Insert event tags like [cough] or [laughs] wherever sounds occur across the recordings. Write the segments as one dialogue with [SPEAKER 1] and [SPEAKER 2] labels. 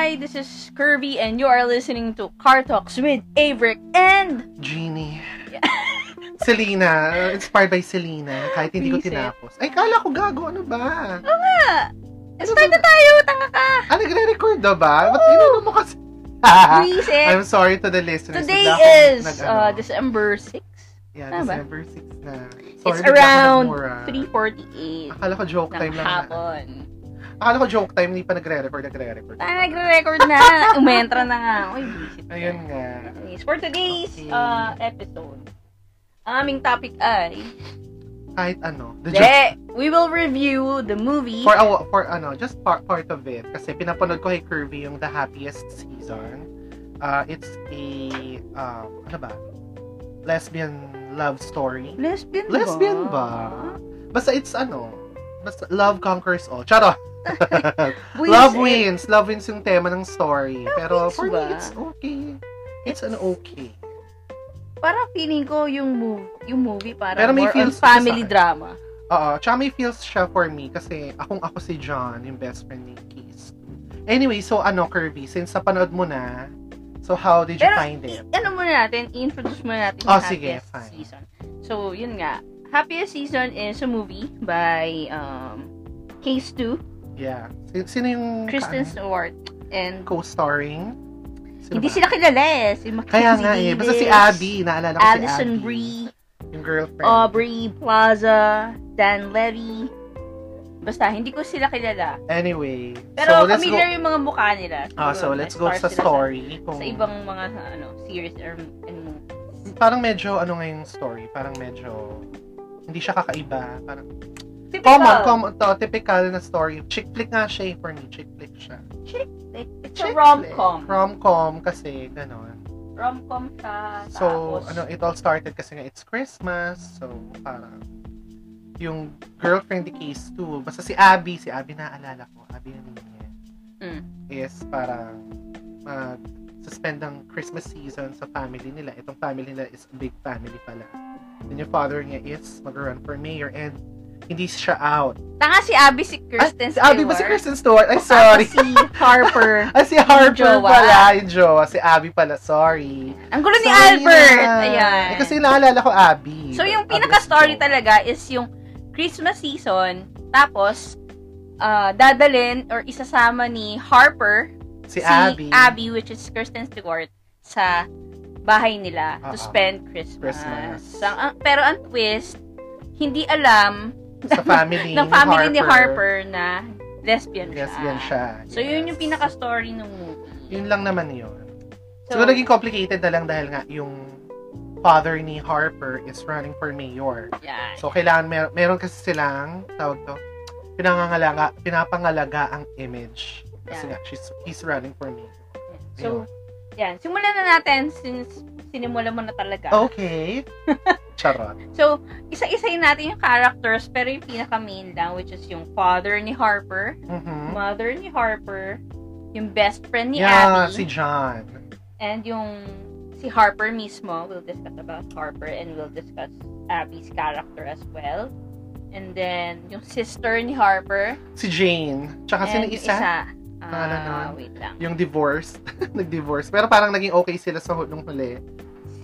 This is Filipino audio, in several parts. [SPEAKER 1] Hi, this is Kirby and you are listening to Car Talks with Averick and
[SPEAKER 2] Genie. Selena. uh, Inspired by Selena. Kahit hindi ko
[SPEAKER 1] Visit.
[SPEAKER 2] tinapos. Ay, kala ko gago. Ano ba?
[SPEAKER 1] Ah! Start
[SPEAKER 2] ba?
[SPEAKER 1] na tayo, tanga ka!
[SPEAKER 2] Ah, nagre-record na ba? Ba't inano mo kasi? [laughs]
[SPEAKER 1] Oh.
[SPEAKER 2] Ah,
[SPEAKER 1] Reset!
[SPEAKER 2] I'm sorry to the listeners.
[SPEAKER 1] Today
[SPEAKER 2] Bigla akong
[SPEAKER 1] is
[SPEAKER 2] nag-ano.
[SPEAKER 1] uh, December 6,
[SPEAKER 2] Yeah,
[SPEAKER 1] Tama ba?
[SPEAKER 2] December 6 na. Sorry,
[SPEAKER 1] It's
[SPEAKER 2] bigla ako
[SPEAKER 1] around
[SPEAKER 2] nagmura.
[SPEAKER 1] 3.48
[SPEAKER 2] Akala ko joke
[SPEAKER 1] ng
[SPEAKER 2] time lang. Na.
[SPEAKER 1] hapon.
[SPEAKER 2] Akala ko joke time, hindi pa nagre-record, nagre-record.
[SPEAKER 1] Tayo nagre-record
[SPEAKER 2] [laughs]
[SPEAKER 1] na. Umentra na nga. Uy, visit.
[SPEAKER 2] Ayun nga.
[SPEAKER 1] Anyways, for today's
[SPEAKER 2] Okay.
[SPEAKER 1] uh, episode, ang aming topic ay,
[SPEAKER 2] Kahit ano. The joke.
[SPEAKER 1] De, we will review the movie.
[SPEAKER 2] For, awa- for ano, just part, part of it. Kasi pinapanood ko kay Kirby yung The Happiest Season. Uh, it's a, um, ano ba? Lesbian love story.
[SPEAKER 1] lesbian ba?
[SPEAKER 2] Lesbian ba? Basta it's ano, basta love conquers all.
[SPEAKER 1] [laughs]
[SPEAKER 2] Charo!
[SPEAKER 1] Buwis
[SPEAKER 2] love
[SPEAKER 1] eh.
[SPEAKER 2] wins. Love wins yung tema ng story. Pero
[SPEAKER 1] wins
[SPEAKER 2] for
[SPEAKER 1] ba?
[SPEAKER 2] me, it's okay. It's, an okay.
[SPEAKER 1] Parang feeling ko yung move, yung movie parang
[SPEAKER 2] Pero may
[SPEAKER 1] more on
[SPEAKER 2] feels ko sa
[SPEAKER 1] family
[SPEAKER 2] akin.
[SPEAKER 1] drama.
[SPEAKER 2] Oo, tsaka may feels siya for me kasi akong ako si John, yung best friend ni Keys. Anyway, so ano, Kirby, since napanood mo na, so how did you
[SPEAKER 1] Pero
[SPEAKER 2] find
[SPEAKER 1] i-
[SPEAKER 2] it?
[SPEAKER 1] ano muna natin, i-introduce muna natin
[SPEAKER 2] Oh,
[SPEAKER 1] yung
[SPEAKER 2] sige,
[SPEAKER 1] happiest
[SPEAKER 2] fine.
[SPEAKER 1] season. So, yun nga. Happiest Season is a movie by um, Case 2,
[SPEAKER 2] Yeah. Si- Sino yung
[SPEAKER 1] Kristen
[SPEAKER 2] ano,
[SPEAKER 1] Stewart, and
[SPEAKER 2] co-starring? Sino
[SPEAKER 1] hindi
[SPEAKER 2] ba?
[SPEAKER 1] sila kilala eh. Si Makiki
[SPEAKER 2] Kaya nga eh, basta si Abby, naalala ko si
[SPEAKER 1] Allison
[SPEAKER 2] Abby.
[SPEAKER 1] Brie,
[SPEAKER 2] Yung girlfriend.
[SPEAKER 1] Aubrey Plaza, Dan Levy. Basta, hindi ko sila kilala.
[SPEAKER 2] Anyway,
[SPEAKER 1] Pero
[SPEAKER 2] so let's go.
[SPEAKER 1] familiar yung mga mukha nila.
[SPEAKER 2] Ah,
[SPEAKER 1] Siguro,
[SPEAKER 2] so let's go
[SPEAKER 1] na-star
[SPEAKER 2] sa
[SPEAKER 1] sila Sa,
[SPEAKER 2] story. Kung,
[SPEAKER 1] sa ibang mga ano, series or, and movies.
[SPEAKER 2] Parang medyo, ano nga yung story? Parang medyo, hindi siya kakaiba. Parang,
[SPEAKER 1] Typical.
[SPEAKER 2] common, common, to, typical na story. Chick flick nga siya eh, for me. Chick flick siya.
[SPEAKER 1] Like, it's a
[SPEAKER 2] Chick flick.
[SPEAKER 1] rom-com.
[SPEAKER 2] Rom-com kasi, ganon.
[SPEAKER 1] Rom-com siya.
[SPEAKER 2] So,
[SPEAKER 1] tapos,
[SPEAKER 2] ano, it all started kasi nga it's Christmas. So, parang, yung girlfriend ni Case 2, basta si Abby, si Abby naalala ko, Abby yung niya,
[SPEAKER 1] Mm.
[SPEAKER 2] is parang mag suspend ang Christmas season sa family nila. Itong family nila is a big family pala. And yung father niya is mag-run for mayor and hindi siya out.
[SPEAKER 1] Tanga si Abby si Kristen
[SPEAKER 2] Ay, si Abby ba si
[SPEAKER 1] Stewart.
[SPEAKER 2] Kristen Stewart? Ay,
[SPEAKER 1] Tapos
[SPEAKER 2] sorry.
[SPEAKER 1] si Harper.
[SPEAKER 2] [laughs] Ay, si Harper
[SPEAKER 1] Jowa.
[SPEAKER 2] pala. Ay, Jowa. Si Abby pala. Sorry.
[SPEAKER 1] Ang gulo ni
[SPEAKER 2] Sorry
[SPEAKER 1] Albert.
[SPEAKER 2] na.
[SPEAKER 1] Ayan.
[SPEAKER 2] Eh, kasi naalala ko Abby.
[SPEAKER 1] so, yung
[SPEAKER 2] Abby
[SPEAKER 1] pinaka-story
[SPEAKER 2] Jowa.
[SPEAKER 1] talaga is yung Christmas season, tapos, ah, dadalin or isasama ni Harper
[SPEAKER 2] Si, Abby.
[SPEAKER 1] which is Kristen Stewart, sa bahay nila to
[SPEAKER 2] Ah, ah.
[SPEAKER 1] spend Christmas.
[SPEAKER 2] Christmas.
[SPEAKER 1] So, ang- pero ang twist, hindi alam
[SPEAKER 2] Sa
[SPEAKER 1] [laughs]
[SPEAKER 2] family
[SPEAKER 1] ng family ni Harper na lesbian,
[SPEAKER 2] Lesbian siya.
[SPEAKER 1] So, yun yung
[SPEAKER 2] Yes.
[SPEAKER 1] pinaka-story ng movie.
[SPEAKER 2] Yun lang naman yun.
[SPEAKER 1] So,
[SPEAKER 2] Siguro naging complicated na lang dahil nga yung father ni Harper is running for mayor.
[SPEAKER 1] yeah.
[SPEAKER 2] So, kailangan mer- meron kasi silang, tawag to, pinangangalaga, pinapangalaga ang image. Kasi
[SPEAKER 1] Yeah.
[SPEAKER 2] nga, she's, he's running for mayor.
[SPEAKER 1] So, yan. Simulan na natin since sinimulan mo na talaga. [laughs]
[SPEAKER 2] Oh. Okay. Charot.
[SPEAKER 1] So, isa-isayin natin yung characters pero yung pinaka-main lang which is yung father ni Harper,
[SPEAKER 2] Mhm.
[SPEAKER 1] mother ni Harper, yung best friend ni
[SPEAKER 2] Yeah,
[SPEAKER 1] Abby.
[SPEAKER 2] si John.
[SPEAKER 1] and yung si Harper mismo, we'll discuss about Harper and we'll discuss Abby's character as well. And then, yung sister ni Harper.
[SPEAKER 2] Si Jane. Tsaka sino
[SPEAKER 1] and yung
[SPEAKER 2] isa?
[SPEAKER 1] Ah,
[SPEAKER 2] Pangalan nun?
[SPEAKER 1] wait lang.
[SPEAKER 2] Yung divorced. [laughs] Nag-divorce. Pero parang naging okay sila sa hu- nung huli.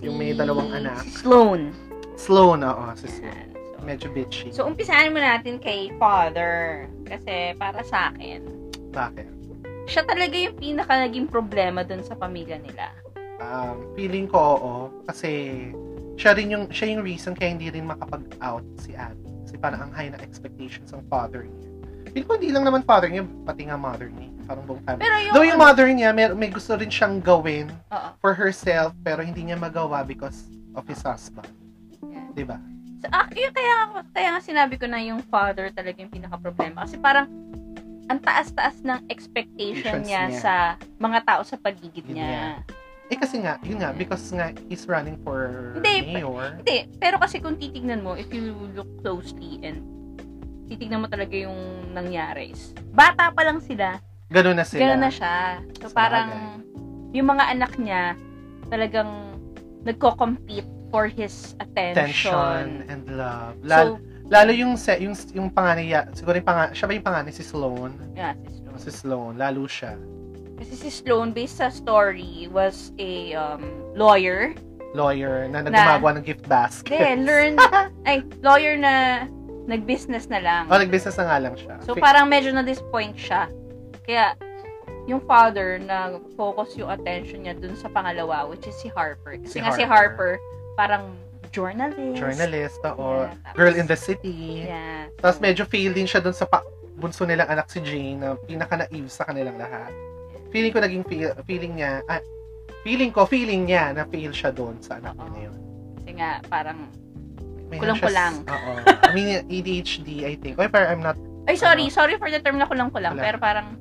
[SPEAKER 2] Yung may dalawang anak.
[SPEAKER 1] Si Sloan.
[SPEAKER 2] Sloan, oo. oh, Si Sloan.
[SPEAKER 1] Yan, so-
[SPEAKER 2] Medyo bitchy.
[SPEAKER 1] So, umpisahan mo natin kay father. Kasi, para sa akin,
[SPEAKER 2] Bakit?
[SPEAKER 1] siya talaga yung pinaka naging problema dun sa pamilya nila.
[SPEAKER 2] Um, feeling ko oo. Kasi siya rin yung, siya yung reason kaya hindi rin makapag-out si Abby. Kasi parang ang high na expectations ng father niya. Feeling ko hindi lang naman father niya, pati nga mother niya. Parang buong family.
[SPEAKER 1] Pero yung...
[SPEAKER 2] Though yung mother niya, may, may gusto rin siyang gawin
[SPEAKER 1] Oo.
[SPEAKER 2] for herself, pero hindi niya magawa because of his husband.
[SPEAKER 1] Yeah.
[SPEAKER 2] Diba?
[SPEAKER 1] So, ah, yun, kaya, kaya nga sinabi ko na yung father talaga yung pinaka-problema. Kasi parang, ang taas-taas ng expectation
[SPEAKER 2] Expectations
[SPEAKER 1] niya,
[SPEAKER 2] niya.
[SPEAKER 1] sa mga tao sa paligid
[SPEAKER 2] Yun
[SPEAKER 1] niya.
[SPEAKER 2] Eh kasi nga, yun nga, because nga he's running for
[SPEAKER 1] Hindi,
[SPEAKER 2] mayor.
[SPEAKER 1] Hindi, pero kasi kung titignan mo, if you look closely and titignan mo talaga yung nangyari is, bata pa lang sila,
[SPEAKER 2] Ganun na sila.
[SPEAKER 1] gano'n na siya. So
[SPEAKER 2] Sabagay.
[SPEAKER 1] parang, yung mga anak niya, talagang nagko-compete for his
[SPEAKER 2] Tension
[SPEAKER 1] attention.
[SPEAKER 2] and love. Lalo,
[SPEAKER 1] So,
[SPEAKER 2] lalo yung, se- yung, yung panganay, ya- siguro yung panganay, siya ba yung panganay si Sloan?
[SPEAKER 1] yeah, sis, no.
[SPEAKER 2] Si Sloan, lalo siya.
[SPEAKER 1] Kasi si Sloan, based sa story, was a um, lawyer.
[SPEAKER 2] Lawyer na
[SPEAKER 1] Na-
[SPEAKER 2] nagmamagawa ng gift basket.
[SPEAKER 1] Then, learn, ay, lawyer na nag-business na lang.
[SPEAKER 2] [laughs] oh, nag-business na nga lang siya.
[SPEAKER 1] So,
[SPEAKER 2] Fi-
[SPEAKER 1] parang medyo na-disappoint siya. Kaya, yung father na focus yung attention niya dun sa pangalawa, which is si Harper. Kasi
[SPEAKER 2] Si
[SPEAKER 1] nga si Harper,
[SPEAKER 2] Harper.
[SPEAKER 1] parang journalist.
[SPEAKER 2] journalist, oo.
[SPEAKER 1] Yeah, tapos-
[SPEAKER 2] Girl in the City.
[SPEAKER 1] Yeah.
[SPEAKER 2] Tapos medyo fail din siya dun sa pa- bunso nilang anak si Jane na pinaka-naive sa kanilang lahat. Feeling ko naging feel, feeling niya, ah, feeling ko, feeling niya na fail siya doon sa anak niya
[SPEAKER 1] Oo.
[SPEAKER 2] na yun.
[SPEAKER 1] Kasi nga, parang,
[SPEAKER 2] Meron
[SPEAKER 1] Kulang-kulang.
[SPEAKER 2] siya s- Oo. I mean, [laughs] ADHD, I think. Oy, pero I'm not,
[SPEAKER 1] ay sorry,
[SPEAKER 2] Ano?
[SPEAKER 1] sorry for the term na kulang ko lang,
[SPEAKER 2] Kulang.
[SPEAKER 1] pero parang,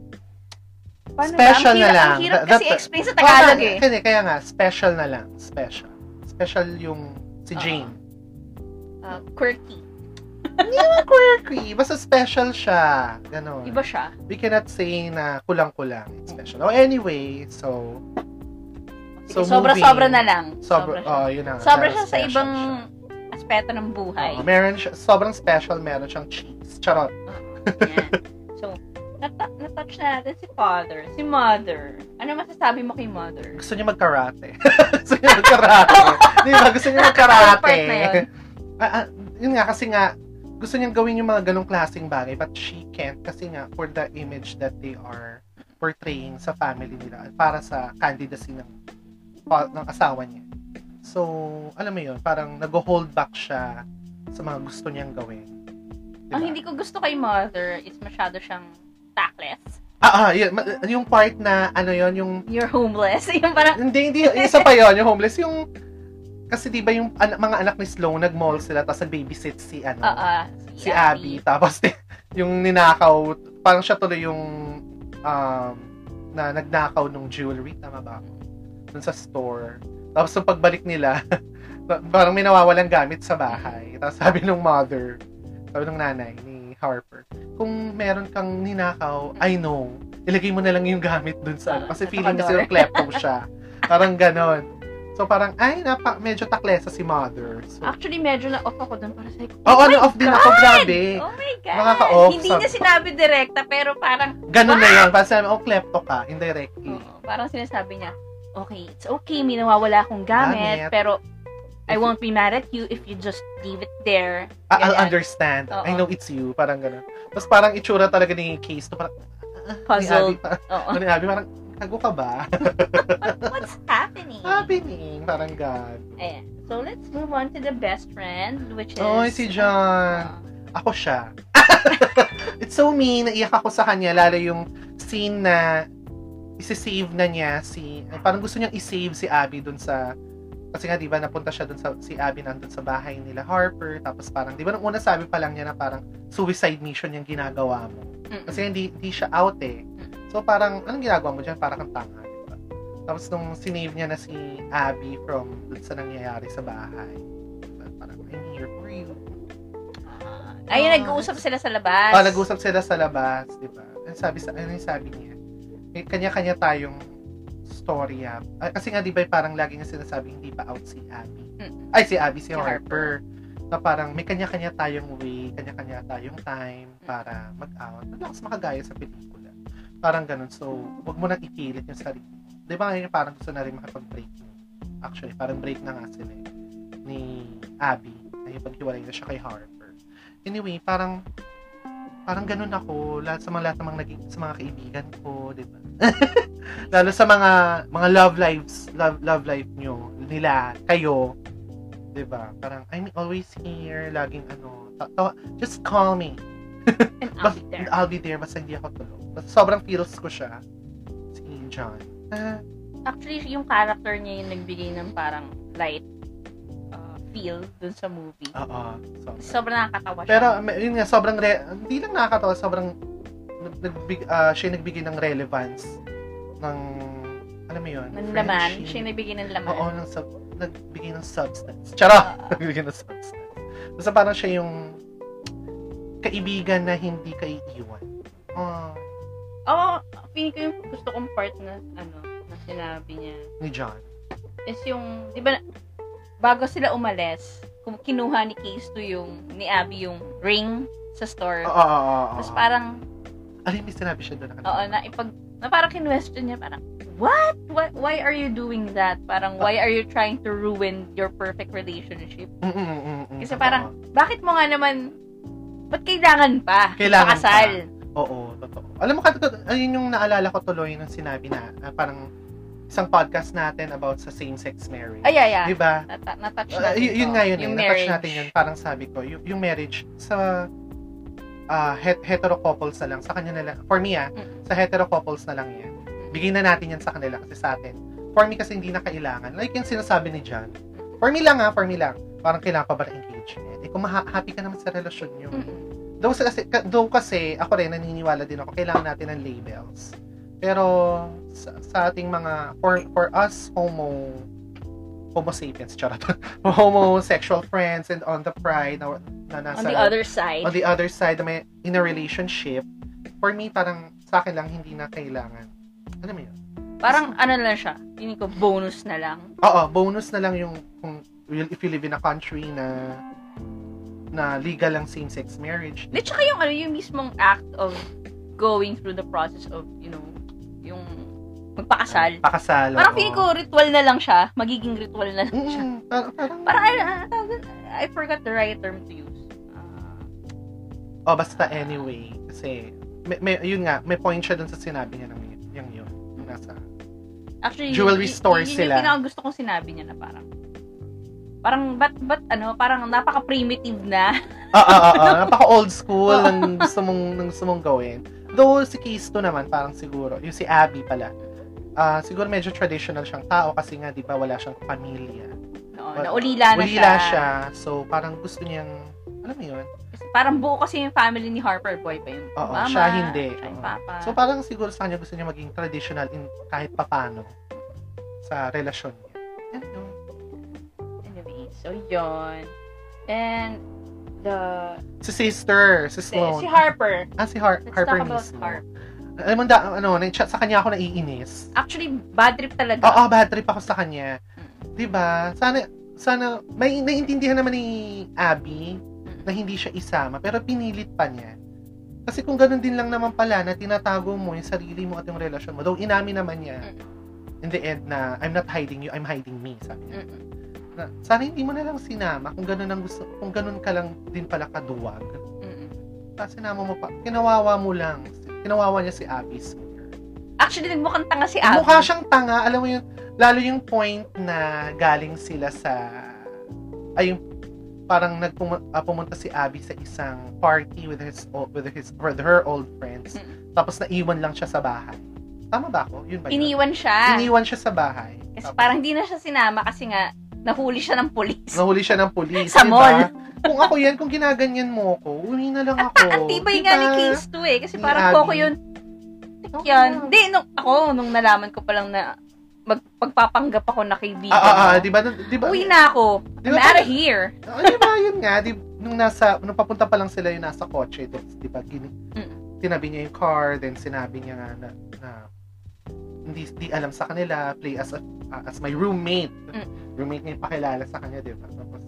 [SPEAKER 1] paano ba?
[SPEAKER 2] Special
[SPEAKER 1] Ang
[SPEAKER 2] na
[SPEAKER 1] hirap-
[SPEAKER 2] lang.
[SPEAKER 1] Ang hirap
[SPEAKER 2] That-
[SPEAKER 1] kasi
[SPEAKER 2] that-
[SPEAKER 1] explain sa Tagalog
[SPEAKER 2] Oo,
[SPEAKER 1] eh.
[SPEAKER 2] Kaya, kaya nga, special na lang. Special. Special yung si
[SPEAKER 1] Oo.
[SPEAKER 2] Jane.
[SPEAKER 1] Uh, quirky.
[SPEAKER 2] Quirky. Basta special siya. Ganon.
[SPEAKER 1] Iba siya.
[SPEAKER 2] We cannot say na kulang-kulang. It's Special. Oh, anyway, so,
[SPEAKER 1] Sige,
[SPEAKER 2] So,
[SPEAKER 1] sobra-sobra
[SPEAKER 2] moving.
[SPEAKER 1] na lang.
[SPEAKER 2] sobra,
[SPEAKER 1] siya.
[SPEAKER 2] oh, yun na nga.
[SPEAKER 1] Sobra
[SPEAKER 2] Pero
[SPEAKER 1] siya sa
[SPEAKER 2] special
[SPEAKER 1] ibang
[SPEAKER 2] siya.
[SPEAKER 1] aspeto ng buhay.
[SPEAKER 2] Oo, meron siya, sobrang special, meron siyang cheese. Charot.
[SPEAKER 1] Yan. So, nata- na-touch na natin si father, si mother. Ano masasabi mo kay mother?
[SPEAKER 2] Gusto niya magkarate. [laughs] gusto niya magkarate. Di ba? Gusto niya magkarate.
[SPEAKER 1] Part na yun.
[SPEAKER 2] [laughs] Ah, ah, yun nga, kasi nga, gusto niyang gawin yung mga ganong klaseng bagay but she can't kasi nga for the image that they are portraying sa family nila para sa candidacy ng pa- ng asawa niya. So, alam mo yun, parang nag-hold back siya sa mga gusto niyang gawin. Di
[SPEAKER 1] Ang
[SPEAKER 2] ba?
[SPEAKER 1] hindi ko gusto kay mother is masyado siyang tactless.
[SPEAKER 2] Ah, ah, yun, ma- yung part na ano yun, yung
[SPEAKER 1] You're homeless. [laughs] Yung parang,
[SPEAKER 2] Hindi, hindi. Isa pa yon yung homeless. Yung, kasi di ba yung an- mga anak ni Sloan, nag-mall sila, tapos nag-babysit si, ano,
[SPEAKER 1] ah, ah,
[SPEAKER 2] si Abby. Tapos, [laughs] yung ninakaw, parang siya tuloy yung, um, na nagnakaw nung jewelry, tama ba? Dun sa store. Tapos, yung pagbalik nila, [laughs] parang may nawawalang gamit sa bahay. Tapos, sabi nung mother, sabi nung nanay ni Harper, kung meron kang ninakaw, I know, ilagay mo na lang yung gamit dun sa ano.
[SPEAKER 1] Sa
[SPEAKER 2] Kasi feeling
[SPEAKER 1] kador.
[SPEAKER 2] kasi yung klepto siya. Parang ganon. So parang, ay, napa, medyo taklesa si mother. So,
[SPEAKER 1] Actually, medyo na-off ako dun. Parang like,
[SPEAKER 2] oh,
[SPEAKER 1] my
[SPEAKER 2] ano, off din ako,
[SPEAKER 1] God!
[SPEAKER 2] grabe.
[SPEAKER 1] Oh my God!
[SPEAKER 2] Nakaka-off
[SPEAKER 1] Hindi
[SPEAKER 2] sa-
[SPEAKER 1] niya sinabi direkta, pero parang,
[SPEAKER 2] Ganon na yun. Parang sabi, oh, klepto ka, indirectly.
[SPEAKER 1] oo, parang sinasabi niya, okay, it's okay, may nawawala akong gamit,
[SPEAKER 2] Gamit.
[SPEAKER 1] pero I
[SPEAKER 2] If-
[SPEAKER 1] won't be mad at you if you just leave it there.
[SPEAKER 2] I- I'll
[SPEAKER 1] Ganyan.
[SPEAKER 2] understand.
[SPEAKER 1] Oo.
[SPEAKER 2] I know it's you. Parang ganon. Tapos parang itsura talaga ni Case. No, parang,
[SPEAKER 1] Puzzled.
[SPEAKER 2] Ni Abby, [laughs] parang,
[SPEAKER 1] Oo. [laughs]
[SPEAKER 2] ni Abby, parang, kago ka ba? [laughs]
[SPEAKER 1] What's happening?
[SPEAKER 2] Happening. Parang ganon.
[SPEAKER 1] Ayan. So, let's move on to the best friend, which is...
[SPEAKER 2] Oh, si John.
[SPEAKER 1] Ah,
[SPEAKER 2] ako siya. [laughs] It's so mean, naiyak ako sa kanya, lalo yung scene na isi-save na niya si, ay, parang gusto niyang i-save si Abby dun sa, kasi nga, di ba, napunta siya dun sa, si Abby nandun sa bahay nila Harper, tapos parang, di ba, nung una sabi pa lang niya na parang suicide mission yung ginagawa mo.
[SPEAKER 1] mm-mm.
[SPEAKER 2] Kasi hindi, hindi siya out eh. So parang, anong ginagawa mo dyan? Parang kang tanga. di ba? Tapos nung sinave niya na si Abby from dun sa nangyayari sa bahay, diba? parang, I'm here for you.
[SPEAKER 1] Ah, ayun, nag-uusap sila sa labas.
[SPEAKER 2] Ah, nag-usap sila sa labas, di ba? Ano sabi sa ano yung sabi niya? May kanya-kanya tayong story ah. Ah, kasi nga di ba parang lagi niya sinasabi hindi pa out si Abby.
[SPEAKER 1] Mm.
[SPEAKER 2] Ay si Abby
[SPEAKER 1] Si
[SPEAKER 2] si, Harper. Na parang may kanya-kanya tayong way, kanya-kanya tayong time para mag-out. Ang lakas makagaya sa pelikula. Parang ganun. So, wag mo nang ipilit yung sarili. Di ba ngayon parang gusto na rin makapag-break. Actually, parang break na nga sila eh, ni Abby. Ay, paghiwalay na siya kay Harper. Anyway, parang parang ganun ako lahat sa mga lahat ng mga naging sa mga kaibigan ko, 'di ba? [laughs] Lalo sa mga mga love lives, love love life nyo, nila, kayo, 'di ba? Diba? Parang I'm always here, laging ano, ta- tawa- just call me.
[SPEAKER 1] And I'll be there.
[SPEAKER 2] Bas- I'll be there basta hindi ako tulog. Basta sobrang feels ko siya si John. Ah,
[SPEAKER 1] Actually, yung character niya yung nagbigay ng parang light uh, feel dun sa movie.
[SPEAKER 2] oo. sobrang.
[SPEAKER 1] Sobrang nakakatawa siya.
[SPEAKER 2] Pero may- yun nga sobrang re- hindi lang nakakatawa, sobrang nag- nagbig ah, siya yung nagbigay ng relevance ng alam mo yun,
[SPEAKER 1] ng laman,
[SPEAKER 2] friendship.
[SPEAKER 1] siya yung nagbigay ng laman.
[SPEAKER 2] Oo, ng sub, nagbigay ng substance. Chara! [laughs] nagbigay ng substance. Basta parang siya yung kaibigan na hindi ka iiwan. Ah,
[SPEAKER 1] Oo, feeling ko yung gusto kong part na, ano, na sinabi niya.
[SPEAKER 2] ni John.
[SPEAKER 1] is yung, di ba, bago sila umalis, kum- kinuha ni Case to yung, ni Abby yung ring sa store.
[SPEAKER 2] Oo, oo, oo.
[SPEAKER 1] Tapos parang,
[SPEAKER 2] Alin, may sinabi siya doon.
[SPEAKER 1] oo, na ipag, Na parang kinwestiyon niya, parang, what? Why, why are you doing that? Parang, why are you trying to ruin your perfect relationship?
[SPEAKER 2] Mm, mm, mm, mm, mm.
[SPEAKER 1] Kasi
[SPEAKER 2] Totoo.
[SPEAKER 1] parang, bakit mo nga naman, ba't kailangan pa?
[SPEAKER 2] Kailangan
[SPEAKER 1] Pakasal.
[SPEAKER 2] Oo, totoo. Alam mo, kat- ayun yung naalala ko tuloy nung sinabi na, ah, parang isang podcast natin about sa same-sex marriage.
[SPEAKER 1] Ay, ay, ay.
[SPEAKER 2] Di ba?
[SPEAKER 1] Nata- natouch
[SPEAKER 2] Ah,
[SPEAKER 1] natin.
[SPEAKER 2] y-
[SPEAKER 1] to.
[SPEAKER 2] yun nga yun.
[SPEAKER 1] Yung
[SPEAKER 2] Yung
[SPEAKER 1] marriage.
[SPEAKER 2] na-touch natin yun. Parang sabi ko, yung, yung marriage sa ah, het- hetero couples na lang. Sa kanya na lang. For me ah,
[SPEAKER 1] Mm.
[SPEAKER 2] sa hetero couples na lang yan. Bigyan na natin yan sa kanila kasi sa atin. For me kasi hindi na kailangan. Like yung sinasabi ni John. For me lang ah, for me lang. Parang kailangan pa ba ng engagement? Eh kung maha- happy ka naman sa relasyon nyo.
[SPEAKER 1] Mm-mm.
[SPEAKER 2] Though kasi, ka- though kasi ako rin naniniwala din ako kailangan natin ng labels. Pero sa, sa ating mga for for us homo homo sapiens charot. [laughs] homosexual friends and on the pride na, na
[SPEAKER 1] On
[SPEAKER 2] nasa
[SPEAKER 1] the other side.
[SPEAKER 2] on the other side na may in a relationship for me parang sa akin lang hindi na kailangan. Ano mo yun?
[SPEAKER 1] Parang ano na lang siya. Hindi ko bonus na lang.
[SPEAKER 2] Oo, bonus na lang yung kung if you live in a country na na legal ang same-sex marriage.
[SPEAKER 1] Di, tsaka yung ano, yung mismong act of going through the process of, you know, yung magpakasal.
[SPEAKER 2] Pakasal.
[SPEAKER 1] Parang
[SPEAKER 2] oo.
[SPEAKER 1] feeling ko ritual na lang siya. Magiging ritual na lang siya.
[SPEAKER 2] Mm, parang, parang,
[SPEAKER 1] Parang, ano, ano tawag dun? I forgot the right term to use. Ah,
[SPEAKER 2] oh, basta anyway, kasi, may, may, yun nga, may point siya dun sa sinabi niya ng yung yun. Nasa,
[SPEAKER 1] actually,
[SPEAKER 2] Jewelry
[SPEAKER 1] yun-
[SPEAKER 2] store
[SPEAKER 1] yun,
[SPEAKER 2] sila.
[SPEAKER 1] Yung pinaka gusto kong sinabi niya na parang, parang, ba't, ba't, ano, parang napaka-primitive na. [laughs]
[SPEAKER 2] ah, ah, ah, ah, napaka-old school ng gusto mong, ng gusto mong gawin. Though, si Kisto naman, parang siguro, yung si Abby pala, ah siguro medyo traditional siyang tao kasi nga, di ba, wala siyang pamilya.
[SPEAKER 1] No,
[SPEAKER 2] Wala-
[SPEAKER 1] Oh, naulila na
[SPEAKER 2] ulila
[SPEAKER 1] siya.
[SPEAKER 2] siya. So, parang gusto niyang, alam mo yun?
[SPEAKER 1] Kasi parang buo kasi yung family ni Harper Boy pa yung
[SPEAKER 2] Oo,
[SPEAKER 1] mama,
[SPEAKER 2] siya hindi.
[SPEAKER 1] siya yung
[SPEAKER 2] Oo.
[SPEAKER 1] papa.
[SPEAKER 2] So, parang siguro sa kanya gusto niya maging traditional in kahit papano sa relasyon niya. Yan yun.
[SPEAKER 1] Anyway, so yon. And the
[SPEAKER 2] Si sister, si
[SPEAKER 1] si,
[SPEAKER 2] Sloan.
[SPEAKER 1] si Harper.
[SPEAKER 2] Ah, si Har-
[SPEAKER 1] Let's
[SPEAKER 2] Harper
[SPEAKER 1] talk about
[SPEAKER 2] mismo.
[SPEAKER 1] Harper.
[SPEAKER 2] Alam mo, da, ano, nag sa kanya ako naiinis.
[SPEAKER 1] Actually, bad trip talaga.
[SPEAKER 2] Oo, bad trip ako sa kanya.
[SPEAKER 1] Mm.
[SPEAKER 2] 'Di ba Sana, sana, may naiintindihan naman ni Abby na hindi siya isama, pero pinilit pa niya. Kasi kung ganun din lang naman pala na tinatago mo yung sarili mo at yung relasyon mo, though inamin naman niya in
[SPEAKER 1] Mm-hmm.
[SPEAKER 2] the end na I'm not hiding you, I'm hiding me, sabi niya.
[SPEAKER 1] Mm-mm.
[SPEAKER 2] Na, sana hindi mo na lang sinama kung ganun ang gusto, kung ganun ka lang din pala kaduwag.
[SPEAKER 1] Mm-mm.
[SPEAKER 2] Tapos sinama mo pa, kinawawa mo lang, kinawawa niya si Abby Sawyer.
[SPEAKER 1] Actually, nagmukhang tanga si Abby.
[SPEAKER 2] Mukha siyang tanga. Alam mo yun, lalo yung point na galing sila sa... Ay, yung parang nagpum- ah, pumunta si Abby sa isang party with his o- with his with her old friends. Tapos naiwan lang siya sa bahay. Tama ba ako? Yun ba yun?
[SPEAKER 1] Iniwan siya.
[SPEAKER 2] Iniwan siya sa bahay.
[SPEAKER 1] kasi
[SPEAKER 2] Tapos
[SPEAKER 1] parang hindi na siya sinama kasi nga nahuli siya ng polis.
[SPEAKER 2] Nahuli siya ng pulis.
[SPEAKER 1] Sa
[SPEAKER 2] diba?
[SPEAKER 1] mall.
[SPEAKER 2] Kung ako yan, kung ginaganyan mo ako, uwi na lang
[SPEAKER 1] [laughs]
[SPEAKER 2] ako.
[SPEAKER 1] [laughs] Ang tibay nga ni
[SPEAKER 2] Diba?
[SPEAKER 1] Case 2 eh. Kasi
[SPEAKER 2] Ni
[SPEAKER 1] parang
[SPEAKER 2] Abby.
[SPEAKER 1] Coco yun.
[SPEAKER 2] Oo.
[SPEAKER 1] Yan. Hindi, nung, ako, nung nalaman ko palang na mag, magpapanggap ako na kaibigan
[SPEAKER 2] Ah, ah, ah,
[SPEAKER 1] mo.
[SPEAKER 2] di ba? Di ba?
[SPEAKER 1] Uwi na ako.
[SPEAKER 2] Di ba-
[SPEAKER 1] I'm out of here.
[SPEAKER 2] Oh, di ba, yun nga, di, nung nasa, nung papunta pa lang sila yung nasa kotse, di, di ba, gini,
[SPEAKER 1] Mm.
[SPEAKER 2] tinabi niya yung car, then sinabi niya nga na, na hindi, di alam sa kanila, play as a, ah, as my roommate. Roommate niya yung pakilala sa kanya, di ba? Tapos,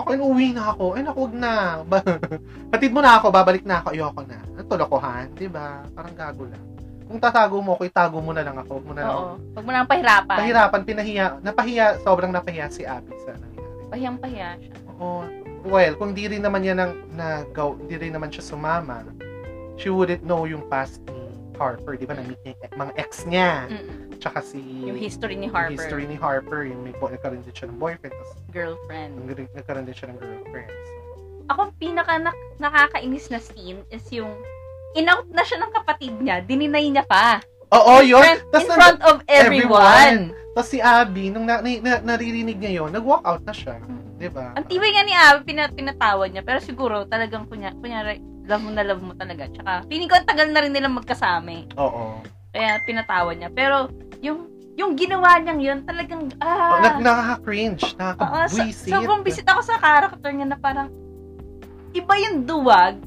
[SPEAKER 2] ako, okay, uwi na ako. Ay, naku, huwag na. Ba- [laughs] Patid mo na ako, babalik na ako, ayoko na. Ang tulokohan, di ba? Parang gago lang. Kung tatago mo ako, itago mo na lang ako. Huwag mo na lang.
[SPEAKER 1] Oo. Huwag mo na ang pahirapan.
[SPEAKER 2] Pahirapan, pinahiya, napahiya, sobrang napahiya si Abby sa nangyari.
[SPEAKER 1] Pahiyang-pahiya siya.
[SPEAKER 2] Oo. Well, kung di rin naman niya nang nagaw, di rin naman siya sumama, she wouldn't know yung past ni Harper, di ba? Na-meet niya yung mga ex niya.
[SPEAKER 1] Mm-mm.
[SPEAKER 2] Tsaka si
[SPEAKER 1] Mm. Yung history ni
[SPEAKER 2] yung
[SPEAKER 1] Harper.
[SPEAKER 2] history ni Harper, yung may bo- nagkaroon din siya ng boyfriend, tapos
[SPEAKER 1] Girlfriend.
[SPEAKER 2] nag- nagkaroon din siya ng girlfriend. So,
[SPEAKER 1] Ako, ang pinaka nak- nakakainis na scene is yung in-out na siya ng kapatid niya, dininay niya pa.
[SPEAKER 2] Oo, Oh, yun!
[SPEAKER 1] Friend-
[SPEAKER 2] Tapos
[SPEAKER 1] in front of everyone.
[SPEAKER 2] Tapos si Abby, nung na, na- na- naririnig niya yun, nag-walk out na siya. Di ba?
[SPEAKER 1] Mm. Ang tibay nga ni Abby, pina- pinatawad niya. Pero siguro, talagang kunya, kunyari, love mo na love mo talaga. Tsaka, feeling ko ang tagal na rin nilang magkasama eh.
[SPEAKER 2] Oo.
[SPEAKER 1] Kaya pinatawad niya. Pero, yung yung ginawa niyang yun, talagang,
[SPEAKER 2] Oh,
[SPEAKER 1] ah.
[SPEAKER 2] nag-
[SPEAKER 1] Oo,
[SPEAKER 2] nakaka-cringe,
[SPEAKER 1] so,
[SPEAKER 2] nakaka-buisit.
[SPEAKER 1] sobrang bisit ako sa character niya na parang iba yung duwag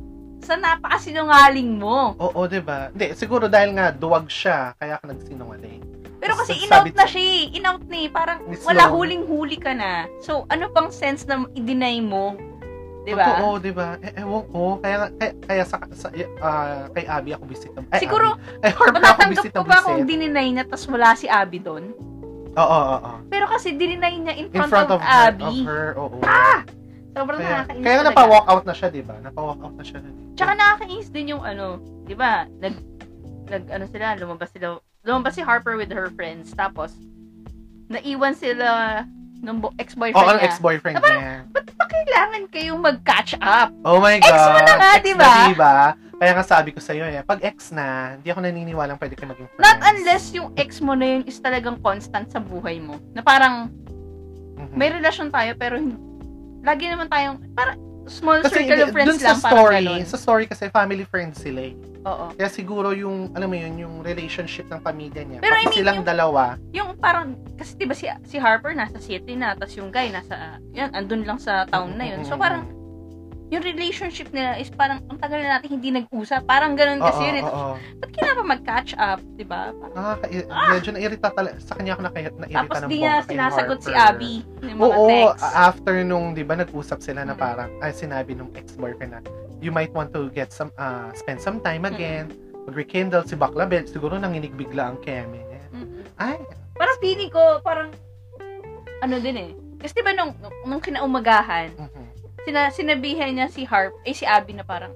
[SPEAKER 1] sa napakasinungaling mo.
[SPEAKER 2] Oo, di ba? Hindi, siguro dahil nga duwag siya, kaya ka nagsinungaling.
[SPEAKER 1] Pero kasi
[SPEAKER 2] Sabi-
[SPEAKER 1] in-out na siya eh. In-out na eh. Parang
[SPEAKER 2] Miss
[SPEAKER 1] wala
[SPEAKER 2] Sloan.
[SPEAKER 1] huling-huli ka na. So, ano pang sense na i-deny mo Di ba?
[SPEAKER 2] Totoo, di ba? Eh, ewan ko. Kaya, nga- kaya, kaya sa, sa ah, kay Abby ako visit na, ay,
[SPEAKER 1] Siguro,
[SPEAKER 2] Abby. ay, Harper ako
[SPEAKER 1] matatanggap
[SPEAKER 2] visit
[SPEAKER 1] ko
[SPEAKER 2] na
[SPEAKER 1] ba kung
[SPEAKER 2] visit.
[SPEAKER 1] dininay niya tapos wala si Abby doon?
[SPEAKER 2] Oo, oo, oo.
[SPEAKER 1] Pero kasi dininay niya in
[SPEAKER 2] In
[SPEAKER 1] front,
[SPEAKER 2] front
[SPEAKER 1] of,
[SPEAKER 2] of, her, of
[SPEAKER 1] Abby. Ah!
[SPEAKER 2] her, oo.
[SPEAKER 1] Sobrang
[SPEAKER 2] Kaya,
[SPEAKER 1] nakakainis
[SPEAKER 2] kaya nga
[SPEAKER 1] talaga.
[SPEAKER 2] napa-walk out na siya, di ba? Napa-walk out na Oh, siya.
[SPEAKER 1] Tsaka nakakainis din yung ano, 'di ba? Nag nag ano sila, lumabas sila. Lumabas si Harper with her friends tapos naiwan sila ng bo- ex-boyfriend
[SPEAKER 2] Oo, oh, ang
[SPEAKER 1] niya.
[SPEAKER 2] ex-boyfriend
[SPEAKER 1] Diba?
[SPEAKER 2] niya.
[SPEAKER 1] Ba't pa kailangan kayong mag-catch up?
[SPEAKER 2] Oh my
[SPEAKER 1] Ex
[SPEAKER 2] God.
[SPEAKER 1] mo na nga,
[SPEAKER 2] Ex
[SPEAKER 1] di
[SPEAKER 2] na,
[SPEAKER 1] ba?
[SPEAKER 2] di ba? Kaya nga sabi ko sa'yo eh, pag ex na, hindi ako naniniwalang pwede kayo maging friends.
[SPEAKER 1] Not unless yung ex mo na yun is talagang constant sa buhay mo. Na parang
[SPEAKER 2] Mhm.
[SPEAKER 1] may relasyon tayo pero hindi, lagi naman tayong para small circle
[SPEAKER 2] kasi
[SPEAKER 1] of
[SPEAKER 2] hindi-
[SPEAKER 1] friends
[SPEAKER 2] dun sa
[SPEAKER 1] lang
[SPEAKER 2] story,
[SPEAKER 1] parang ganun.
[SPEAKER 2] sa story kasi family friends sila eh.
[SPEAKER 1] Oo.
[SPEAKER 2] Kaya siguro yung, alam mo yun, yung relationship ng pamilya niya.
[SPEAKER 1] Pero I
[SPEAKER 2] pag
[SPEAKER 1] mean,
[SPEAKER 2] silang
[SPEAKER 1] yung-
[SPEAKER 2] dalawa,
[SPEAKER 1] Yung parang kasi 'di ba si si Harper nasa city na tapos yung guy nasa yan andun lang sa town na
[SPEAKER 2] Hmm.
[SPEAKER 1] yun. So parang yung relationship nila is parang ang tagal na natin hindi nag-usap. Parang ganun kasi yun. eh.
[SPEAKER 2] Oo, oo, oo.
[SPEAKER 1] Ba't kailangan pa mag-catch up, di ba? Parang-
[SPEAKER 2] Ah, kai- medyo nairita talaga. Sa kanya ako naka- nairita
[SPEAKER 1] Tapos
[SPEAKER 2] ng
[SPEAKER 1] di niya
[SPEAKER 2] bongga kay
[SPEAKER 1] sinasagot si
[SPEAKER 2] Harper.
[SPEAKER 1] Abby ng mga
[SPEAKER 2] Oo, ah,
[SPEAKER 1] texts.
[SPEAKER 2] a- after nung, di ba, nag-usap sila na
[SPEAKER 1] Mm.
[SPEAKER 2] parang, ay, sinabi nung ex-boyfriend na, you might want to get some, ah, spend some time again, mag-rekindle si Bakla Bell, siguro nanginig bigla ang Kemi.
[SPEAKER 1] Mm.
[SPEAKER 2] Ay,
[SPEAKER 1] Parang feeling ko, parang ano din eh. Kasi di ba nung, nung, nung kinaumagahan,
[SPEAKER 2] mhm.
[SPEAKER 1] sina, sinabihan niya si Harp, eh si Abby na parang,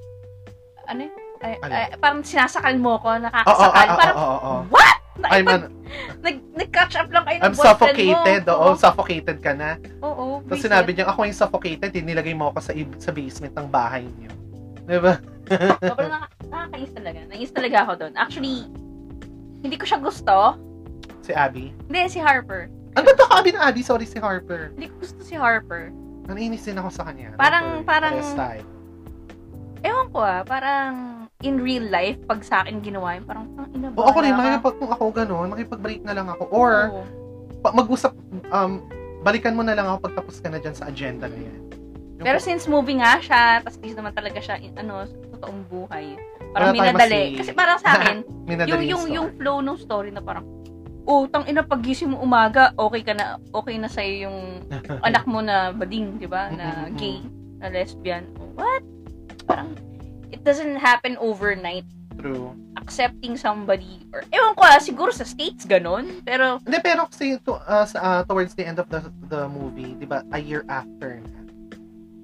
[SPEAKER 1] ano eh, ay,
[SPEAKER 2] Ano? Ah,
[SPEAKER 1] ay, parang sinasakal mo ako,
[SPEAKER 2] oo, oo,
[SPEAKER 1] nakakasakal.
[SPEAKER 2] oo,
[SPEAKER 1] parang,
[SPEAKER 2] oo, oo.
[SPEAKER 1] what? Na,
[SPEAKER 2] I'm,
[SPEAKER 1] ipag-
[SPEAKER 2] an-
[SPEAKER 1] nag, nag-catch up lang kayo ng
[SPEAKER 2] I'm
[SPEAKER 1] boyfriend
[SPEAKER 2] suffocated,
[SPEAKER 1] mo.
[SPEAKER 2] oo, suffocated ka na.
[SPEAKER 1] Oo, oo.
[SPEAKER 2] Tapos
[SPEAKER 1] visit.
[SPEAKER 2] sinabi niya, ako yung suffocated, eh, nilagay mo ako sa, ib- sa basement ng bahay niyo. Diba? Di ba?
[SPEAKER 1] Sobrang nakaka- nakakainis talaga. Nainis talaga ako doon. Actually, hindi ko siya gusto.
[SPEAKER 2] si Abby.
[SPEAKER 1] Hindi, si Harper.
[SPEAKER 2] Ano ba ito, Abby na Abby? Sorry, si Harper.
[SPEAKER 1] Hindi ko gusto si Harper.
[SPEAKER 2] Naniinis din ako sa kanya.
[SPEAKER 1] Parang-
[SPEAKER 2] Sorry.
[SPEAKER 1] parang-
[SPEAKER 2] Parehas tayo.
[SPEAKER 1] Ewan ko ah, parang in real life, pag sa akin ginawa yun, parang ang ina
[SPEAKER 2] O ako rin,
[SPEAKER 1] bahala ka."
[SPEAKER 2] makipag, kung ako ganun, makipag-break na lang ako. ah. Or,
[SPEAKER 1] Oo.
[SPEAKER 2] pa- mag-usap, um, balikan mo na lang ako pagtapos ka na dyan sa agenda na yan. Yung-
[SPEAKER 1] Pero since movie nga siya, tapos di naman talaga siya, in, ano, sa totoong buhay.
[SPEAKER 2] Wala
[SPEAKER 1] Parang
[SPEAKER 2] tayong
[SPEAKER 1] minadali.
[SPEAKER 2] masi-
[SPEAKER 1] Kasi parang sa
[SPEAKER 2] [laughs]
[SPEAKER 1] akin,
[SPEAKER 2] minadali
[SPEAKER 1] yung, yung,
[SPEAKER 2] story.
[SPEAKER 1] yung flow ng story na parang, oh, tang ina, pagising mo umaga, okay ka na, okay na sa'yo yung anak mo na bading, di ba? Na
[SPEAKER 2] Mm-mm-mm.
[SPEAKER 1] gay, na lesbian. Oh, What? Parang, it doesn't happen overnight.
[SPEAKER 2] [laughs] True.
[SPEAKER 1] Accepting somebody, or, ewan ko ah, siguro sa states ganun, pero,
[SPEAKER 2] Hindi, pero kasi to, ah, sa, ah, towards the end of the the movie, di ba, a year after na.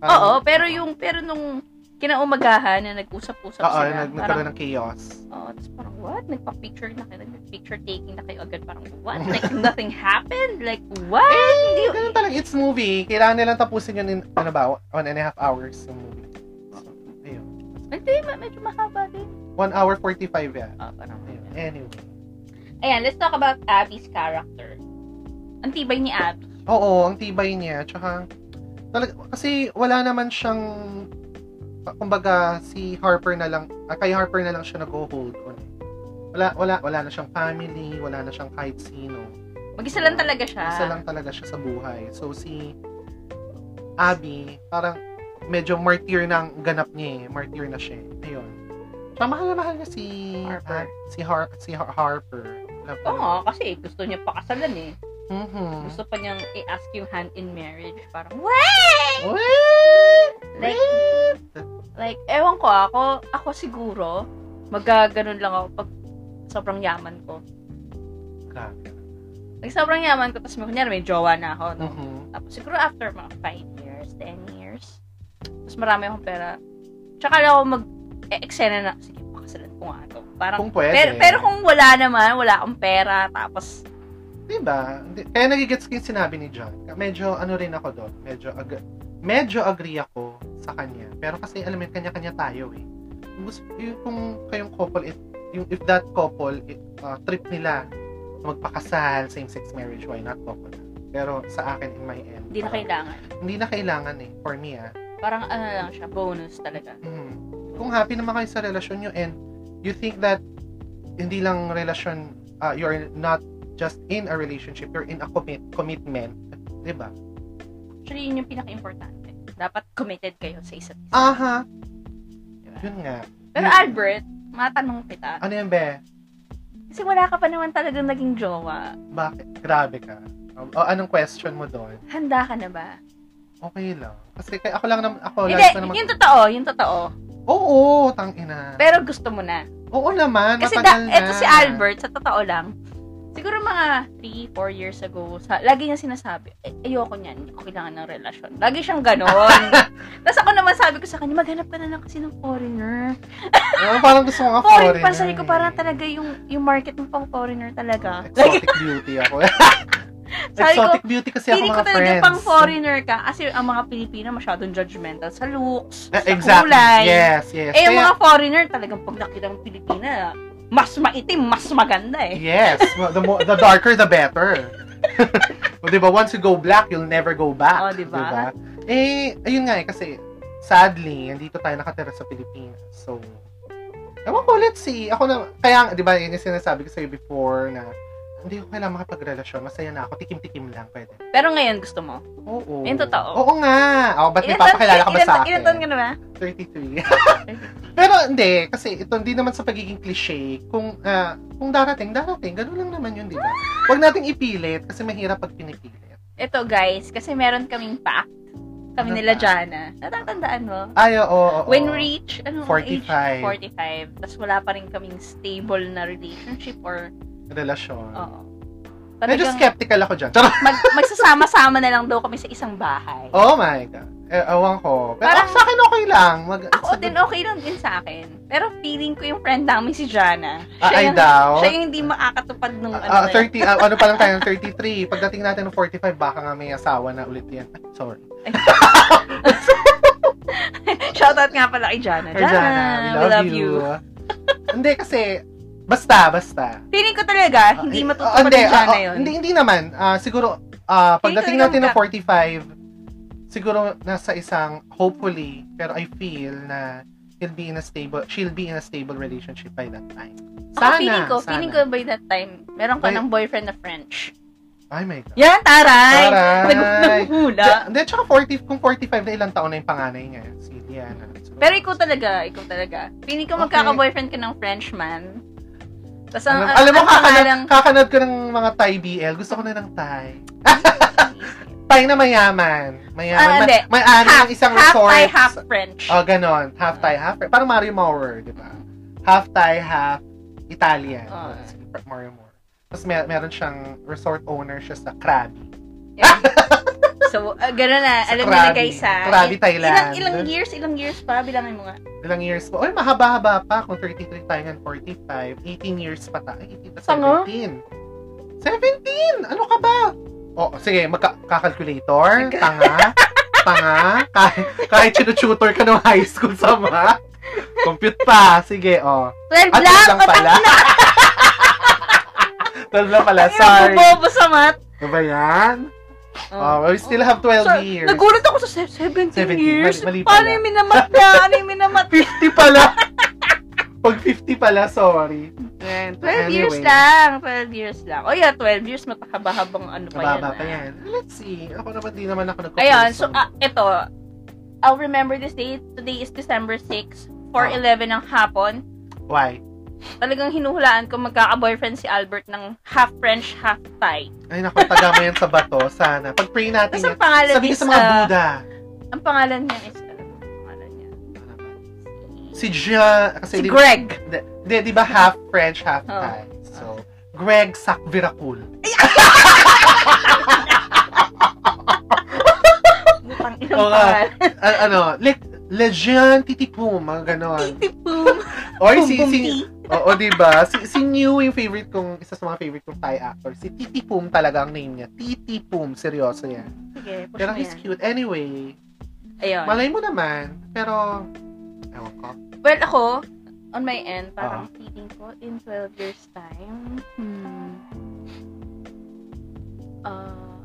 [SPEAKER 2] Parang-
[SPEAKER 1] oo, pero yung, pero nung kinaumagahan na nag-usap-usap
[SPEAKER 2] Oo,
[SPEAKER 1] sila,
[SPEAKER 2] nag, nagkaroon ng chaos.
[SPEAKER 1] Oh, tapos parang what? Nagpa-picture na kayo, nagpa-picture taking na kayo agad. Parang what? Like nothing happened? Like what? Hindi,
[SPEAKER 2] Eh, Ganun talaga, it's movie. Kailangan nilang tapusin yun in, ano ba, one and a half hours yung movie. So, ayun.
[SPEAKER 1] hindi, ma- medyo mahaba din.
[SPEAKER 2] One hour 45 yan.
[SPEAKER 1] Oh, parang
[SPEAKER 2] Ayun.
[SPEAKER 1] ganyan.
[SPEAKER 2] Anyway.
[SPEAKER 1] Ayan, let's talk about Abby's character. Ang tibay ni Abby.
[SPEAKER 2] Oo, ang tibay niya. Tsaka, talaga, kasi wala naman siyang, kumbaga, si Harper na lang, ah, kay Harper na lang siya nag-hold on. Wala, wala, wala na siyang family, wala na siyang kahit sino.
[SPEAKER 1] Mag-isa lang talaga siya.
[SPEAKER 2] Isa lang talaga siya sa buhay. So, si Abby, parang medyo martyr na ang ganap niya eh. Martyr na siya. eh. Ayun. Tsaka mahal na mahal niya si
[SPEAKER 1] Harper.
[SPEAKER 2] ah, si, Har si Har- Harper. Alam ko.
[SPEAKER 1] Oo nga, kasi gusto niya pakasalan eh.
[SPEAKER 2] Mhm.
[SPEAKER 1] Gusto pa niyang i-ask yung hand in marriage. Parang, what?
[SPEAKER 2] Wait!
[SPEAKER 1] Like,
[SPEAKER 2] Wait!
[SPEAKER 1] like, ewan ko ako, ako siguro, magaganon lang ako pag sobrang yaman ko.
[SPEAKER 2] Grabe.
[SPEAKER 1] Like, sobrang yaman ko, tapos may kunyari, may jowa na ako. No?
[SPEAKER 2] Mhm.
[SPEAKER 1] Tapos siguro after mga 5 years, 10 years, mas marami akong pera. Tsaka lang ako mag eh, eksena na, sige, pakasalan ko nga to. Parang,
[SPEAKER 2] Kung pwede.
[SPEAKER 1] pero, pero kung wala naman, wala akong pera, tapos,
[SPEAKER 2] Diba? Di- Kaya nagigets ko yung sinabi ni John. Medyo ano rin ako doon. Medyo, ag- medyo agree ako sa kanya. Pero kasi alam mo, yun, kanya-kanya tayo eh. Kung Gusto, yung, kung kayong couple, if, yung, if that couple, if, uh, trip nila na magpakasal, same-sex marriage, why not couple? Pero sa akin, in my end,
[SPEAKER 1] hindi na
[SPEAKER 2] parang,
[SPEAKER 1] kailangan.
[SPEAKER 2] hindi na kailangan eh. For me ah.
[SPEAKER 1] Parang ano lang siya, bonus talaga.
[SPEAKER 2] Mhm. Kung happy naman kayo sa relasyon nyo and you think that hindi lang relasyon, uh, you're not just in a relationship, you're in a commit commitment, 'di ba?
[SPEAKER 1] Actually, yun yung pinaka-importante. Dapat committed kayo sa isa't isa.
[SPEAKER 2] Ah, Aha.
[SPEAKER 1] Diba?
[SPEAKER 2] Yun nga.
[SPEAKER 1] Pero
[SPEAKER 2] yun-
[SPEAKER 1] Albert, matanong kita.
[SPEAKER 2] Ano yun, be?
[SPEAKER 1] Kasi wala ka pa naman talagang naging jowa.
[SPEAKER 2] Bakit? Grabe ka. O, o, anong Um, question mo doon?
[SPEAKER 1] Handa ka na ba?
[SPEAKER 2] Okay lang. Kasi kaya ako lang naman, ako
[SPEAKER 1] Hindi,
[SPEAKER 2] lagi ko naman.
[SPEAKER 1] yung totoo, yung totoo.
[SPEAKER 2] Oo, tangina.
[SPEAKER 1] Pero gusto mo na.
[SPEAKER 2] Oo naman,
[SPEAKER 1] Kasi da,
[SPEAKER 2] matagal na.
[SPEAKER 1] eto si Albert, sa totoo lang, siguro mga 3, 4 years ago, sa, lagi niya sinasabi, "Ay- ayoko niyan, hindi ko kailangan ng relasyon. Lagi siyang ganon.
[SPEAKER 2] [laughs]
[SPEAKER 1] Tapos ako naman sabi ko sa kanya, maghanap ka na lang kasi ng foreigner.
[SPEAKER 2] Oo, parang gusto ko nga
[SPEAKER 1] Foreign,
[SPEAKER 2] foreigner.
[SPEAKER 1] pa sabi ko,
[SPEAKER 2] eh.
[SPEAKER 1] parang talaga yung, yung market mo pang foreigner talaga. Lagi,
[SPEAKER 2] Exotic beauty ako.
[SPEAKER 1] [laughs] Sabi ko,
[SPEAKER 2] Exotic beauty kasi ako
[SPEAKER 1] feeling ko
[SPEAKER 2] mga
[SPEAKER 1] talaga
[SPEAKER 2] friends.
[SPEAKER 1] pang foreigner ka kasi ang mga Pilipino masyadong judgmental sa looks,
[SPEAKER 2] Eh,
[SPEAKER 1] sa
[SPEAKER 2] Exactly.
[SPEAKER 1] kulay.
[SPEAKER 2] Yes, yes.
[SPEAKER 1] Eh, yung
[SPEAKER 2] Kaya-
[SPEAKER 1] mga foreigner talagang pag nakita ng Pilipina, mas maitim, mas maganda eh.
[SPEAKER 2] Yes, well, the, mo- the darker the better. [laughs] o, diba, once you go black, you'll never go
[SPEAKER 1] O,
[SPEAKER 2] back.
[SPEAKER 1] diba?
[SPEAKER 2] diba? Eh, ayun nga eh, kasi sadly, andito tayo nakatira sa Pilipinas. So, ewan ko, let's see. Ako na, kaya, di ba, yun yung sinasabi ko sa'yo before na hindi ko kailangan makapagrelasyon. Masaya na ako. Tikim-tikim lang. Pwede.
[SPEAKER 1] Pero ngayon gusto mo.
[SPEAKER 2] Oo.
[SPEAKER 1] Yun totoo.
[SPEAKER 2] Oo nga. O, ba't may
[SPEAKER 1] Ilan taon-
[SPEAKER 2] papakilala ka ba
[SPEAKER 1] ilan-
[SPEAKER 2] sa akin?
[SPEAKER 1] Ilan taon ka na ba?
[SPEAKER 2] [laughs] 33. Pero hindi, kasi ito hindi naman sa pagiging cliche. Kung ah, kung darating, darating. Ganun lang naman yun, di ba? Huwag nating ipilit kasi mahirap pag pinipilit.
[SPEAKER 1] Ito guys, kasi meron kaming pact. Kami
[SPEAKER 2] Ano
[SPEAKER 1] nila
[SPEAKER 2] pa?
[SPEAKER 1] Jana. Natatandaan mo?
[SPEAKER 2] Ay, oo, oo, oo.
[SPEAKER 1] When reach, ano,
[SPEAKER 2] 45.
[SPEAKER 1] age 45, tapos wala pa rin kaming stable na relationship or,
[SPEAKER 2] Relasyon.
[SPEAKER 1] oo. Oh,
[SPEAKER 2] Medyo
[SPEAKER 1] Talagang
[SPEAKER 2] skeptical ako dyan. Charot!
[SPEAKER 1] mag, magsasama-sama na lang daw kami sa isang bahay.
[SPEAKER 2] Oh my God. Eh, awan ko. Pero
[SPEAKER 1] Parang-
[SPEAKER 2] sa akin okay lang. Mag,
[SPEAKER 1] Ako din, okay lang din sa akin. Pero feeling ko yung friend namin si Jana. Siya
[SPEAKER 2] Ah, ay
[SPEAKER 1] yung,
[SPEAKER 2] daw.
[SPEAKER 1] siya yung hindi makakatupad nung ano na
[SPEAKER 2] Ah, ah,
[SPEAKER 1] yun.
[SPEAKER 2] 30, ah, ano pa lang tayo, 33. Pagdating natin ng 45, baka nga may asawa na ulit yan. Ay, Sorry.
[SPEAKER 1] Shoutout nga pala kay Jana.
[SPEAKER 2] Or Jana, we love, you. hindi kasi, basta, basta.
[SPEAKER 1] Feeling ko talaga, hindi
[SPEAKER 2] Eh,
[SPEAKER 1] matutupad
[SPEAKER 2] hindi,
[SPEAKER 1] ni Jana
[SPEAKER 2] ah, ah,
[SPEAKER 1] yun.
[SPEAKER 2] Hindi, hindi naman. Ah, siguro, ah, pagdating
[SPEAKER 1] Feeling ko
[SPEAKER 2] natin ng
[SPEAKER 1] lang
[SPEAKER 2] 45, siguro nasa isang, hopefully, pero I feel na he'll be in a stable, she'll be in a stable relationship by that time.
[SPEAKER 1] Ako Ah, feeling ko, feeling ko by that time, meron ka
[SPEAKER 2] By-
[SPEAKER 1] ng boyfriend na French.
[SPEAKER 2] Ay, my God.
[SPEAKER 1] Yan, taray!
[SPEAKER 2] Taray!
[SPEAKER 1] Bagot ng hula.
[SPEAKER 2] Di- Hindi, tsaka 40, kung 45 na ilang taon na yung panganay niya, si Diana. So,
[SPEAKER 1] Pero ikaw talaga, ikaw talaga. Feeling ko
[SPEAKER 2] Okay.
[SPEAKER 1] magkaka-boyfriend ka ng Frenchman. Tapos ang,
[SPEAKER 2] Alam,
[SPEAKER 1] ang,
[SPEAKER 2] alam mo,
[SPEAKER 1] ang
[SPEAKER 2] kakanad, [laughs]
[SPEAKER 1] pangalang-
[SPEAKER 2] kakanad ko ng mga Thai BL. Gusto ko na ng Thai. Thai na mayaman. Mayaman.
[SPEAKER 1] Ah, hindi.
[SPEAKER 2] may, may ano
[SPEAKER 1] half,
[SPEAKER 2] ng isang
[SPEAKER 1] half
[SPEAKER 2] resort.
[SPEAKER 1] Thai, half French.
[SPEAKER 2] Oh, ganon. Half Thai, half... Parang Mario Maurer, di ba? Half Thai, half Italian.
[SPEAKER 1] Ah.
[SPEAKER 2] Si Mario Maurer. Tapos mer- meron siyang resort owner siya sa Krabi.
[SPEAKER 1] Yeah. so, uh, gano'n na.
[SPEAKER 2] Sa
[SPEAKER 1] Alam niyo na
[SPEAKER 2] Krabi.
[SPEAKER 1] guys ha.
[SPEAKER 2] Krabi,
[SPEAKER 1] Il-
[SPEAKER 2] Thailand. Ah,
[SPEAKER 1] Ilang, ilang years, ilang years pa. Bilangin mo nga.
[SPEAKER 2] [laughs] Ilang years po? Uy, mahaba-haba pa. Kung 33 tayo ng 45, 18 years pa tayo. Ay, 18
[SPEAKER 1] Sanga?
[SPEAKER 2] pa 17. 17! Ano ka ba? Oh, sige, magka-calculator,
[SPEAKER 1] Sige.
[SPEAKER 2] tanga, tanga, kahit, kahit tinututor ka ng high school sa mga. Compute pa, sige, oh.
[SPEAKER 1] 12
[SPEAKER 2] At
[SPEAKER 1] lang!
[SPEAKER 2] lang pala.
[SPEAKER 1] [laughs]
[SPEAKER 2] 12 lang [laughs] pala, sorry.
[SPEAKER 1] Bobo sa mat.
[SPEAKER 2] Ano ba yan? Oh, we still have 12
[SPEAKER 1] So,
[SPEAKER 2] years.
[SPEAKER 1] Nagulat ako sa se- 17,
[SPEAKER 2] 17,
[SPEAKER 1] years.
[SPEAKER 2] mali- mali
[SPEAKER 1] Paano
[SPEAKER 2] pala.
[SPEAKER 1] yung minamat niya? Ano yung minamat?
[SPEAKER 2] [laughs] 50 pala. Pag 50 pala, sorry.
[SPEAKER 1] Yan, 12
[SPEAKER 2] Anyway.
[SPEAKER 1] years lang. 12 years lang. O yeah, 12 years. Matahaba-habang ano pa yan.
[SPEAKER 2] Mababa
[SPEAKER 1] ah.
[SPEAKER 2] pa yan. Let's see. Ako naman, di naman ako nagko
[SPEAKER 1] Ayun, so ah, ito. I'll remember this date. Today is December 6,
[SPEAKER 2] Ah.
[SPEAKER 1] 4.11 ng hapon.
[SPEAKER 2] Why?
[SPEAKER 1] Talagang hinuhulaan ko magkaka-boyfriend si Albert ng half French, half Thai.
[SPEAKER 2] Ay, naku, taga mo yan sa bato. Sana. Pag-pray natin
[SPEAKER 1] Tapos
[SPEAKER 2] yan.
[SPEAKER 1] ang pangalan
[SPEAKER 2] Sabi
[SPEAKER 1] is,
[SPEAKER 2] sa mga
[SPEAKER 1] ah,
[SPEAKER 2] Buddha.
[SPEAKER 1] ang pangalan niya is, ano ang pangalan niya?
[SPEAKER 2] Si Jean, kasi
[SPEAKER 1] Si
[SPEAKER 2] di,
[SPEAKER 1] Greg.
[SPEAKER 2] di, di, di ba half French, half
[SPEAKER 1] Oh.
[SPEAKER 2] Thai? So, Greg Sakvirakul. [laughs]
[SPEAKER 1] Butang
[SPEAKER 2] Oo
[SPEAKER 1] ilang
[SPEAKER 2] nga.
[SPEAKER 1] pangalan.
[SPEAKER 2] A- ano, le, le Jean Titipum, mga ganon.
[SPEAKER 1] Titipum.
[SPEAKER 2] [laughs] Or si,
[SPEAKER 1] Bumbum
[SPEAKER 2] si,
[SPEAKER 1] tea.
[SPEAKER 2] oo, di ba? Si, si New, yung favorite kong, isa sa mga favorite kong Thai actor. Si Titipum talaga ang name niya. Titipum, seryoso yan.
[SPEAKER 1] Sige, push
[SPEAKER 2] Pero
[SPEAKER 1] mo
[SPEAKER 2] he's
[SPEAKER 1] yan.
[SPEAKER 2] cute. Anyway,
[SPEAKER 1] Ayun.
[SPEAKER 2] malay mo naman. Pero, ewan ko.
[SPEAKER 1] Well, ako, on my
[SPEAKER 2] Ah.
[SPEAKER 1] end, parang feeling ko in 12 years time, hmm, uh,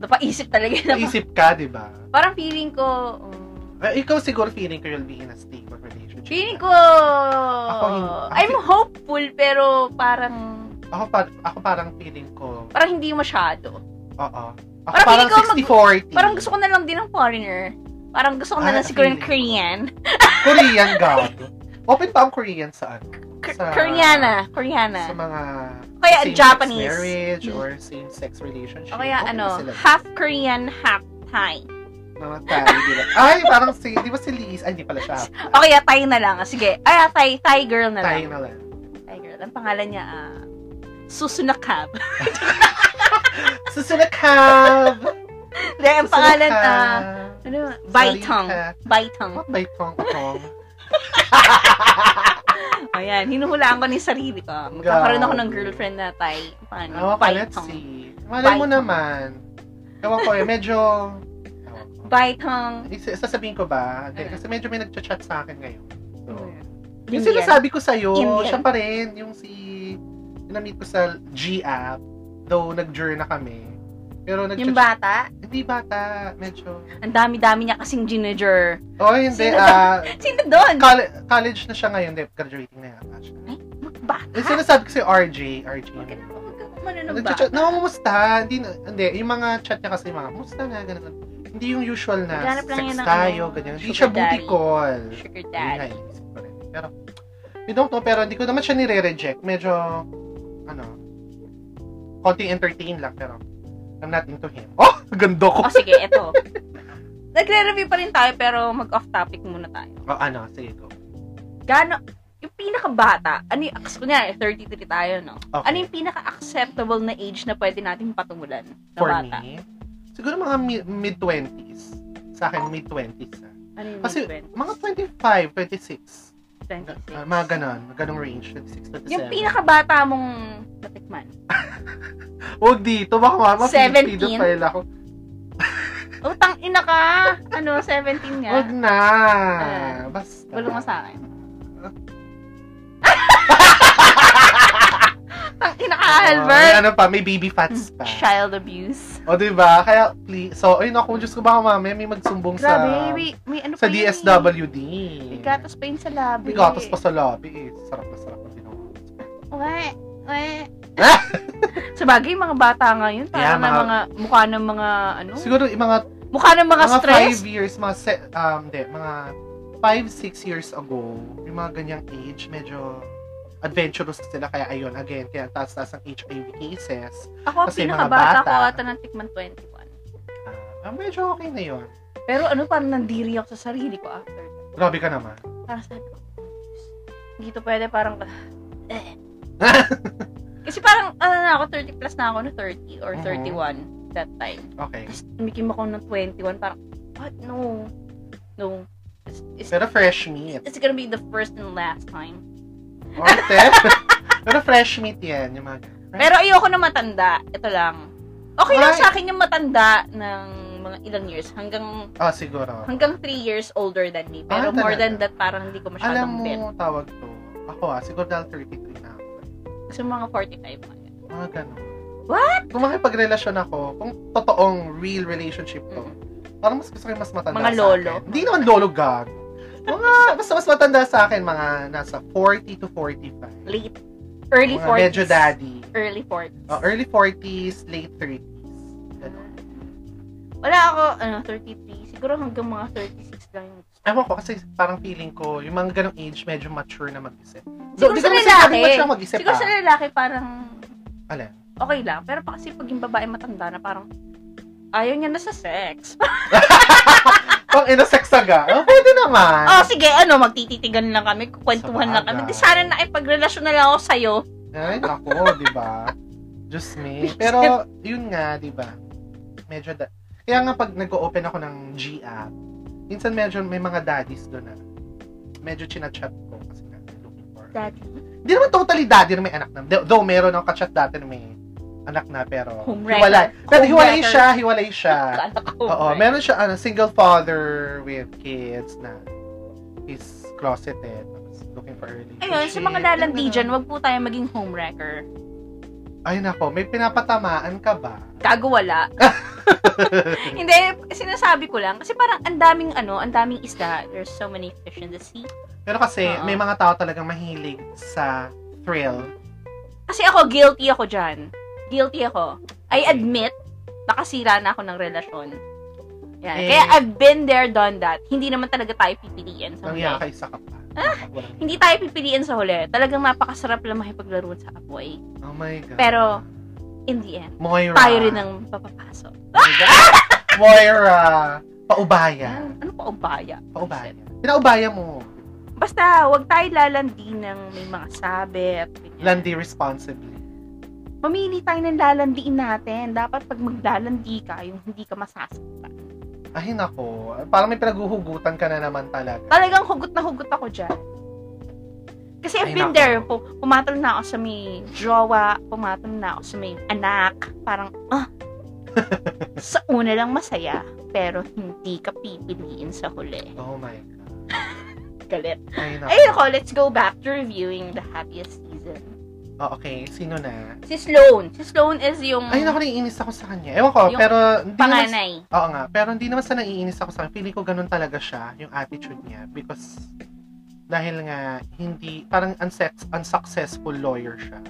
[SPEAKER 1] napaisip talaga. Napaisip.
[SPEAKER 2] Naisip ka, di ba?
[SPEAKER 1] Parang feeling ko, um,
[SPEAKER 2] Eh, ikaw siguro feeling ko you'll be in a stable relationship.
[SPEAKER 1] feeling ko,
[SPEAKER 2] hindi- ako
[SPEAKER 1] I'm hopeful, pero parang,
[SPEAKER 2] Ako, pa, ako parang feeling ko,
[SPEAKER 1] parang hindi masyado.
[SPEAKER 2] oo. Ako
[SPEAKER 1] Parang
[SPEAKER 2] parang,
[SPEAKER 1] feeling ko mag-
[SPEAKER 2] 60-40.
[SPEAKER 1] Parang gusto ko na lang din ng foreigner. Parang gusto ko na
[SPEAKER 2] Ah,
[SPEAKER 1] lang siguro ng
[SPEAKER 2] feeling
[SPEAKER 1] Korean.
[SPEAKER 2] Korean
[SPEAKER 1] [laughs]
[SPEAKER 2] god. Open pa ang Korean saan?
[SPEAKER 1] K-
[SPEAKER 2] Sa- ano?
[SPEAKER 1] Koreana.
[SPEAKER 2] Sa
[SPEAKER 1] Koreana.
[SPEAKER 2] mga
[SPEAKER 1] Ano? Kaya
[SPEAKER 2] same-sex
[SPEAKER 1] Japanese. Hmm.
[SPEAKER 2] marriage or same-sex relationship.
[SPEAKER 1] O kaya
[SPEAKER 2] Open
[SPEAKER 1] ano,
[SPEAKER 2] sila.
[SPEAKER 1] half Korean, half Thai.
[SPEAKER 2] Mga tayo, di ba? Ay, parang si, di ba si Liz? Ay, di pala siya.
[SPEAKER 1] Okay, ah, Thai na lang. ah. Sige. Ay, ah, Thai, Thai girl na lang.
[SPEAKER 2] Tayo na lang.
[SPEAKER 1] Thai girl. Ang pangalan niya, ah, Susunakab. [laughs]
[SPEAKER 2] Susunakab!
[SPEAKER 1] Hindi, [laughs] ang pangalan, ah, ano, Baitong.
[SPEAKER 2] Sarita.
[SPEAKER 1] Baitong. [laughs]
[SPEAKER 2] What by Tong Tong?
[SPEAKER 1] O yan, hinuhulaan ko ni sarili ko. Magkakaroon ako ng girlfriend na Thai. Paano?
[SPEAKER 2] Oh, okay, let's
[SPEAKER 1] Baitong.
[SPEAKER 2] see. Malay mo
[SPEAKER 1] Baitong.
[SPEAKER 2] naman. Ewan ko eh, medyo... Ewan ko.
[SPEAKER 1] Baitong.
[SPEAKER 2] Is- Sasabihin ko ba? Hindi,
[SPEAKER 1] Mm.
[SPEAKER 2] Kasi medyo may nagchat-chat sa akin ngayon. So, yung
[SPEAKER 1] Indian.
[SPEAKER 2] sinasabi ko sa'yo,
[SPEAKER 1] Indian.
[SPEAKER 2] siya pa rin. Yung si... Yung na-meet ko sa G-app. Though nag-jour na kami. Pero nag
[SPEAKER 1] Yung bata,
[SPEAKER 2] Hindi bata. Medyo...
[SPEAKER 1] ang dami-dami niya kasing ginger.
[SPEAKER 2] Oh, hindi.
[SPEAKER 1] Sino
[SPEAKER 2] ah
[SPEAKER 1] Sino doon?
[SPEAKER 2] colle- college na siya ngayon. Hindi, graduating na yata siya.
[SPEAKER 1] Bata.
[SPEAKER 2] Yung sinasabi ko sa'yo, RJ. RJ.
[SPEAKER 1] Huwag ka na- huwag ka kumano ng bata.
[SPEAKER 2] Nagchat, no, kumusta? Hindi, na- hindi, yung mga chat niya kasi mga, kumusta na, ganun. Hindi yung usual na
[SPEAKER 1] Naghanap lang
[SPEAKER 2] sex
[SPEAKER 1] yan ng
[SPEAKER 2] tayo,
[SPEAKER 1] ano,
[SPEAKER 2] ganyan. Hindi
[SPEAKER 1] sugar
[SPEAKER 2] siya booty
[SPEAKER 1] daddy.
[SPEAKER 2] call.
[SPEAKER 1] Sugar
[SPEAKER 2] Yun nga,
[SPEAKER 1] daddy.
[SPEAKER 2] iniisip ko rin. Pero, we don't know, pero hindi ko naman siya nire-reject. Medyo, ano, konting entertain lang, pero, I'm not into him. [laughs] Oh, ganda ko.
[SPEAKER 1] O sige, eto. Nagre-review pa rin tayo pero mag-off topic muna tayo.
[SPEAKER 2] Oh, ano, sige go.
[SPEAKER 1] Gano, yung pinakabata, ano yung, kunyari, 33 tayo, no?
[SPEAKER 2] Okay.
[SPEAKER 1] Ano yung pinaka-acceptable na age na pwede natin patungulan na
[SPEAKER 2] For
[SPEAKER 1] bata?
[SPEAKER 2] me, siguro mga mi- mid-twenties. Sa akin, mid-twenties. ah.
[SPEAKER 1] Ano yung
[SPEAKER 2] Kasi,
[SPEAKER 1] mid-twenties?
[SPEAKER 2] mga 25, 26.
[SPEAKER 1] 26?
[SPEAKER 2] Ah, mga ganon, ganong range, 26, 27.
[SPEAKER 1] Yung pinakabata mong natikman.
[SPEAKER 2] Huwag dito, baka mama,
[SPEAKER 1] 17?
[SPEAKER 2] pedophile ako.
[SPEAKER 1] Utang ina ka! Ano, 17 nga.
[SPEAKER 2] Huwag na.
[SPEAKER 1] Ah.
[SPEAKER 2] Basta.
[SPEAKER 1] Bulong mo sa
[SPEAKER 2] [laughs]
[SPEAKER 1] akin. Ang ina ka,
[SPEAKER 2] Oo, may
[SPEAKER 1] Albert!
[SPEAKER 2] ano pa, may baby fats
[SPEAKER 1] [laughs]
[SPEAKER 2] pa.
[SPEAKER 1] Child abuse.
[SPEAKER 2] O, diba? Kaya, please. So, ay, naku, Diyos ko baka mamaya may magsumbong sa...
[SPEAKER 1] Grabe, may, may ano
[SPEAKER 2] Sa
[SPEAKER 1] pa yun eh.
[SPEAKER 2] DSWD.
[SPEAKER 1] May gatas pa yun sa labi.
[SPEAKER 2] May gatas pa sa lobby. Eh, sarap na sarap ang ginawa.
[SPEAKER 1] Uwe, uwe.
[SPEAKER 2] Ah!
[SPEAKER 1] [laughs] sa bagay, mga bata ngayon, parang
[SPEAKER 2] Yeah,
[SPEAKER 1] na
[SPEAKER 2] mga-
[SPEAKER 1] mga, mukha ng mga, ano?
[SPEAKER 2] Siguro, yung mga,
[SPEAKER 1] Mukha ng mga,
[SPEAKER 2] mga
[SPEAKER 1] stress.
[SPEAKER 2] 5 years, mga, se, um, de, mga 5, 6 years ago, yung mga ganyang age, medyo adventurous sila. Kaya, ayun, again, kaya ang taas-taas ang HIV cases.
[SPEAKER 1] Ako, ang
[SPEAKER 2] Kasi mga
[SPEAKER 1] pinakabata ko
[SPEAKER 2] bata.
[SPEAKER 1] ata ng Tikman 21.
[SPEAKER 2] Ah, medyo okay na yun.
[SPEAKER 1] Pero ano, parang nandiri ako sa sarili ko after.
[SPEAKER 2] Grabe ka naman. [laughs]
[SPEAKER 1] Parang sabi ko, hindi to pwede, parang, eh. Kasi parang, ano na ako, 30 plus na ako no 30 or
[SPEAKER 2] Mhm.
[SPEAKER 1] 31 that time.
[SPEAKER 2] Okay.
[SPEAKER 1] Mm-hmm. Tapos tumikim ako ng 21, parang, what? No. No. It's, it's,
[SPEAKER 2] Pero fresh meat.
[SPEAKER 1] it's gonna be the first and last time.
[SPEAKER 2] Orte. [laughs] Pero fresh meat yan. Yung mga...
[SPEAKER 1] Pero ayoko na matanda. Ito lang. Okay lang
[SPEAKER 2] Ay.
[SPEAKER 1] sa akin yung matanda ng mga ilang years. Hanggang
[SPEAKER 2] Ah, siguro.
[SPEAKER 1] hanggang 3 years older than me. Pero
[SPEAKER 2] Ah,
[SPEAKER 1] more
[SPEAKER 2] talaga?
[SPEAKER 1] than that, parang hindi ko
[SPEAKER 2] Alam
[SPEAKER 1] masyadong
[SPEAKER 2] mo,
[SPEAKER 1] bet.
[SPEAKER 2] tawag to. Ako ah, siguro dahil 33 na ako.
[SPEAKER 1] Kasi mga 45 mga ganun.
[SPEAKER 2] Mga ganun.
[SPEAKER 1] What?
[SPEAKER 2] Kung makipagrelasyon ako, kung totoong real relationship to,
[SPEAKER 1] Mm.
[SPEAKER 2] parang mas gusto ko yung mas matanda
[SPEAKER 1] Mga
[SPEAKER 2] sa
[SPEAKER 1] lolo.
[SPEAKER 2] akin. Hindi naman lolo gag. Mga, basta mas matanda sa akin, mga nasa 40 to 45.
[SPEAKER 1] Late. Early
[SPEAKER 2] mga
[SPEAKER 1] 40s.
[SPEAKER 2] medyo daddy.
[SPEAKER 1] Early 40s.
[SPEAKER 2] Oh, early 40s, late 30s. Ganun.
[SPEAKER 1] Wala ako, ano, 33. Siguro hanggang mga 36 lang yung gusto.
[SPEAKER 2] Ewan ko, kasi parang feeling ko, yung mga ganong age, medyo mature na mag-isip.
[SPEAKER 1] Siguro
[SPEAKER 2] di
[SPEAKER 1] sa
[SPEAKER 2] ko
[SPEAKER 1] lalaki.
[SPEAKER 2] masasabing mature ang mag-isip,
[SPEAKER 1] Siguro
[SPEAKER 2] ah.
[SPEAKER 1] sa lalaki, parang
[SPEAKER 2] Alin?
[SPEAKER 1] okay lang. Pero pa kasi pag yung babae matanda na parang ayaw niya na sa sex.
[SPEAKER 2] Pang inaseksaga. Oh, pwede naman.
[SPEAKER 1] [laughs] oh, sige, ano, magtititigan lang kami, kukwentuhan
[SPEAKER 2] Sa
[SPEAKER 1] lang kami.
[SPEAKER 2] bagay.
[SPEAKER 1] Di sana na ipagrelasyon na lang ako sa'yo. [laughs]
[SPEAKER 2] Ay, ako, di ba? Just me. Pero, yun nga, di ba? Medyo da- Kaya nga pag nag-open ako ng G-app, minsan medyo may mga daddies doon na medyo chinachat ko kasi nga looking for.
[SPEAKER 1] Daddy,
[SPEAKER 2] Hindi naman totally daddy na may anak na. Though- Though meron akong kachat dati na may anak na pero
[SPEAKER 1] Home
[SPEAKER 2] hiwalay.
[SPEAKER 1] wrecker.
[SPEAKER 2] Pero
[SPEAKER 1] Home
[SPEAKER 2] hiwalay
[SPEAKER 1] wrecker.
[SPEAKER 2] siya, hiwalay siya.
[SPEAKER 1] kala ko.
[SPEAKER 2] Ah. Oo, meron siya ano, single father with kids na is closeted tapos looking for early.
[SPEAKER 1] Ayun, sa mga lalandi dyan, wag po tayo maging homewrecker.
[SPEAKER 2] Ay nako, may pinapatamaan ka ba? [laughs]
[SPEAKER 1] Gago wala. Hindi, sinasabi ko lang. Kasi parang ang daming ano, ang daming isda. There's so many fish in the sea.
[SPEAKER 2] Pero kasi
[SPEAKER 1] Oo.
[SPEAKER 2] may mga tao talagang mahilig sa thrill.
[SPEAKER 1] Kasi ako, guilty ako dyan. Guilty ako. I
[SPEAKER 2] Okay.
[SPEAKER 1] admit, nakasira na ako ng relasyon. Yan.
[SPEAKER 2] Eh.
[SPEAKER 1] Kaya I've been there, done that. Hindi naman talaga tayo pipiliin sa huli.
[SPEAKER 2] Nangyaka isa ka pa.
[SPEAKER 1] Ah!
[SPEAKER 2] Walang-
[SPEAKER 1] Hindi tayo pipiliin sa huli. Talagang napakasarap lang makipaglaruan sa apoy.
[SPEAKER 2] Oh my God.
[SPEAKER 1] Pero- In the end,
[SPEAKER 2] Moira.
[SPEAKER 1] [laughs] tayo rin ang papapasok.
[SPEAKER 2] Oh my God. Moira. Paubaya.
[SPEAKER 1] Yan. Ano pa ubaya?
[SPEAKER 2] Paubaya. Pinaubaya mo.
[SPEAKER 1] Basta, wag tayo lalandi ng may mga sabit. ganyan.
[SPEAKER 2] Landi responsibly.
[SPEAKER 1] Mamili tayo ng lalandiin natin. Dapat pag maglalandi ka, yung hindi ka masasaktan.
[SPEAKER 2] Ay, nako. Parang may pinaguhugutan ka na naman talaga.
[SPEAKER 1] Talagang hugot na hugot ako dyan. Kasi I've
[SPEAKER 2] Ay,
[SPEAKER 1] been
[SPEAKER 2] nako.
[SPEAKER 1] there. Pu- pumatol na ako sa may jowa. Pumatol na ako sa may anak. Parang,
[SPEAKER 2] [laughs]
[SPEAKER 1] ah. sa una lang masaya. Pero hindi ka pipiliin sa huli.
[SPEAKER 2] Oh my God.
[SPEAKER 1] Galit.
[SPEAKER 2] Ay, nako.
[SPEAKER 1] Ayun ako, let's go back to reviewing the happiest season.
[SPEAKER 2] Oh, okay, sino na?
[SPEAKER 1] Si Sloan. Si Sloan is yung
[SPEAKER 2] Ay, nako, naiinis ako sa kanya. Ewan ko,
[SPEAKER 1] Mm. Yung
[SPEAKER 2] pero... Hindi naman-
[SPEAKER 1] panganay.
[SPEAKER 2] Oo nga, pero hindi naman sa naiinis ako sa kanya. Feeling ko ganun talaga siya, yung attitude niya. Because, dahil nga, hindi, parang unsex, unsuccessful lawyer siya.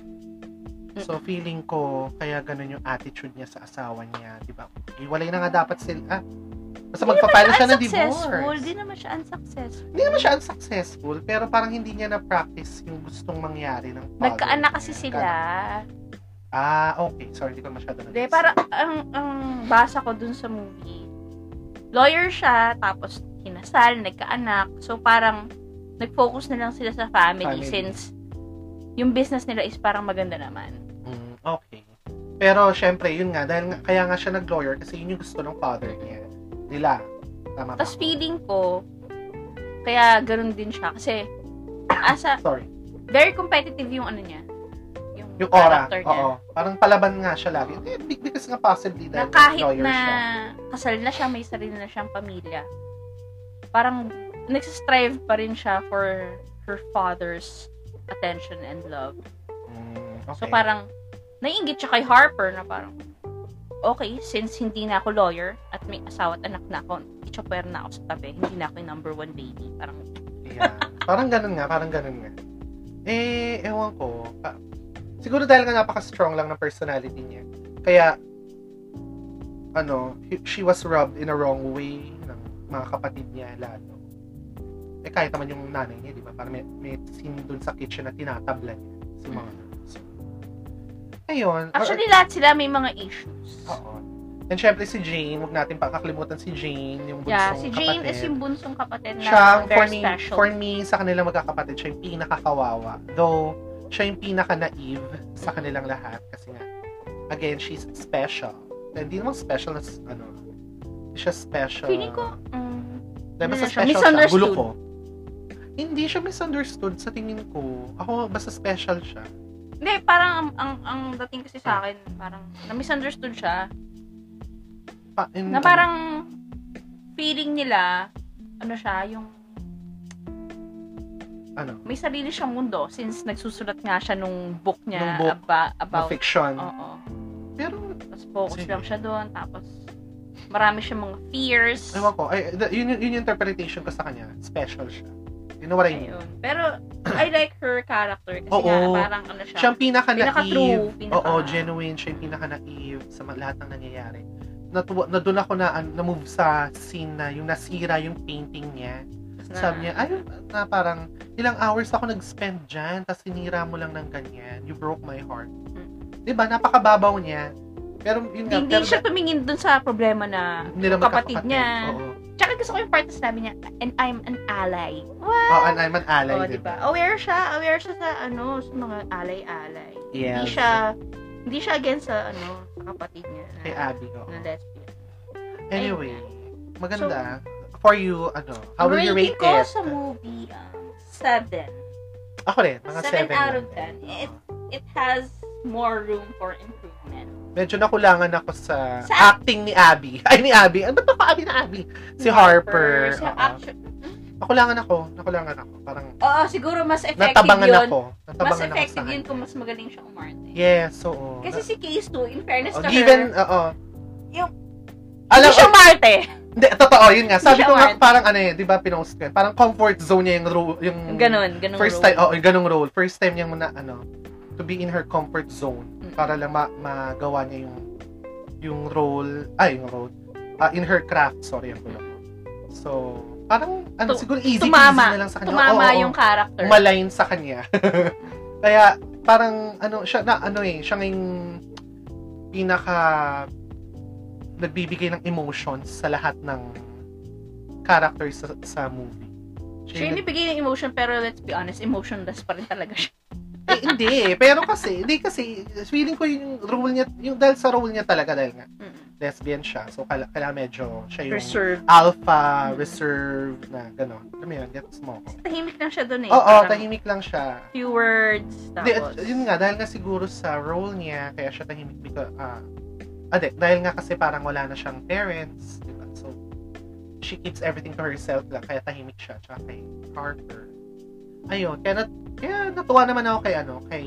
[SPEAKER 2] So, feeling ko, kaya ganun yung attitude niya sa asawa niya, di ba? Iwalay na nga dapat sila. Ah, basta magpapala siya ng
[SPEAKER 1] Unsuccessful.
[SPEAKER 2] divorce.
[SPEAKER 1] Di naman siya unsuccessful.
[SPEAKER 2] Hindi naman siya unsuccessful, pero parang hindi niya na-practice yung gustong mangyari ng father
[SPEAKER 1] Nagkaanak
[SPEAKER 2] niya.
[SPEAKER 1] kasi sila.
[SPEAKER 2] Ah, okay. Sorry, hindi ko masyado
[SPEAKER 1] Hindi,
[SPEAKER 2] na-gets.
[SPEAKER 1] para ang, ang basa ko dun sa movie, lawyer siya, tapos kinasal, nagkaanak. So, parang nag-focus na lang sila sa family,
[SPEAKER 2] Family.
[SPEAKER 1] since yung business nila is parang maganda naman.
[SPEAKER 2] Mm, okay. Pero syempre, yun nga, dahil nga, kaya nga siya nag-lawyer kasi yun yung gusto ng father niya. Nila. Tama ba?
[SPEAKER 1] Tapos feeling ko, kaya ganun din siya. Kasi, asa,
[SPEAKER 2] Sorry.
[SPEAKER 1] very competitive yung ano niya. Yung,
[SPEAKER 2] Yung aura.
[SPEAKER 1] character niya.
[SPEAKER 2] Oo. Parang palaban nga siya lagi. Eh, big- because nga possibly
[SPEAKER 1] na
[SPEAKER 2] dahil
[SPEAKER 1] kahit
[SPEAKER 2] lawyer
[SPEAKER 1] na
[SPEAKER 2] siya.
[SPEAKER 1] kasal na siya, may sarili na siyang pamilya, parang nagsistrive pa rin siya for her father's attention and love.
[SPEAKER 2] Mm, okay.
[SPEAKER 1] So parang, naiingit siya kay Harper na parang, okay, since hindi na ako lawyer at may asawa at anak na ako, ichoper na ako sa tabi, hindi na ako yung number one baby. Parang,
[SPEAKER 2] Yeah. parang ganun nga, parang ganun nga. Eh, ewan ko. Pa- siguro dahil nga napaka-strong lang ng personality niya. Kaya, ano, he- she was rubbed in a wrong way ng mga kapatid niya lalo. Eh, kahit naman yung nanay niya, di ba? Parang may, may scene dun sa kitchen na tinatabla niya. Si mga So, Ayun. Or- Oh,
[SPEAKER 1] actually lahat sila may mga issues.
[SPEAKER 2] oo. And syempre si Jane, huwag natin pakakalimutan si Jane, yung bunsong
[SPEAKER 1] Yeah, si Jane
[SPEAKER 2] kapatid
[SPEAKER 1] is yung bunsong kapatid na
[SPEAKER 2] siya, for
[SPEAKER 1] very
[SPEAKER 2] me,
[SPEAKER 1] special.
[SPEAKER 2] for me, sa kanilang magkakapatid, siya yung pinakakawawa. Though, siya yung pinaka-naive sa kanilang lahat. Kasi nga, again, she's special. Hindi naman special na, s- ano, hindi siya special.
[SPEAKER 1] Feeling ko,
[SPEAKER 2] uh,
[SPEAKER 1] mm,
[SPEAKER 2] Dahil basta
[SPEAKER 1] ano siya,
[SPEAKER 2] special siya,
[SPEAKER 1] misunderstood.
[SPEAKER 2] gulo ko. Hindi siya misunderstood sa tingin ko. Ako, basta special siya.
[SPEAKER 1] Hindi, parang ang, ang, ang dating kasi
[SPEAKER 2] Ah.
[SPEAKER 1] sa akin, parang na-misunderstood siya.
[SPEAKER 2] Pa- in-
[SPEAKER 1] Na parang feeling nila, ano siya, yung
[SPEAKER 2] ano,
[SPEAKER 1] may sarili siyang mundo since nagsusulat nga siya nung book
[SPEAKER 2] Nung
[SPEAKER 1] niya
[SPEAKER 2] book.
[SPEAKER 1] aba-
[SPEAKER 2] na
[SPEAKER 1] about... oh.
[SPEAKER 2] fiction.
[SPEAKER 1] Oo.
[SPEAKER 2] Pero,
[SPEAKER 1] Tapos focus
[SPEAKER 2] Sige.
[SPEAKER 1] lang siya doon. Tapos marami siyang mga fears.
[SPEAKER 2] ewan ko, ay, the- yun, yun yung interpretation ko sa kanya. Special siya. You know what I mean?
[SPEAKER 1] Ayun. Pero I like her character kasi
[SPEAKER 2] Oo.
[SPEAKER 1] nga parang ano siya.
[SPEAKER 2] Siya ang
[SPEAKER 1] Pinaka-true,
[SPEAKER 2] pinaka-naive.
[SPEAKER 1] pinaka-
[SPEAKER 2] Oo, genuine. Siya yung pinaka-naive sa ma- lahat ng nangyayari. Natuwa, na doon ako na, an- na-move sa scene na yung nasira yung painting niya.
[SPEAKER 1] Tapos na-
[SPEAKER 2] Sabi niya, ayun, na parang ilang hours ako nag-spend dyan, tapos sinira mo lang ng ganyan. You broke my heart. Di ba? Napakababaw niya. Pero yun nga,
[SPEAKER 1] Mm. hindi
[SPEAKER 2] pero
[SPEAKER 1] siya tumingin doon sa problema na
[SPEAKER 2] nila
[SPEAKER 1] kapatid
[SPEAKER 2] magkakapatid.
[SPEAKER 1] niya.
[SPEAKER 2] Oo.
[SPEAKER 1] Tsaka gusto ko yung part na sinabi niya, and I'm an ally.
[SPEAKER 2] Oh, and I'm an ally,
[SPEAKER 1] Oh,
[SPEAKER 2] di
[SPEAKER 1] diba?
[SPEAKER 2] ba?
[SPEAKER 1] Aware siya, aware siya sa ano, sa mga alay-alay. Hindi
[SPEAKER 2] Yes.
[SPEAKER 1] siya hindi siya against sa ano, sa kapatid niya na,
[SPEAKER 2] Kay Abby. oo.
[SPEAKER 1] na lesbian.
[SPEAKER 2] Anyway, maganda. ah. For you, ano, how will you
[SPEAKER 1] Rating
[SPEAKER 2] rate
[SPEAKER 1] ko
[SPEAKER 2] it?
[SPEAKER 1] sa movie, um, 7.
[SPEAKER 2] Ako rin, mga 7.
[SPEAKER 1] Seven out of ten. Eh, It- It has more room for improvement.
[SPEAKER 2] Medyo nakulangan ako sa,
[SPEAKER 1] Sa-
[SPEAKER 2] acting ni Abby. [laughs] Ay, ni Abby. Ano ba pa Abby na Abby? Si Harper.
[SPEAKER 1] Sa
[SPEAKER 2] Oo.
[SPEAKER 1] action.
[SPEAKER 2] Nakulangan ako. Nakulangan ako. Parang
[SPEAKER 1] Oo, siguro mas effective
[SPEAKER 2] natabangan
[SPEAKER 1] yun.
[SPEAKER 2] ako. Natabangan
[SPEAKER 1] mas
[SPEAKER 2] ako
[SPEAKER 1] effective
[SPEAKER 2] sa
[SPEAKER 1] yun
[SPEAKER 2] kanya.
[SPEAKER 1] kung mas magaling siya umarte.
[SPEAKER 2] Yes, oo.
[SPEAKER 1] Kasi si Case 2, in fairness
[SPEAKER 2] Oo,
[SPEAKER 1] to
[SPEAKER 2] Oh, given,
[SPEAKER 1] her,
[SPEAKER 2] oo.
[SPEAKER 1] Yung-
[SPEAKER 2] Alam,
[SPEAKER 1] hindi siya umarte.
[SPEAKER 2] hindi, totoo, yun nga. Sabi
[SPEAKER 1] siya
[SPEAKER 2] ko nga,
[SPEAKER 1] aware.
[SPEAKER 2] parang ano eh, di ba, pinost ko yun. Parang comfort zone niya yung, ro- yung
[SPEAKER 1] Ganon, ganong
[SPEAKER 2] Hmm. first
[SPEAKER 1] role.
[SPEAKER 2] time, oh, yung ganong role. First time niya muna, ano, to be in her comfort zone.
[SPEAKER 1] Mm.
[SPEAKER 2] para lang ma- magawa niya yung yung role, ay yung role, ah, in her craft, sorry ang gulo. ko. So, parang ano
[SPEAKER 1] Tu-
[SPEAKER 2] siguro easy
[SPEAKER 1] tumama.
[SPEAKER 2] easy na lang sa kanya.
[SPEAKER 1] Tumama
[SPEAKER 2] Oo, oo,
[SPEAKER 1] yung character.
[SPEAKER 2] umalign sa kanya. [laughs] Kaya parang ano siya na ano eh, siya ng pinaka nagbibigay ng emotions sa lahat ng character sa, sa movie.
[SPEAKER 1] Siya yung nagbigay ng emotion, pero let's be honest, emotionless pa rin talaga siya.
[SPEAKER 2] eh, hindi eh. Pero kasi, hindi kasi, feeling ko yung role niya, yung dahil sa role niya talaga, dahil nga,
[SPEAKER 1] Mm.
[SPEAKER 2] lesbian siya. So, kala, kala medyo, siya yung
[SPEAKER 1] Reserved.
[SPEAKER 2] alpha, reserve, na gano'n. Alam mo yun, gets mo ko.
[SPEAKER 1] Tahimik lang siya doon eh.
[SPEAKER 2] Oo,
[SPEAKER 1] Parang
[SPEAKER 2] tahimik lang siya.
[SPEAKER 1] Few words,
[SPEAKER 2] Hindi,
[SPEAKER 1] tapos...
[SPEAKER 2] at yun nga, dahil nga siguro sa role niya, kaya siya tahimik because, ah, ade, dahil nga kasi parang wala na siyang parents, di ba? So, she keeps everything to herself lang, kaya tahimik siya, tsaka kay Harper. Ayun, kaya, nat kaya natuwa naman ako kay, ano, kay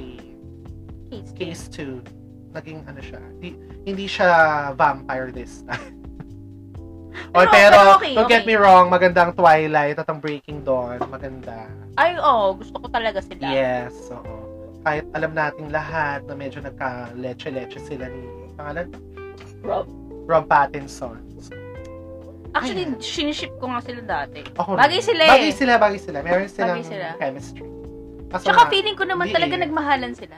[SPEAKER 1] Case.
[SPEAKER 2] Case 2. Naging, ano siya, di, hindi siya vampire this time. Or,
[SPEAKER 1] Pero-
[SPEAKER 2] pero,
[SPEAKER 1] pero okay,
[SPEAKER 2] don't get
[SPEAKER 1] okay.
[SPEAKER 2] me wrong, magandang Twilight at ang Breaking Dawn, maganda.
[SPEAKER 1] Ay, oo. gusto ko talaga sila.
[SPEAKER 2] Yes, oo. Kahit alam nating lahat na medyo nagka-leche-leche sila ni pangalan
[SPEAKER 1] Rob.
[SPEAKER 2] Rob Pattinson. So,
[SPEAKER 1] Actually,
[SPEAKER 2] Ayan.
[SPEAKER 1] siniship ko nga sila dati.
[SPEAKER 2] ako rin.
[SPEAKER 1] Bagay sila eh.
[SPEAKER 2] Oh. Bagay sila, bagay sila. Meron silang
[SPEAKER 1] Bagay sila.
[SPEAKER 2] chemistry. Kaso
[SPEAKER 1] Tsaka
[SPEAKER 2] nga,
[SPEAKER 1] feeling ko naman
[SPEAKER 2] hindi
[SPEAKER 1] talaga
[SPEAKER 2] eh.
[SPEAKER 1] nagmahalan sila.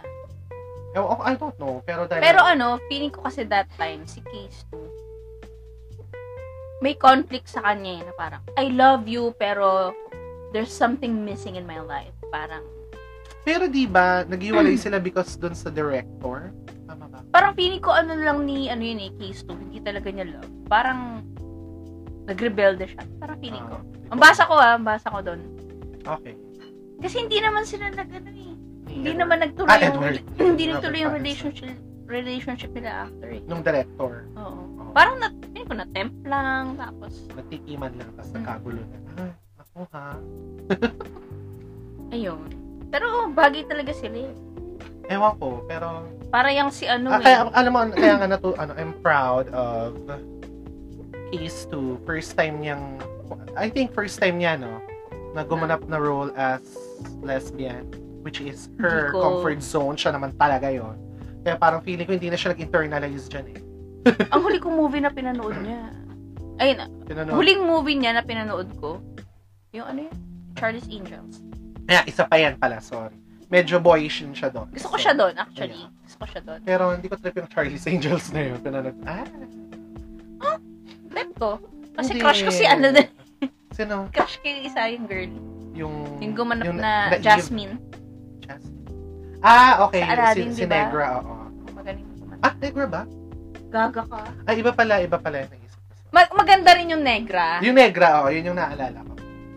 [SPEAKER 2] ewan ko, I don't know, pero dahil
[SPEAKER 1] Pero ano, feeling ko kasi that time, si Case 2, may conflict sa kanya eh, na parang, I love you, pero there's something missing in my life. Parang,
[SPEAKER 2] pero di ba
[SPEAKER 1] [clears throat]
[SPEAKER 2] naghiwalay sila because doon sa director? Tama ba?
[SPEAKER 1] parang feeling ko ano lang ni, ano yun eh, Case 2, hindi talaga niya love. Parang, nagrebelde siya. Parang feeling ko. Ang basa ko ah, ang basa ko doon.
[SPEAKER 2] Ah, Okay.
[SPEAKER 1] Kasi hindi naman sila nag, ano eh, hindi
[SPEAKER 2] Edward.
[SPEAKER 1] naman nagtuloy
[SPEAKER 2] Ah,
[SPEAKER 1] yung,
[SPEAKER 2] Edward.
[SPEAKER 1] [clears throat] hindi nagtuloy yung
[SPEAKER 2] Robert
[SPEAKER 1] relationship, relationship nila after eh.
[SPEAKER 2] Nung director, oh,
[SPEAKER 1] Oo.
[SPEAKER 2] Oo.
[SPEAKER 1] Parang na, feeling ko na-temp lang, tapos,
[SPEAKER 2] nagtikiman lang, tapos
[SPEAKER 1] Mm.
[SPEAKER 2] nagkagulo na. Ah, ako ha?
[SPEAKER 1] Ayun. Pero oh, bagay talaga sila eh.
[SPEAKER 2] Ewan ko, pero
[SPEAKER 1] Para yung si ano
[SPEAKER 2] Ah,
[SPEAKER 1] eh.
[SPEAKER 2] kaya, alam mo, kaya nga natu, ano, I'm proud of Case 2. First time niyang, I think first time niya, no, na gumanap na role as lesbian, which is her
[SPEAKER 1] Hindi ko-
[SPEAKER 2] comfort zone. Siya naman talaga yon Kaya parang feeling ko hindi na siya nag-internalize dyan eh.
[SPEAKER 1] Ang huli kong movie na pinanood niya. Ayun,
[SPEAKER 2] Tinanong,
[SPEAKER 1] huling movie niya na pinanood ko. Yung ano yun? Charlie's Angels.
[SPEAKER 2] Kaya isa pa yan pala, sorry. Medyo boyish yun siya doon.
[SPEAKER 1] Gusto ko siya doon, actually.
[SPEAKER 2] Yeah.
[SPEAKER 1] Gusto ko siya doon.
[SPEAKER 2] Pero hindi ko trip yung Charlie's Angels na yun. Pinanood, ah,
[SPEAKER 1] Bet ko. Kasi
[SPEAKER 2] hindi.
[SPEAKER 1] crush ko si ano din. [laughs]
[SPEAKER 2] Sino?
[SPEAKER 1] Crush kay isa yung girl.
[SPEAKER 2] Yung...
[SPEAKER 1] Yung gumanap
[SPEAKER 2] yung
[SPEAKER 1] na
[SPEAKER 2] naive-
[SPEAKER 1] Jasmine.
[SPEAKER 2] Jasmine. Ah, okay.
[SPEAKER 1] Sa Aladdin,
[SPEAKER 2] si, si
[SPEAKER 1] diba?
[SPEAKER 2] Negra, oo.
[SPEAKER 1] Magaling gumanap.
[SPEAKER 2] Ah, Negra ba?
[SPEAKER 1] Gaga ka.
[SPEAKER 2] Ay, iba pala, iba pala yung naisip ko.
[SPEAKER 1] Mag- maganda rin yung negra.
[SPEAKER 2] Yung Negra, oh, yun yung naalala ko.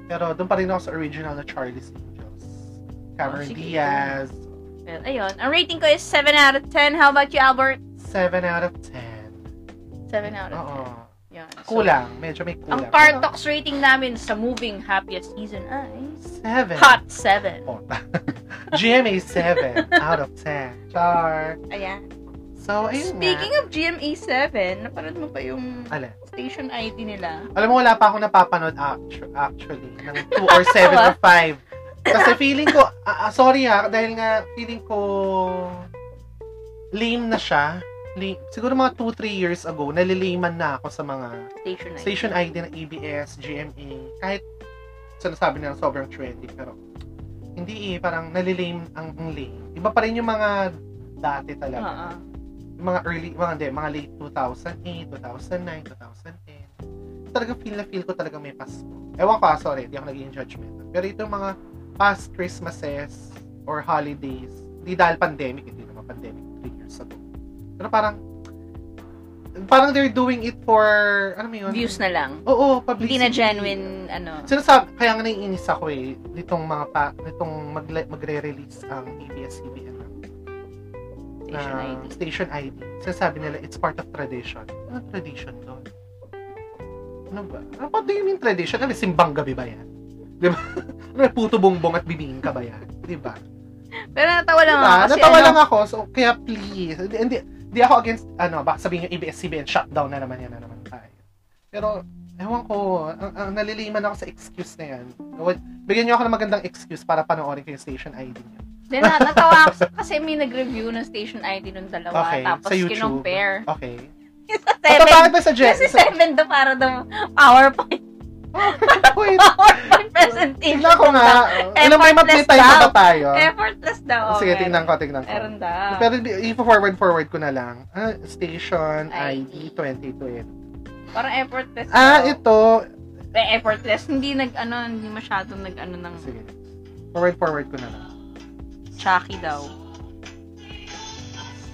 [SPEAKER 2] Pero doon pa rin ako sa original na Charlie's Angels. Cameron
[SPEAKER 1] Oh, sige.
[SPEAKER 2] Diaz,
[SPEAKER 1] Well, ayun. Ang rating ko is 7 out of 10. How about you, Albert?
[SPEAKER 2] 7 out of 10.
[SPEAKER 1] 7 out of
[SPEAKER 2] Oo.
[SPEAKER 1] 10. Yun. So,
[SPEAKER 2] Kulang, medyo may
[SPEAKER 1] Ang
[SPEAKER 2] kulang.
[SPEAKER 1] Car Talks rating namin sa Moving Happiest Season ay
[SPEAKER 2] 7.
[SPEAKER 1] Hot 7.
[SPEAKER 2] Oh, [laughs] GMA 7 out of 10. Char.
[SPEAKER 1] Ayan.
[SPEAKER 2] So, ayun
[SPEAKER 1] Speaking
[SPEAKER 2] nga.
[SPEAKER 1] of GMA 7, napanood mo pa yung
[SPEAKER 2] Alin?
[SPEAKER 1] station ID nila?
[SPEAKER 2] Alam mo, wala pa ako napapanood actu- actually ng 2
[SPEAKER 1] [laughs]
[SPEAKER 2] or 7 or 5. Kasi feeling ko, ah, ah, sorry ha, dahil nga feeling ko lame na siya. Lame. Siguro mga 2-3 years ago, naliliman na ako sa mga
[SPEAKER 1] Station ID.
[SPEAKER 2] station ID ng E ABS, GMA, kahit sinasabi nila sobrang trendy, pero hindi eh, parang nalilame ang, ang lame. Iba pa rin yung mga dati
[SPEAKER 1] Oo.
[SPEAKER 2] talaga yung mga early, mga hindi, mga late 2008, 2009, 2010. Talaga feel na feel ko talaga may Pasko. Ewan ko, ah, sorry, hindi ako naging judgment. Pero itong mga past Christmases or holidays, hindi dahil pandemic, hindi naman pandemic, 3 years ago. Pero parang, parang they're doing it for, ano mo yun?
[SPEAKER 1] Views na lang.
[SPEAKER 2] Oo, publicity.
[SPEAKER 1] Hindi na genuine, ano.
[SPEAKER 2] Sinasabi, kaya nga naiinis ako eh, nitong mga pa, nitong magle- magre-release ang ABS-CBN ng
[SPEAKER 1] Station
[SPEAKER 2] na
[SPEAKER 1] ID.
[SPEAKER 2] station ID. Sinasabi nila, it's part of tradition. Ano tradition doon? Ano ba? Ano ba do you mean tradition? Ano, simbang gabi ba yan? Di ba? [laughs] Ano, puto bongbong at bibingin ka ba yan? Di ba?
[SPEAKER 1] Pero natawa lang
[SPEAKER 2] Diba?
[SPEAKER 1] ako kasi
[SPEAKER 2] Natawa
[SPEAKER 1] ano,
[SPEAKER 2] lang ako, so kaya please. Hindi, hindi, hindi ako against, ano, baka sabihin yung ABS-CBN, shutdown na naman yan na naman tayo. Pero, ewan ko, ang, ang naliliman ako sa excuse na yan. Wal- Bigyan niyo ako ng magandang excuse para panoorin ko yung station ID niyo.
[SPEAKER 1] Then, na- natawa ako kasi may nag-review ng station ID nung dalawa.
[SPEAKER 2] Okay,
[SPEAKER 1] tapos
[SPEAKER 2] sa YouTube. Ah.
[SPEAKER 1] kinumpare.
[SPEAKER 2] Okay.
[SPEAKER 1] Yung [laughs] sa
[SPEAKER 2] At bakit
[SPEAKER 1] 7.
[SPEAKER 2] ba sa Jen?
[SPEAKER 1] Kasi 7 daw para daw PowerPoint, [laughs]
[SPEAKER 2] [laughs] Wait,
[SPEAKER 1] PowerPoint presentation.
[SPEAKER 2] Tignan ko nga. Ano Alam mo, may
[SPEAKER 1] Effortless
[SPEAKER 2] mag-play time
[SPEAKER 1] daw.
[SPEAKER 2] pa ba tayo. Oh,
[SPEAKER 1] Effortless daw.
[SPEAKER 2] Ah, Sige,
[SPEAKER 1] meron.
[SPEAKER 2] tignan ko, tignan ko.
[SPEAKER 1] Meron daw.
[SPEAKER 2] Pero i-forward-forward ko na lang. Ah, station
[SPEAKER 1] ID.
[SPEAKER 2] ID 22.
[SPEAKER 1] Parang effortless.
[SPEAKER 2] Ah,
[SPEAKER 1] daw.
[SPEAKER 2] ito.
[SPEAKER 1] Eh, effortless. Hindi nag, ano, hindi masyado nag, ano, ng
[SPEAKER 2] Sige. Forward, forward ko na lang.
[SPEAKER 1] Chucky daw.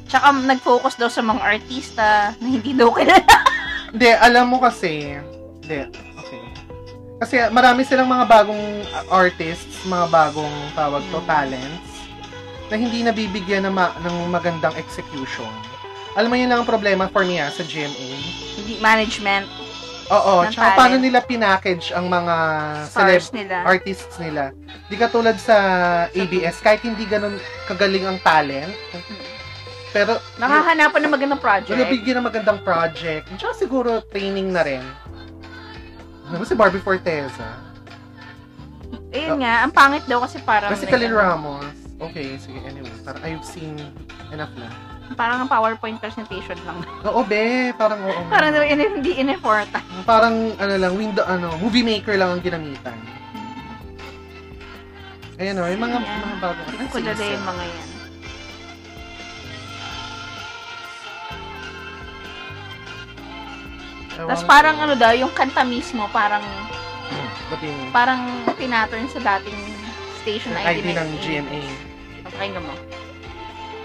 [SPEAKER 1] Tsaka nag-focus daw sa mga artista na hindi daw kilala. [laughs]
[SPEAKER 2] Hindi, alam mo kasi, hindi, okay. Kasi marami silang mga bagong uh, artists, mga bagong tawag to,
[SPEAKER 1] Mm.
[SPEAKER 2] talents, na hindi nabibigyan ng, ma- ng magandang execution. Alam mo yun lang ang problema for me ah, sa GMA.
[SPEAKER 1] Hindi management
[SPEAKER 2] Oo,
[SPEAKER 1] Ng
[SPEAKER 2] tsaka
[SPEAKER 1] talent.
[SPEAKER 2] paano nila pinackage ang mga celeb
[SPEAKER 1] stars nila.
[SPEAKER 2] artists nila. Di katulad sa ABS, kahit hindi ganun kagaling ang talent, pero
[SPEAKER 1] Nakahanapan ng magandang project.
[SPEAKER 2] Nabigyan ng magandang project. Tsaka siguro training na rin. Ano ba si Barbie Forteza?
[SPEAKER 1] Ayun nga, ang pangit daw kasi parang
[SPEAKER 2] Kasi Kalil Ramos. Okay, sige, anyway. Parang I've seen enough na.
[SPEAKER 1] parang ang PowerPoint presentation lang. [laughs]
[SPEAKER 2] Oo, be. Parang oo. nga.
[SPEAKER 1] parang daw in- hindi in-important.
[SPEAKER 2] Parang, ano lang, window, ano, movie maker lang ang ginamitan. Ayan o, yung mga,
[SPEAKER 1] Ayan. eh,
[SPEAKER 2] mga bago. Ano si
[SPEAKER 1] Kulala
[SPEAKER 2] Isa?
[SPEAKER 1] yung mga yan.
[SPEAKER 2] Ewan
[SPEAKER 1] Tapos
[SPEAKER 2] ko.
[SPEAKER 1] parang ano daw, yung kanta mismo, parang
[SPEAKER 2] Ba't yung
[SPEAKER 1] parang tinaturn sa dating station na
[SPEAKER 2] ID ng GMA?
[SPEAKER 1] Pakinggan mo.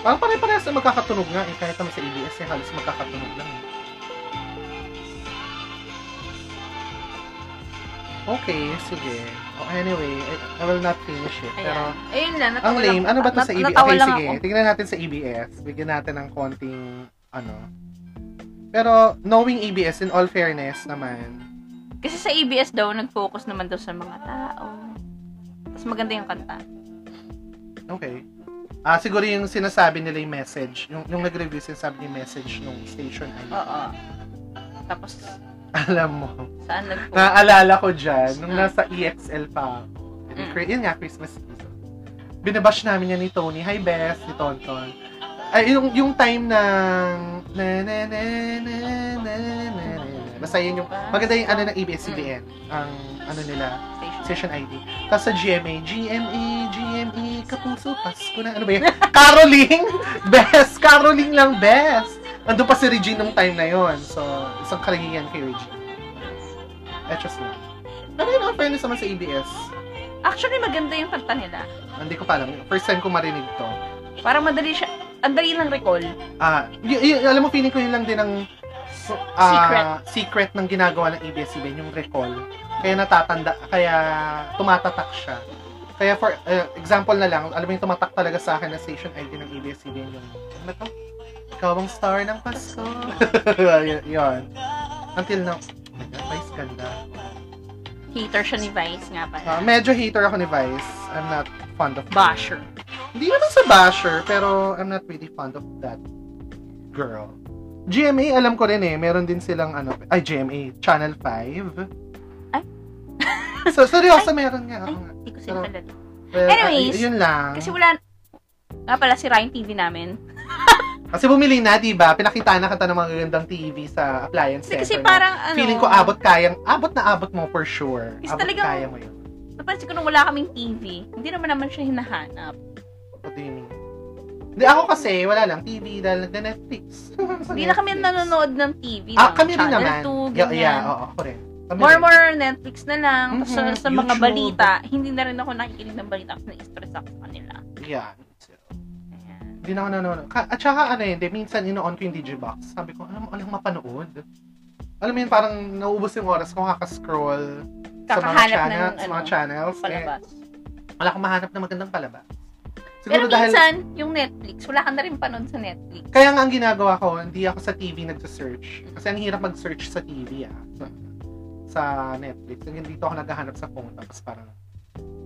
[SPEAKER 2] Parang pare-parehas na magkakatunog nga eh. Kahit naman sa ABS eh, halos magkakatunog lang eh. Okay, sige. Oh, anyway, I, I will not finish it. Pero,
[SPEAKER 1] Ayan. Ayun lang. natawa
[SPEAKER 2] ang lame.
[SPEAKER 1] lang-
[SPEAKER 2] Ano ba to
[SPEAKER 1] nat-
[SPEAKER 2] sa ABS?
[SPEAKER 1] natawa
[SPEAKER 2] Okay,
[SPEAKER 1] lang
[SPEAKER 2] sige.
[SPEAKER 1] ako.
[SPEAKER 2] Tingnan natin sa ABS. Bigyan natin ng konting, ano. Pero, knowing ABS, in all fairness naman,
[SPEAKER 1] Kasi sa ABS daw, nag-focus naman daw sa mga tao. Tapos maganda yung kanta.
[SPEAKER 2] okay. Ah, siguro yung sinasabi nila yung message. Yung, yung nag-review, sinasabi yung message nung station. ID.
[SPEAKER 1] Oo. Tapos,
[SPEAKER 2] Alam mo.
[SPEAKER 1] saan nag-focus?
[SPEAKER 2] Naalala ko dyan, nung
[SPEAKER 1] Mm.
[SPEAKER 2] nasa EXL pa ako. Yun,
[SPEAKER 1] Mm.
[SPEAKER 2] cri- Yun nga, Christmas season. Binabash namin yan ni Tony. Hi, Beth, ni Tonton. Ay, yung, yung time ng... Na, na, na, na, na, na, na. Basta yun
[SPEAKER 1] Diba?
[SPEAKER 2] yung... Maganda yung ano ng ABS-CBN. Ang ano nila,
[SPEAKER 1] Station.
[SPEAKER 2] session ID. Tapos sa GMA, GMA, GMA, E, Kapuso, Pasko na. Ano ba yan? Caroling! [laughs] Best! Caroling lang, best! Ando pa si Regine nung time na yon So, isang karahiyan kay Regine. Etchos na. Pero yun, ang fairness naman sa ABS.
[SPEAKER 1] Actually, maganda yung kanta nila.
[SPEAKER 2] Hindi ko pa alam. First time ko marinig to.
[SPEAKER 1] Parang madali siya. Ang dali lang recall.
[SPEAKER 2] Ah, y- y- alam mo, feeling ko yun lang din ang ah, secret ng ginagawa ng ABS-CBN, yung recall. Kaya natatanda, kaya tumatatak siya. Kaya for eh, example na lang, alam mo yung tumatak talaga sa akin na station ID ng ABS-CBN yung, ano to? Ikaw ang star ng Pasko. [laughs] Y- yun. Until now, oh my God, Vice ganda.
[SPEAKER 1] Hater siya ni Vice nga
[SPEAKER 2] Ah,
[SPEAKER 1] pala.
[SPEAKER 2] medyo hater ako ni Vice. I'm not fond of
[SPEAKER 1] Basher.
[SPEAKER 2] hindi naman sa basher, pero I'm not really fond of that girl. GMA, alam ko rin eh, meron din silang ano, ay GMA, Channel 5.
[SPEAKER 1] Ay.
[SPEAKER 2] [laughs] so, seryoso, meron nga. oo nga.
[SPEAKER 1] Hindi ko sila
[SPEAKER 2] Pero-
[SPEAKER 1] pala.
[SPEAKER 2] Well,
[SPEAKER 1] Anyways,
[SPEAKER 2] ay, yun lang.
[SPEAKER 1] Kasi
[SPEAKER 2] Kasi,
[SPEAKER 1] wala... Nga pala, sira yung TV namin.
[SPEAKER 2] bumili na, di ba? Pinakita na kita ng mga gandang TV sa appliance
[SPEAKER 1] Kasi,
[SPEAKER 2] center.
[SPEAKER 1] kasi
[SPEAKER 2] no?
[SPEAKER 1] parang ano...
[SPEAKER 2] Feeling ko abot kayang, abot na abot mo for sure.
[SPEAKER 1] Kasi
[SPEAKER 2] abot
[SPEAKER 1] talagang-
[SPEAKER 2] kaya mo yun.
[SPEAKER 1] Napansin ko nung wala kaming TV. Hindi naman naman siya hinahanap.
[SPEAKER 2] What do you mean? Hindi, ako kasi, wala lang, TV dahil [laughs] nagda-Netflix. Sa
[SPEAKER 1] Hindi na kami
[SPEAKER 2] Netflix.
[SPEAKER 1] nanonood ng TV.
[SPEAKER 2] Ah,
[SPEAKER 1] ng
[SPEAKER 2] kami rin
[SPEAKER 1] Channel
[SPEAKER 2] naman.
[SPEAKER 1] 2,
[SPEAKER 2] yeah,
[SPEAKER 1] ganyan.
[SPEAKER 2] yeah, oo, ako rin. Kami
[SPEAKER 1] More
[SPEAKER 2] rin.
[SPEAKER 1] more Netflix na lang. Tapos sa-
[SPEAKER 2] Mhm,
[SPEAKER 1] sa, mga
[SPEAKER 2] YouTube.
[SPEAKER 1] balita, hindi na rin ako nakikinig ng balita kasi na-stress ako sa kanila.
[SPEAKER 2] Yeah.
[SPEAKER 1] Ayan.
[SPEAKER 2] Hindi na ako nanonood. Ka- at saka ano hindi, minsan ino-on ko yung Digibox. Sabi ko, alam mo, alam mapanood. Alam mo yun, parang nauubos yung oras ko kakascroll sa mga,
[SPEAKER 1] Kakahanap ng,
[SPEAKER 2] channel, sa mga
[SPEAKER 1] ano,
[SPEAKER 2] channels. Eh,
[SPEAKER 1] Palabas.
[SPEAKER 2] wala akong mahanap na magandang palabas.
[SPEAKER 1] Pero
[SPEAKER 2] Siguro dahil,
[SPEAKER 1] minsan, yung Netflix, wala ka na rin panood sa Netflix.
[SPEAKER 2] kaya nga ang ginagawa ko, hindi ako sa TV nagsa-search. Kasi ang hirap mag-search sa TV ah. Sa, sa Netflix. Ang dito ako naghahanap sa phone. Tapos parang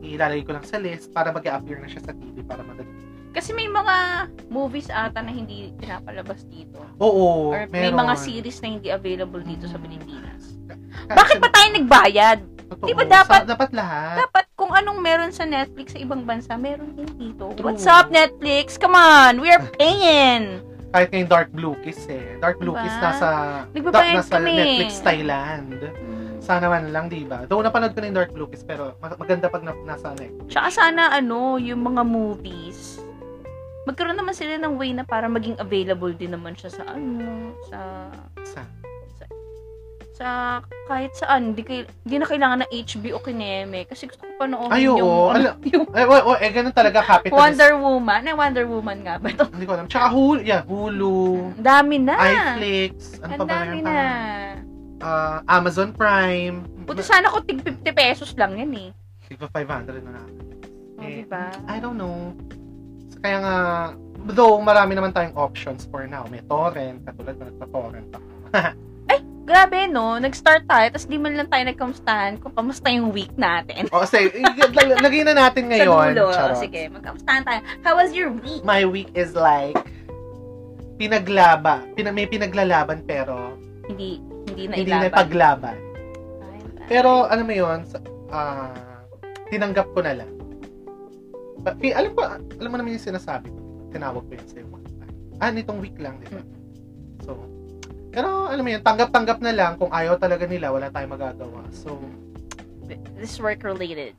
[SPEAKER 2] ilalagay ko lang sa list para mag appear na siya sa TV para madali.
[SPEAKER 1] Kasi may mga movies ata na hindi pinapalabas dito.
[SPEAKER 2] Oo,
[SPEAKER 1] Or may mga series na hindi available dito sa Pilipinas.
[SPEAKER 2] Kasi-
[SPEAKER 1] Bakit ba tayo nagbayad?
[SPEAKER 2] Totoo.
[SPEAKER 1] Di ba dapat-
[SPEAKER 2] Sa- dapat lahat.
[SPEAKER 1] Dapat kung anong meron sa Netflix sa ibang bansa, meron din dito.
[SPEAKER 2] True.
[SPEAKER 1] What's up, Netflix? Come on! We are paying!
[SPEAKER 2] Kahit ngayon Dark Blue Kiss eh. Dark Blue
[SPEAKER 1] Diba?
[SPEAKER 2] Kiss nasa,
[SPEAKER 1] Nagbabayad
[SPEAKER 2] nasa
[SPEAKER 1] kami.
[SPEAKER 2] Netflix Thailand. Sana man lang, di ba? Though napanood ko na yung Dark Blue Kiss, pero mag- maganda pag na- nasa Netflix.
[SPEAKER 1] Tsaka sana ano, yung mga movies, magkaroon naman sila ng way na
[SPEAKER 2] ah.
[SPEAKER 1] para maging available din naman siya sa ano, sa
[SPEAKER 2] Sa,
[SPEAKER 1] sa sa kahit saan, di, kay, di na kailangan ng HBO kineme kasi gusto ko panoorin
[SPEAKER 2] Ay, oo.
[SPEAKER 1] yung, ano,
[SPEAKER 2] Ala-
[SPEAKER 1] [laughs] yung
[SPEAKER 2] Ay, oh, oh, eh, ganun talaga capitalist.
[SPEAKER 1] Wonder Woman. Ay, Wonder Woman nga ba ito?
[SPEAKER 2] Hindi ko alam. Tsaka Hulu, yeah, Hulu,
[SPEAKER 1] Ang dami na.
[SPEAKER 2] iFlix, ano pa
[SPEAKER 1] Ah! Ang
[SPEAKER 2] ba
[SPEAKER 1] dami
[SPEAKER 2] meron
[SPEAKER 1] na.
[SPEAKER 2] pa? Ah, Amazon Prime.
[SPEAKER 1] Buti sana ko tig 50 pesos lang yan eh.
[SPEAKER 2] Tigpa 500 na na.
[SPEAKER 1] O,
[SPEAKER 2] Eh,
[SPEAKER 1] diba?
[SPEAKER 2] I don't know. So, kaya nga, though marami naman tayong options for now. May torrent, katulad na nagpa-torrent ako.
[SPEAKER 1] Grabe, no? Nag-start tayo, tapos di man lang tayo nagkamustahan kung kamusta yung week natin. [laughs]
[SPEAKER 2] O, Oh, say, [laughs] lagay na natin
[SPEAKER 1] Sa
[SPEAKER 2] ngayon.
[SPEAKER 1] dulo. oh,
[SPEAKER 2] charot.
[SPEAKER 1] Sige, magkamustahan tayo. How was your week?
[SPEAKER 2] My week is like, pinaglaba. Pina, may pinaglalaban pero
[SPEAKER 1] Hindi, hindi na
[SPEAKER 2] hindi
[SPEAKER 1] ilaban.
[SPEAKER 2] na paglaban. Pero ano mo yun, sa- ah, tinanggap ko na lang. Pa- pi- alam ko, alam mo naman yung sinasabi ko. Tinawag ko yun sa'yo one time. Ah, nitong week lang, di ba?
[SPEAKER 1] Hmm.
[SPEAKER 2] So, pero alam mo yun, tanggap-tanggap na lang. Kung ayaw talaga nila, wala tayong magagawa. So,
[SPEAKER 1] This work related.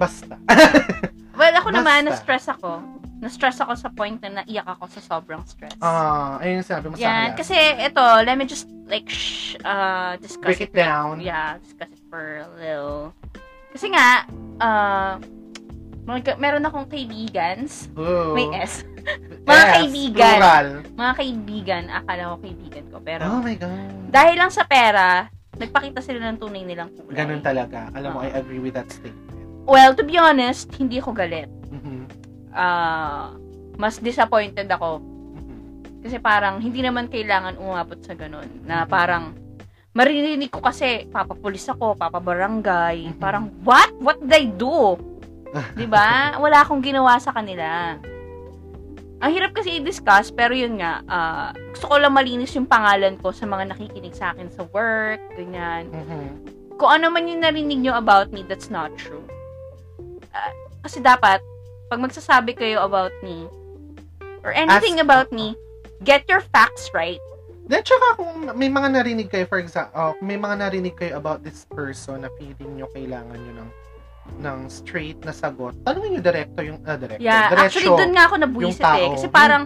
[SPEAKER 2] basta. [laughs]
[SPEAKER 1] Well, ako naman,
[SPEAKER 2] Basta.
[SPEAKER 1] na-stress ako. Na-stress ako sa point na naiyak ako sa sobrang stress.
[SPEAKER 2] Ah, ayun yung sinabi mo
[SPEAKER 1] Yan.
[SPEAKER 2] sa akin.
[SPEAKER 1] Kasi ito, let me just like shh, uh, discuss
[SPEAKER 2] Break it down.
[SPEAKER 1] Yeah, discuss it for a little. Kasi nga, uh, mag- meron akong kaibigans.
[SPEAKER 2] Ooh.
[SPEAKER 1] May S.
[SPEAKER 2] Yes,
[SPEAKER 1] Mga kaibigan.
[SPEAKER 2] Plural.
[SPEAKER 1] Mga kaibigan, akala ko kaibigan ko. Pero,
[SPEAKER 2] Oh my God.
[SPEAKER 1] dahil lang sa pera, nagpakita sila ng tunay nilang kulay.
[SPEAKER 2] Ganun talaga. Alam mo,
[SPEAKER 1] Oo.
[SPEAKER 2] I agree with that statement.
[SPEAKER 1] Well, to be honest, hindi ako galit.
[SPEAKER 2] Mhm.
[SPEAKER 1] Ah, mas disappointed ako
[SPEAKER 2] Mhm.
[SPEAKER 1] Kasi parang hindi naman kailangan umabot sa ganun. Na parang maririnig ko kasi papapulis ako, papabarangay.
[SPEAKER 2] Mhm.
[SPEAKER 1] Parang what? What did I do? 'Di ba? Wala akong ginawa sa kanila. Ang hirap kasi i-discuss pero yun nga, ah, gusto ko lang malinis yung pangalan ko sa mga nakikinig sa akin sa work, ganyan
[SPEAKER 2] Mhm.
[SPEAKER 1] kung ano man yung narinig nyo about me, that's not true. Ah, kasi dapat, pag magsasabi kayo about me, or anything
[SPEAKER 2] Ask-
[SPEAKER 1] about me, get your facts right.
[SPEAKER 2] Then, tsaka kung may mga narinig kayo, for example, kung may mga narinig kayo about this person na feeling nyo kailangan nyo ng ng straight na sagot, tanongin nyo direkto yung, ah, direkto,
[SPEAKER 1] Yeah, actually,
[SPEAKER 2] diretso.
[SPEAKER 1] doon nga ako nabuisit eh.
[SPEAKER 2] yung tao.
[SPEAKER 1] Kasi parang,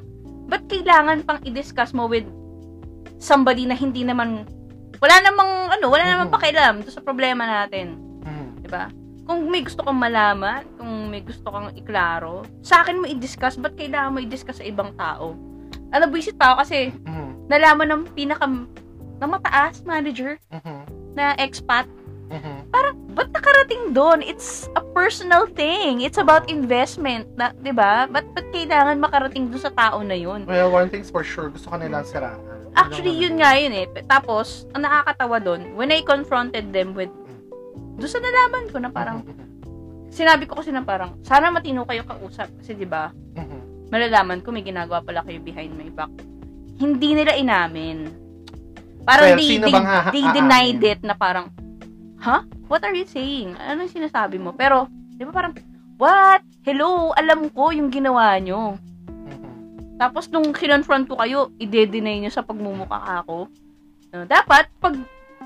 [SPEAKER 1] ba't kailangan pang i-discuss mo with somebody na hindi naman, wala namang, ano, wala namang
[SPEAKER 2] Mhm.
[SPEAKER 1] pakialam doon sa problema natin.
[SPEAKER 2] Mm.
[SPEAKER 1] di ba? Kung may gusto kang malaman, kung may gusto kang iklaro, sa akin mo i-discuss, ba't kailangan mo i-discuss sa ibang tao? Ano, nabuisit pa ako kasi,
[SPEAKER 2] Mm.
[SPEAKER 1] nalaman ng pinaka ng mataas manager
[SPEAKER 2] Mhm.
[SPEAKER 1] na expat,
[SPEAKER 2] Mhm.
[SPEAKER 1] ba't nakarating doon? It's a personal thing. It's about investment. Na, 'di ba? Ba't, ba't kailangan makarating doon sa tao na yun?
[SPEAKER 2] Well, one thing's for sure, gusto ka nilang siraan. Yun ang
[SPEAKER 1] Actually,
[SPEAKER 2] ano.
[SPEAKER 1] yun nga yun eh. Tapos, ang nakakatawa doon, when I confronted them with doon sa nalaman ko na parang,
[SPEAKER 2] Mhm.
[SPEAKER 1] sinabi ko kasi na parang, sana matino kayo kausap. Kasi 'di ba
[SPEAKER 2] Mhm.
[SPEAKER 1] malalaman ko may ginagawa pala kayo behind my back. Hindi nila inamin. Parang
[SPEAKER 2] Well,
[SPEAKER 1] they,
[SPEAKER 2] sino
[SPEAKER 1] they,
[SPEAKER 2] bang ha-
[SPEAKER 1] they
[SPEAKER 2] aamin?
[SPEAKER 1] denied it na parang, huh? What are you saying? Ano yung sinasabi mo? Pero, di ba parang, what? Hello, alam ko yung ginawa nyo.
[SPEAKER 2] Mhm.
[SPEAKER 1] Tapos, nung kinonfront ko kayo, ide-deny nyo sa pagmumukha ako. No, dapat, pag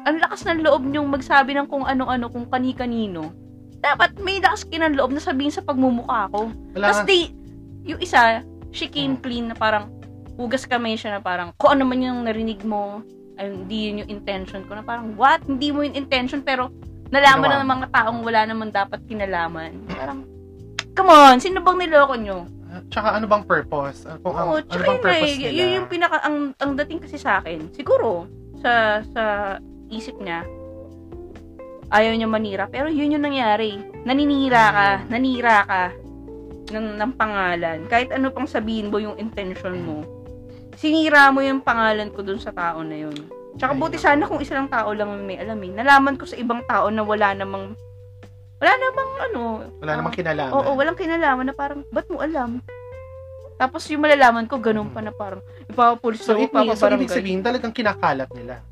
[SPEAKER 1] ang lakas ng loob nyong magsabi ng kung ano-ano, kung kani-kanino, dapat may lakas kinang loob na sabihin sa pagmumukha ako.
[SPEAKER 2] Wala
[SPEAKER 1] Tapos
[SPEAKER 2] nga.
[SPEAKER 1] they, yung isa, she came
[SPEAKER 2] Mm.
[SPEAKER 1] clean na parang, hugas kamay siya na parang, kung ano man yung narinig mo, ay, hindi yun yung intention ko. Na parang, what? Hindi mo yung intention, pero nalaman
[SPEAKER 2] Ginawa
[SPEAKER 1] na ng mga taong wala naman dapat kinalaman. Parang, come on, sino bang niloko nyo?
[SPEAKER 2] Tsaka ano bang purpose? Ano, kung ang,
[SPEAKER 1] Oo,
[SPEAKER 2] ano
[SPEAKER 1] tsaka yun
[SPEAKER 2] bang
[SPEAKER 1] nga
[SPEAKER 2] purpose
[SPEAKER 1] eh,
[SPEAKER 2] nila?
[SPEAKER 1] yun yung pinaka, ang, ang dating kasi sa akin, siguro, sa, sa isip niya, ayaw niya manira, pero yun yung nangyari. Naninira ka,
[SPEAKER 2] Mm.
[SPEAKER 1] nanira ka ng, ng pangalan. Kahit ano pang sabihin mo yung intention mo, sinira mo yung pangalan ko dun sa tao na yun. Tsaka
[SPEAKER 2] Ay,
[SPEAKER 1] buti
[SPEAKER 2] naku.
[SPEAKER 1] sana kung isang tao lang ang may alam eh. Nalaman ko sa ibang tao na wala namang, wala namang ano,
[SPEAKER 2] Wala namang kinalaman.
[SPEAKER 1] Oo, walang kinalaman na parang, ba't mo alam? Tapos yung malalaman ko, ganun pa na parang, ipapapulis
[SPEAKER 2] Hmm. so,
[SPEAKER 1] so,
[SPEAKER 2] it means, so, ibig
[SPEAKER 1] ipapabarangay.
[SPEAKER 2] sabihin, talagang kinakalat nila.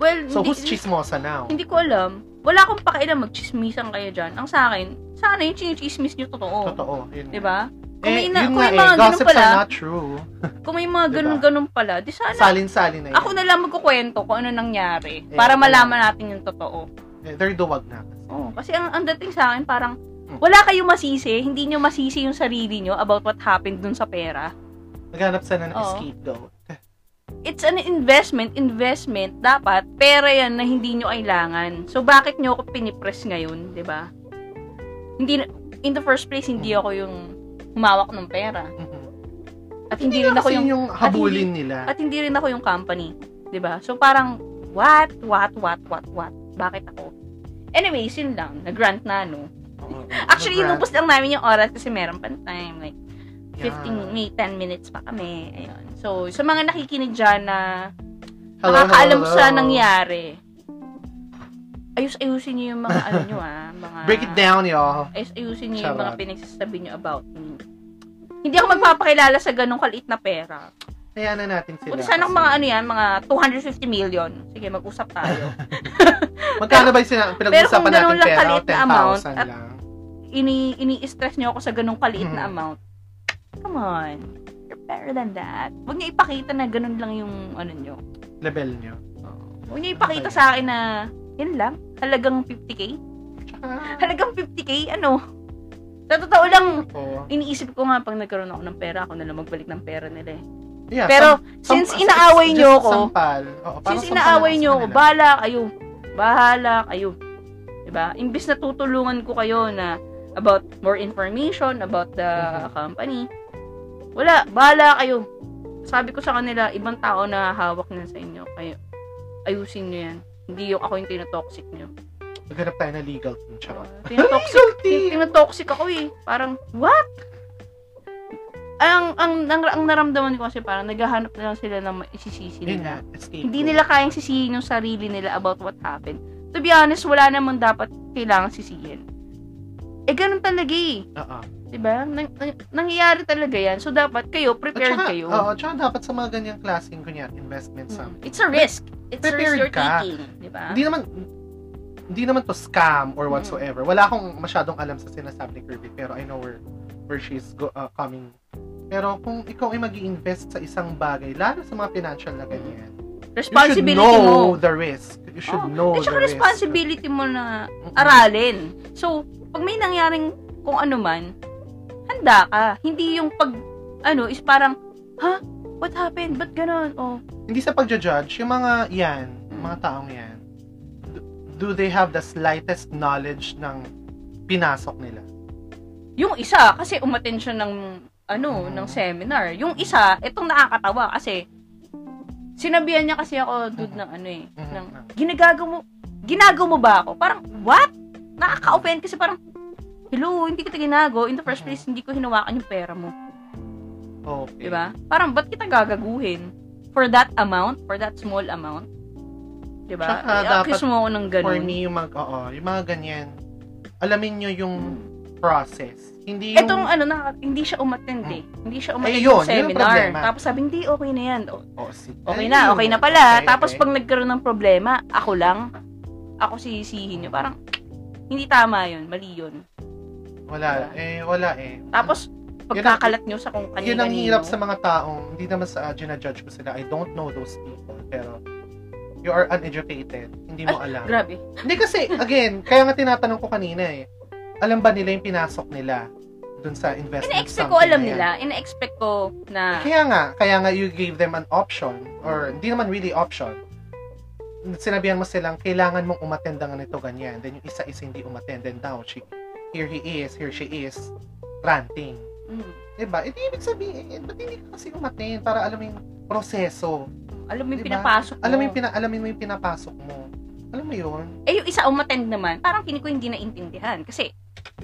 [SPEAKER 1] well,
[SPEAKER 2] So, who's
[SPEAKER 1] hindi,
[SPEAKER 2] chismosa now?
[SPEAKER 1] hindi ko alam. Wala akong pakialam magchismisan kayo dyan. Ang sa akin, sana yung chinichismis nyo totoo.
[SPEAKER 2] Totoo. Yun.
[SPEAKER 1] 'Di ba? Kung
[SPEAKER 2] Eh,
[SPEAKER 1] may ina-
[SPEAKER 2] yun
[SPEAKER 1] kung
[SPEAKER 2] nga
[SPEAKER 1] may
[SPEAKER 2] eh,
[SPEAKER 1] mga ganun
[SPEAKER 2] gossips
[SPEAKER 1] pala-
[SPEAKER 2] are not true.
[SPEAKER 1] Kung may mga
[SPEAKER 2] Diba?
[SPEAKER 1] ganun-ganun pala, di sana,
[SPEAKER 2] Salin-salin na yun.
[SPEAKER 1] ako na lang magkukwento kung ano nangyari.
[SPEAKER 2] Eh,
[SPEAKER 1] para
[SPEAKER 2] alam.
[SPEAKER 1] malaman natin yung totoo.
[SPEAKER 2] Eh, They're duwag na.
[SPEAKER 1] Oo, kasi ang, ang dating sa akin, parang,
[SPEAKER 2] Hmm.
[SPEAKER 1] wala kayong masisi, hindi nyo masisi yung sarili nyo about what happened dun sa pera.
[SPEAKER 2] Naghanap sana ng
[SPEAKER 1] Oo.
[SPEAKER 2] scapegoat.
[SPEAKER 1] it's an investment, investment, dapat, pera yan na hindi nyo kailangan. So, bakit nyo ako pinipress ngayon, di ba? Hindi, na- in the first place, hindi ako yung humawak ng pera.
[SPEAKER 2] Mhm.
[SPEAKER 1] At hindi, rin ako
[SPEAKER 2] kasi
[SPEAKER 1] Mm-hmm. yung,
[SPEAKER 2] yung habulin nila.
[SPEAKER 1] at hindi rin ako yung company, di ba? So, parang, what, what, what, what, what? Bakit ako? Anyways, yun lang. Nag-grant na, no?
[SPEAKER 2] Oo, oo.
[SPEAKER 1] Actually,
[SPEAKER 2] Nag-grant.
[SPEAKER 1] inubos lang namin yung oras kasi meron pa time. Like,
[SPEAKER 2] Yeah.
[SPEAKER 1] 15, may 10 minutes pa kami. Ayun. So, sa mga nakikinig dyan na
[SPEAKER 2] Hello,
[SPEAKER 1] nakakaalam
[SPEAKER 2] hello,
[SPEAKER 1] sa
[SPEAKER 2] hello.
[SPEAKER 1] nangyari, ayus-ayusin niyo yung mga ano nyo ah.
[SPEAKER 2] [laughs]
[SPEAKER 1] Mga,
[SPEAKER 2] Break it down, y'all.
[SPEAKER 1] Ayus-ayusin niyo yung
[SPEAKER 2] Charot.
[SPEAKER 1] mga pinagsasabi niyo about me. Hindi ako magpapakilala sa ganong kaliit na pera.
[SPEAKER 2] Kaya na natin sila.
[SPEAKER 1] Buti sana kung mga
[SPEAKER 2] kasi-
[SPEAKER 1] ano yan, mga 250 million. Sige, mag-usap
[SPEAKER 2] [laughs]
[SPEAKER 1] tayo.
[SPEAKER 2] Magkano ba yung sina- pinag-usapan
[SPEAKER 1] kung ganun
[SPEAKER 2] natin
[SPEAKER 1] lang
[SPEAKER 2] pera o
[SPEAKER 1] kaliit na amount,
[SPEAKER 2] 10,000
[SPEAKER 1] at-
[SPEAKER 2] lang?
[SPEAKER 1] Ini, ini-stress niyo ako sa ganong kaliit na
[SPEAKER 2] Hmm.
[SPEAKER 1] amount. Come on. You're better than that. Huwag niyo ipakita na ganun lang yung ano niyo.
[SPEAKER 2] Level nyo.
[SPEAKER 1] Huwag niyo ipakita
[SPEAKER 2] Ano ba
[SPEAKER 1] sa akin na, yun lang, halagang 50k.
[SPEAKER 2] Tsaka,
[SPEAKER 1] Halagang 50k, ano? Sa totoo lang,
[SPEAKER 2] oo.
[SPEAKER 1] iniisip ko nga pag nagkaroon ako ng pera, ako nalang magbalik ng pera nila eh.
[SPEAKER 2] Yeah,
[SPEAKER 1] Pero,
[SPEAKER 2] Ah, sam-
[SPEAKER 1] since
[SPEAKER 2] sam-
[SPEAKER 1] inaaway
[SPEAKER 2] just
[SPEAKER 1] niyo ako,
[SPEAKER 2] Sampal. Oo, parang
[SPEAKER 1] since
[SPEAKER 2] sampal
[SPEAKER 1] inaaway
[SPEAKER 2] lang
[SPEAKER 1] niyo ako,
[SPEAKER 2] sa kanila.
[SPEAKER 1] bahala kayo. Bahala kayo. Diba? Imbis na tutulungan ko kayo na about more information, about the
[SPEAKER 2] Mhm.
[SPEAKER 1] company, wala, bahala kayo. Sabi ko sa kanila, ibang tao na hawak na sa inyo. Kayo, ayusin niyo yan. Hindi yung ako yung tinotoxic
[SPEAKER 2] [laughs]
[SPEAKER 1] niyo.
[SPEAKER 2] Maghanap tayo ng legal team. Charot.
[SPEAKER 1] Tinotoxic,
[SPEAKER 2] Legal team!
[SPEAKER 1] tinotoxic ako eh. Parang, what? Ang, ang, ang, ang naramdaman ko kasi parang naghahanap na lang sila ng ma- isisisi
[SPEAKER 2] Yun nga,
[SPEAKER 1] nila.
[SPEAKER 2] escape.
[SPEAKER 1] Hindi nila kayang sisihin yung sarili nila about what happened. To be honest, wala namang dapat kailangan sisihin. Eh, ganun talaga eh.
[SPEAKER 2] Oo.
[SPEAKER 1] Diba? Nang, nang, nangyayari talaga yan. So, dapat kayo,
[SPEAKER 2] At
[SPEAKER 1] prepared
[SPEAKER 2] saka, ah,
[SPEAKER 1] kayo.
[SPEAKER 2] oo, tsaka dapat sa mga ganyang klaseng, kunyari, investment
[SPEAKER 1] Hmm.
[SPEAKER 2] something.
[SPEAKER 1] It's a risk. It's a risk
[SPEAKER 2] Prepared
[SPEAKER 1] you're
[SPEAKER 2] ka.
[SPEAKER 1] taking. Diba?
[SPEAKER 2] Hindi naman, hindi naman to scam
[SPEAKER 1] Hmm.
[SPEAKER 2] or whatsoever. Wala akong masyadong alam sa sinasabi ni Kirby, pero I know where where she's go, uh, coming. Pero kung ikaw ay mag invest sa isang bagay, lalo sa mga financial na ganyan, you should
[SPEAKER 1] Responsibility mo.
[SPEAKER 2] know the risk. You should
[SPEAKER 1] Oo.
[SPEAKER 2] know
[SPEAKER 1] At
[SPEAKER 2] the
[SPEAKER 1] saka
[SPEAKER 2] risk.
[SPEAKER 1] responsibility mo na
[SPEAKER 2] Mm-mm.
[SPEAKER 1] aralin. So, pag may nangyaring kung ano man, handa ka. Hindi yung pag, ano, is parang, ha? What happened? Ba't ganun? Oh,
[SPEAKER 2] Hindi sa pagja-judge, yung mga yan, yung mga taong yan, do- do they have the slightest knowledge ng pinasok nila?
[SPEAKER 1] yung isa, kasi umaten siya ng, ano,
[SPEAKER 2] Mhm.
[SPEAKER 1] ng seminar. Yung isa, itong nakakatawa kasi, sinabihan niya kasi ako, dude,
[SPEAKER 2] Mhm.
[SPEAKER 1] ng ano eh,
[SPEAKER 2] Mhm.
[SPEAKER 1] ng, ginagago mo, ginago mo ba ako? Parang, what? Nakaka-offend kasi parang, hello, hindi kita ginago. In the first
[SPEAKER 2] Mhm.
[SPEAKER 1] place, hindi ko hinawakan yung pera mo.
[SPEAKER 2] Okay.
[SPEAKER 1] Di ba? Parang, ba't kita gagaguhin? For that amount? For that small amount? Di ba?
[SPEAKER 2] Tsaka
[SPEAKER 1] Eh, Accuse
[SPEAKER 2] dapat
[SPEAKER 1] mo ako ng
[SPEAKER 2] For
[SPEAKER 1] ganun.
[SPEAKER 2] me, yung mga, oo, yung mga ganyan, alamin nyo yung process. Hindi yung, Mm.
[SPEAKER 1] Etong ano na, hindi siya umattend eh. Hindi siya umattend
[SPEAKER 2] Ayun,
[SPEAKER 1] ng
[SPEAKER 2] yun ang
[SPEAKER 1] seminar.
[SPEAKER 2] problema.
[SPEAKER 1] Tapos sabi, hindi, okay na yan. O-
[SPEAKER 2] Oh, si-
[SPEAKER 1] Okay
[SPEAKER 2] Ay,
[SPEAKER 1] na,
[SPEAKER 2] yun.
[SPEAKER 1] okay na pala.
[SPEAKER 2] Okay,
[SPEAKER 1] Tapos
[SPEAKER 2] okay.
[SPEAKER 1] pag nagkaroon ng problema, ako lang, ako sisihin nyo. Parang, hindi tama yun, mali yun.
[SPEAKER 2] Wala, eh, wala eh.
[SPEAKER 1] Tapos, pagkakalat nyo sa kung kanina
[SPEAKER 2] Yun ang hirap sa mga taong, hindi naman sa ginajudge ko sila. I don't know those people, pero you are uneducated. Hindi mo alam.
[SPEAKER 1] Grabe.
[SPEAKER 2] Hindi kasi, again, kaya nga tinatanong ko kanina eh, alam ba nila yung pinasok nila dun sa investment
[SPEAKER 1] Ina-expect ko
[SPEAKER 2] something
[SPEAKER 1] alam
[SPEAKER 2] na yan?
[SPEAKER 1] nila. Ina-expect ko na,
[SPEAKER 2] Kaya nga, kaya nga you gave them an option or hindi naman really option. Sinabihan mo silang kailangan mong umattend ng ganito ganyan. Then yung isa is hindi umattend then now she here he is, here she is ranting.
[SPEAKER 1] mm,
[SPEAKER 2] Diba? Ito ibig sabihin, eh, ba't hindi ka kasi umattend para alam mo yung proseso.
[SPEAKER 1] alam mo yung
[SPEAKER 2] Diba?
[SPEAKER 1] pinapasok mo.
[SPEAKER 2] Alam mo yung pina, alamin mo yung pinapasok mo. Alam mo yun?
[SPEAKER 1] eh, yung isa umattend naman, parang feeling ko hindi naintindihan. Kasi,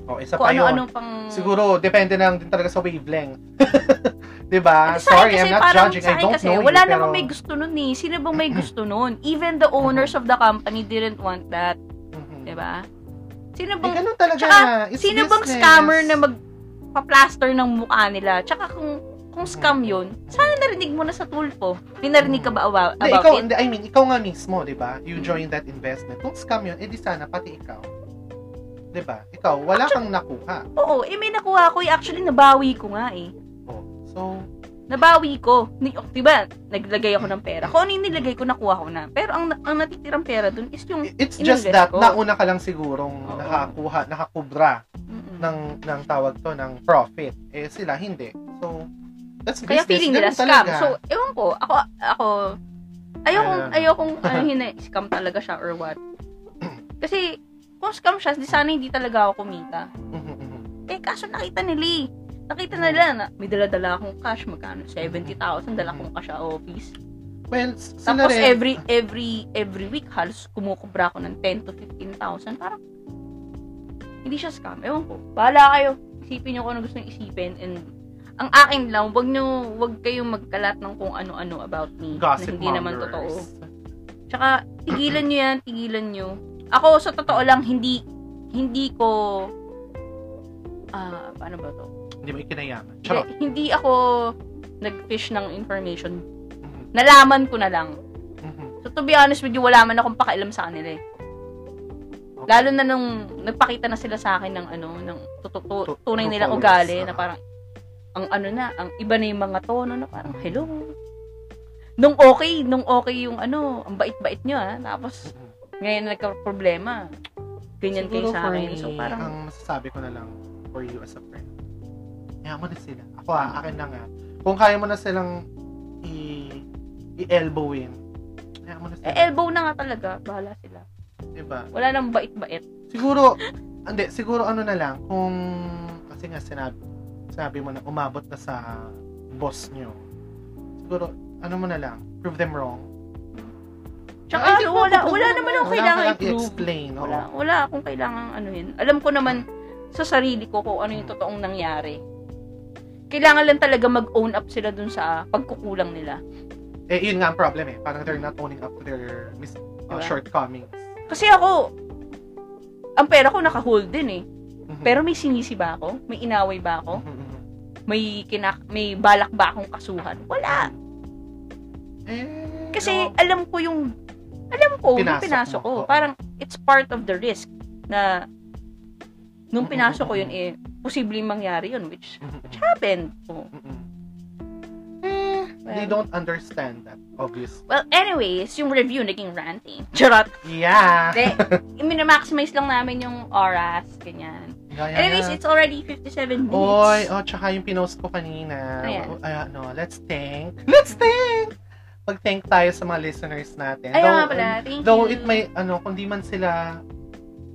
[SPEAKER 2] O, Oh, isa
[SPEAKER 1] kung
[SPEAKER 2] pa yun.
[SPEAKER 1] ano-ano pang...
[SPEAKER 2] Siguro, depende na lang din talaga sa wavelength. [laughs] 'Di ba?
[SPEAKER 1] Kasi sa akin
[SPEAKER 2] ah, Sorry, I'm
[SPEAKER 1] kasi,
[SPEAKER 2] not
[SPEAKER 1] parang
[SPEAKER 2] judging.
[SPEAKER 1] sa
[SPEAKER 2] I
[SPEAKER 1] akin
[SPEAKER 2] don't
[SPEAKER 1] kasi,
[SPEAKER 2] know
[SPEAKER 1] Wala
[SPEAKER 2] you, pero...
[SPEAKER 1] namang may gusto nun eh. Sino bang
[SPEAKER 2] [clears throat]
[SPEAKER 1] may gusto nun? Even the owners of the company didn't want that.
[SPEAKER 2] Mhm.
[SPEAKER 1] di ba? Sino
[SPEAKER 2] Eh,
[SPEAKER 1] bang,
[SPEAKER 2] ganun talaga.
[SPEAKER 1] Oh. Tsaka,
[SPEAKER 2] It's
[SPEAKER 1] sino bang
[SPEAKER 2] business.
[SPEAKER 1] scammer na magpa-plaster ng mukha nila? Tsaka kung kung scam yun, sana narinig mo na sa tulpo. May narinig ka ba awa-
[SPEAKER 2] Hindi,
[SPEAKER 1] about
[SPEAKER 2] ikaw,
[SPEAKER 1] it?
[SPEAKER 2] hindi, I mean, ikaw nga mismo, di ba? You joined that investment. Kung scam yun, edi sana pati ikaw. Di ba? Ikaw, wala kang nakuha.
[SPEAKER 1] Oo, eh may nakuha ko eh. Actually, nabawi ko nga eh.
[SPEAKER 2] Oh, so,
[SPEAKER 1] Nabawi ko. Ni- oh, Diba, naglagay ako ng pera. Kung ano yung nilagay ko, nakuha ko na. Pero ang, ang natitirang pera dun is yung...
[SPEAKER 2] it's
[SPEAKER 1] Hmm, Ininvest
[SPEAKER 2] just that,
[SPEAKER 1] ko.
[SPEAKER 2] nauna ka lang sigurong
[SPEAKER 1] Oo.
[SPEAKER 2] nakakuha, nakakubra
[SPEAKER 1] Mm-mm.
[SPEAKER 2] ng, ng tawag to, ng profit. Eh, sila, hindi. So, That's
[SPEAKER 1] Kaya
[SPEAKER 2] business.
[SPEAKER 1] feeling nila
[SPEAKER 2] Ganun
[SPEAKER 1] scam.
[SPEAKER 2] talaga.
[SPEAKER 1] So, ewan ko. Ako, ako, ayokong,
[SPEAKER 2] Ayun. [laughs]
[SPEAKER 1] ayokong, ano yun eh, scam talaga siya or what. Kasi, kung scam siya, di sana hindi talaga ako kumita.
[SPEAKER 2] Mhm, mhm.
[SPEAKER 1] Eh, kaso nakita ni Lee. Nakita na nila na may dala-dala akong cash, magkano? 70,000, dala akong cash sa office.
[SPEAKER 2] well, s- sila
[SPEAKER 1] Tapos
[SPEAKER 2] rin.
[SPEAKER 1] every every every week halos kumukubra ko ng 10 to 15,000. Parang hindi siya scam. Ewan ko. Bahala kayo. Isipin niyo kung ano gusto niyo isipin and ang akin lang, wag niyo wag kayong magkalat ng kung ano-ano about me na
[SPEAKER 2] gossip
[SPEAKER 1] hindi naman
[SPEAKER 2] mongers.
[SPEAKER 1] totoo. Tsaka tigilan niyo 'yan, tigilan niyo. Ako sa totoo lang hindi hindi ko ah paano ba 'to?
[SPEAKER 2] Hindi mo ikinayaman.
[SPEAKER 1] Hindi,
[SPEAKER 2] Charot.
[SPEAKER 1] hindi ako nag-fish ng information.
[SPEAKER 2] Mhm,
[SPEAKER 1] Nalaman ko na lang.
[SPEAKER 2] mhm.
[SPEAKER 1] So to be honest with you, wala man akong pakialam sa kanila eh. Lalo na nung nagpakita na sila sa akin ng ano, ng tututu,
[SPEAKER 2] Tu-
[SPEAKER 1] tunay nilang
[SPEAKER 2] tutorials,
[SPEAKER 1] ugali na
[SPEAKER 2] ah.
[SPEAKER 1] parang ang ano na, ang iba na yung mga tono na parang hello. Nung okay, nung okay yung ano, ang bait-bait nyo ah. Tapos
[SPEAKER 2] Mhm.
[SPEAKER 1] ngayon nagka-problema. Ganyan kayo
[SPEAKER 3] Siguro
[SPEAKER 1] sa
[SPEAKER 3] for
[SPEAKER 1] akin.
[SPEAKER 3] me,
[SPEAKER 1] So parang
[SPEAKER 2] ang masasabi ko na lang for you as a friend, kaya mo na sila. Ako ah, akin lang ah. Kung kaya mo na silang i- i-elbowin, kaya mo na sila.
[SPEAKER 1] eh, elbow na nga talaga, bahala sila.
[SPEAKER 2] Diba?
[SPEAKER 1] Wala nang bait-bait.
[SPEAKER 2] Siguro, hindi, siguro ano na lang, kung, kasi nga sinabi, sinabi mo na umabot na sa boss nyo, siguro, ano mo na lang, prove them wrong.
[SPEAKER 1] Tsaka ano,
[SPEAKER 2] I think
[SPEAKER 1] wala,
[SPEAKER 2] mapaprove
[SPEAKER 1] wala
[SPEAKER 2] mo
[SPEAKER 1] naman
[SPEAKER 2] yun.
[SPEAKER 1] akong
[SPEAKER 2] Wala
[SPEAKER 1] kailangan
[SPEAKER 2] kang
[SPEAKER 1] i-prove.
[SPEAKER 2] explain oo.
[SPEAKER 1] Wala, wala akong kailangan ano yun. Alam ko naman sa sarili ko kung ano yung totoong nangyari. Kailangan lang talaga mag-own up sila dun sa pagkukulang nila.
[SPEAKER 2] Eh, yun nga ang problem eh. Parang they're not owning up to their mis- uh,
[SPEAKER 1] Diba?
[SPEAKER 2] shortcomings.
[SPEAKER 1] Kasi ako, ang pera ko naka-hold din eh.
[SPEAKER 2] Mhm.
[SPEAKER 1] Pero may sinisi ba ako? May inaway ba ako?
[SPEAKER 2] Mhm, mhm.
[SPEAKER 1] May, kinak may balak ba akong kasuhan? Wala.
[SPEAKER 2] Eh,
[SPEAKER 1] ah. Kasi
[SPEAKER 2] no.
[SPEAKER 1] alam ko yung, alam ko yung
[SPEAKER 2] Pinasok
[SPEAKER 1] pinasok
[SPEAKER 2] mo,
[SPEAKER 1] ko.
[SPEAKER 2] oo.
[SPEAKER 1] Parang it's part of the risk na nung
[SPEAKER 2] Mm,
[SPEAKER 1] pinasok ko
[SPEAKER 2] mm,
[SPEAKER 1] yun eh, posibleng mangyari yun which
[SPEAKER 2] Mhm, mhm.
[SPEAKER 1] happened. Oo.
[SPEAKER 2] Mm-mm.
[SPEAKER 1] Mm-hmm.
[SPEAKER 2] Eh,
[SPEAKER 1] Well.
[SPEAKER 2] They don't understand that, obviously.
[SPEAKER 1] Well, anyways, yung review naging ranty. [laughs] Charot.
[SPEAKER 2] Yeah.
[SPEAKER 1] Hindi. Minamaximize lang namin yung oras. Ganyan.
[SPEAKER 2] Gaya
[SPEAKER 1] Anyways,
[SPEAKER 2] nga.
[SPEAKER 1] it's already 57 minutes.
[SPEAKER 2] Oy, oh, tsaka yung pinost ko kanina.
[SPEAKER 1] Ayan.
[SPEAKER 2] Ay, ano, let's thank. Let's thank! Mag-thank tayo sa mga listeners natin.
[SPEAKER 1] Ayun
[SPEAKER 2] Though,
[SPEAKER 1] nga pala. Thank
[SPEAKER 2] Though
[SPEAKER 1] you.
[SPEAKER 2] it may, ano, kung di man sila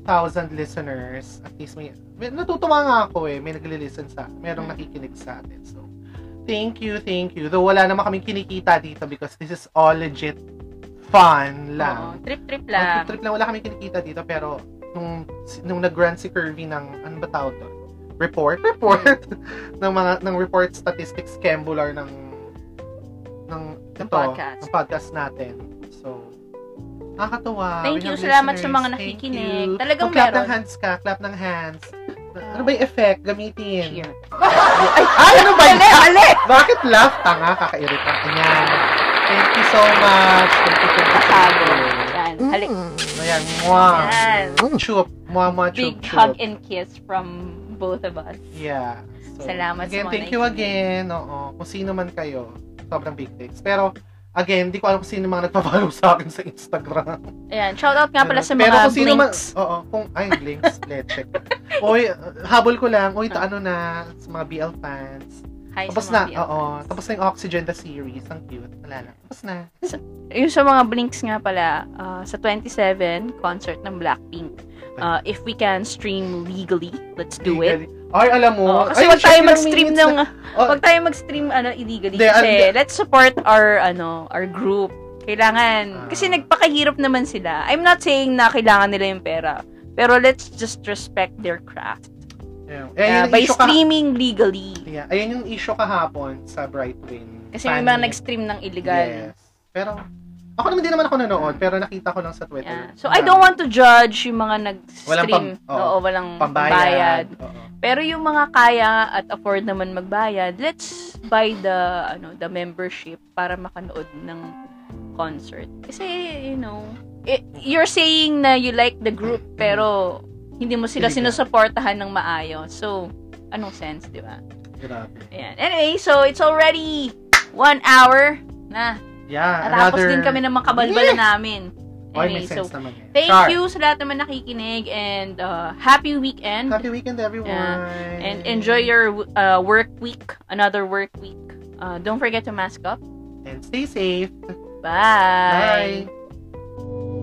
[SPEAKER 2] thousand listeners, at least may, may natutuwa nga ako eh, may nagli-listen sa, merong
[SPEAKER 1] Hmm.
[SPEAKER 2] nakikinig sa atin. So, thank you, thank you. Though wala naman kaming kinikita dito because this is all legit
[SPEAKER 1] Oo,
[SPEAKER 2] fun lang.
[SPEAKER 1] Oh,
[SPEAKER 2] Oh,
[SPEAKER 1] Trip-trip lang.
[SPEAKER 2] Lang. Trip lang, wala kaming kinikita dito pero nung nung nag-grant si Curvy ng ano ba tawag doon? Report, report [laughs] ng mga ng report statistics Kembular ng ng
[SPEAKER 1] Ng
[SPEAKER 2] ito,
[SPEAKER 1] podcast.
[SPEAKER 2] ng podcast natin. So nakakatuwa.
[SPEAKER 1] Thank
[SPEAKER 2] We
[SPEAKER 1] you.
[SPEAKER 2] have
[SPEAKER 1] Salamat sa
[SPEAKER 2] listeners.
[SPEAKER 1] mga
[SPEAKER 2] Thank
[SPEAKER 1] nakikinig.
[SPEAKER 2] you.
[SPEAKER 1] Talagang
[SPEAKER 2] Oh, clap
[SPEAKER 1] meron.
[SPEAKER 2] ng hands ka, clap ng hands. Ano ba yung effect gamitin?
[SPEAKER 1] Cheer.
[SPEAKER 2] Ay, ay, ano ba? Mali, mali! [laughs] Bakit laugh? Tanga, kakairita. Ayan. Thank you so much. Thank you, thank you, thank
[SPEAKER 1] Pasado.
[SPEAKER 2] you.
[SPEAKER 1] Yan. Halik.
[SPEAKER 2] Ayan, mwah.
[SPEAKER 1] Yan.
[SPEAKER 2] Chup. Mwah, mwah, chup,
[SPEAKER 1] Big
[SPEAKER 2] chup.
[SPEAKER 1] hug and kiss from both of us.
[SPEAKER 2] Yeah. So,
[SPEAKER 1] Salamat sa
[SPEAKER 2] again,
[SPEAKER 1] mga
[SPEAKER 2] thank you
[SPEAKER 1] nakikinig.
[SPEAKER 2] again. Oo. Kung sino man kayo, sobrang big thanks. Pero, again, di ko alam kung sino mga nagpa-follow sa akin sa Instagram.
[SPEAKER 1] Ayan. Shoutout nga pala sa
[SPEAKER 2] Pero
[SPEAKER 1] mga
[SPEAKER 2] kung sino man-
[SPEAKER 1] blinks.
[SPEAKER 2] oo, kung, ay,
[SPEAKER 1] [laughs]
[SPEAKER 2] blinks, let's check. Uy, habol ko lang. Uy, ta- ano na, sa mga BL fans.
[SPEAKER 1] Hi
[SPEAKER 2] Tapos
[SPEAKER 1] Ah. sa mga
[SPEAKER 2] na,
[SPEAKER 1] BL
[SPEAKER 2] oo.
[SPEAKER 1] fans.
[SPEAKER 2] Tapos na yung Oxygen the series. Ang cute. Wala lang. Tapos na.
[SPEAKER 1] yung sa mga Blinks nga pala, ah, sa 27, concert ng Blackpink. Ah, if we can stream legally, let's do it.
[SPEAKER 2] Ay, alam mo.
[SPEAKER 1] Oo, kasi
[SPEAKER 2] Ay,
[SPEAKER 1] wag tayo
[SPEAKER 2] shit, ilang
[SPEAKER 1] mag-stream
[SPEAKER 2] minutes
[SPEAKER 1] ng
[SPEAKER 2] na- Oh,
[SPEAKER 1] wag tayo mag-stream ano illegally
[SPEAKER 2] Hindi, ah,
[SPEAKER 1] kasi
[SPEAKER 2] ang-
[SPEAKER 1] let's support our ano our group. Kailangan
[SPEAKER 2] Ah.
[SPEAKER 1] kasi nagpakahirap naman sila. I'm not saying na kailangan nila yung pera, pero let's just respect their craft.
[SPEAKER 2] yeah.
[SPEAKER 1] Ah,
[SPEAKER 2] Eh, yun ang
[SPEAKER 1] by
[SPEAKER 2] issue ka-
[SPEAKER 1] streaming legally.
[SPEAKER 2] Yeah. Ayan yung issue kahapon sa Brightwin.
[SPEAKER 1] Kasi may mga
[SPEAKER 2] Fan
[SPEAKER 1] nag-stream ng illegal.
[SPEAKER 2] Yes. Pero, ako naman din naman ako nanood, pero nakita ko lang sa Twitter.
[SPEAKER 1] Yeah. So I don't want to judge yung mga
[SPEAKER 2] Walang
[SPEAKER 1] nag-stream.
[SPEAKER 2] pam- oo.
[SPEAKER 1] Oo, walang
[SPEAKER 2] pambayad.
[SPEAKER 1] pambayad.
[SPEAKER 2] Oo.
[SPEAKER 1] Pero yung mga kaya at afford naman magbayad, let's buy the ano, the membership para makanood ng concert. Kasi you know, i- you're saying na you like the group pero hindi mo sila
[SPEAKER 2] Hindi ka.
[SPEAKER 1] sinusuportahan ng maayos. So, anong sense, di ba?
[SPEAKER 2] Grabe.
[SPEAKER 1] Ayan. Anyway, so it's already one hour na.
[SPEAKER 2] Yeah,
[SPEAKER 1] Natapos
[SPEAKER 2] another...
[SPEAKER 1] din kami ng mga kabalbala
[SPEAKER 2] Yeah.
[SPEAKER 1] namin.
[SPEAKER 2] Oy,
[SPEAKER 1] Anyway,
[SPEAKER 2] may sense
[SPEAKER 1] so
[SPEAKER 2] naman eh.
[SPEAKER 1] thank
[SPEAKER 2] Char.
[SPEAKER 1] you sa lahat naman nakikinig and uh, happy weekend.
[SPEAKER 2] Happy weekend, everyone.
[SPEAKER 1] Yeah. And enjoy your uh, work week, another work week. Uh, don't forget to mask up.
[SPEAKER 2] And stay safe.
[SPEAKER 1] Bye!
[SPEAKER 2] Bye.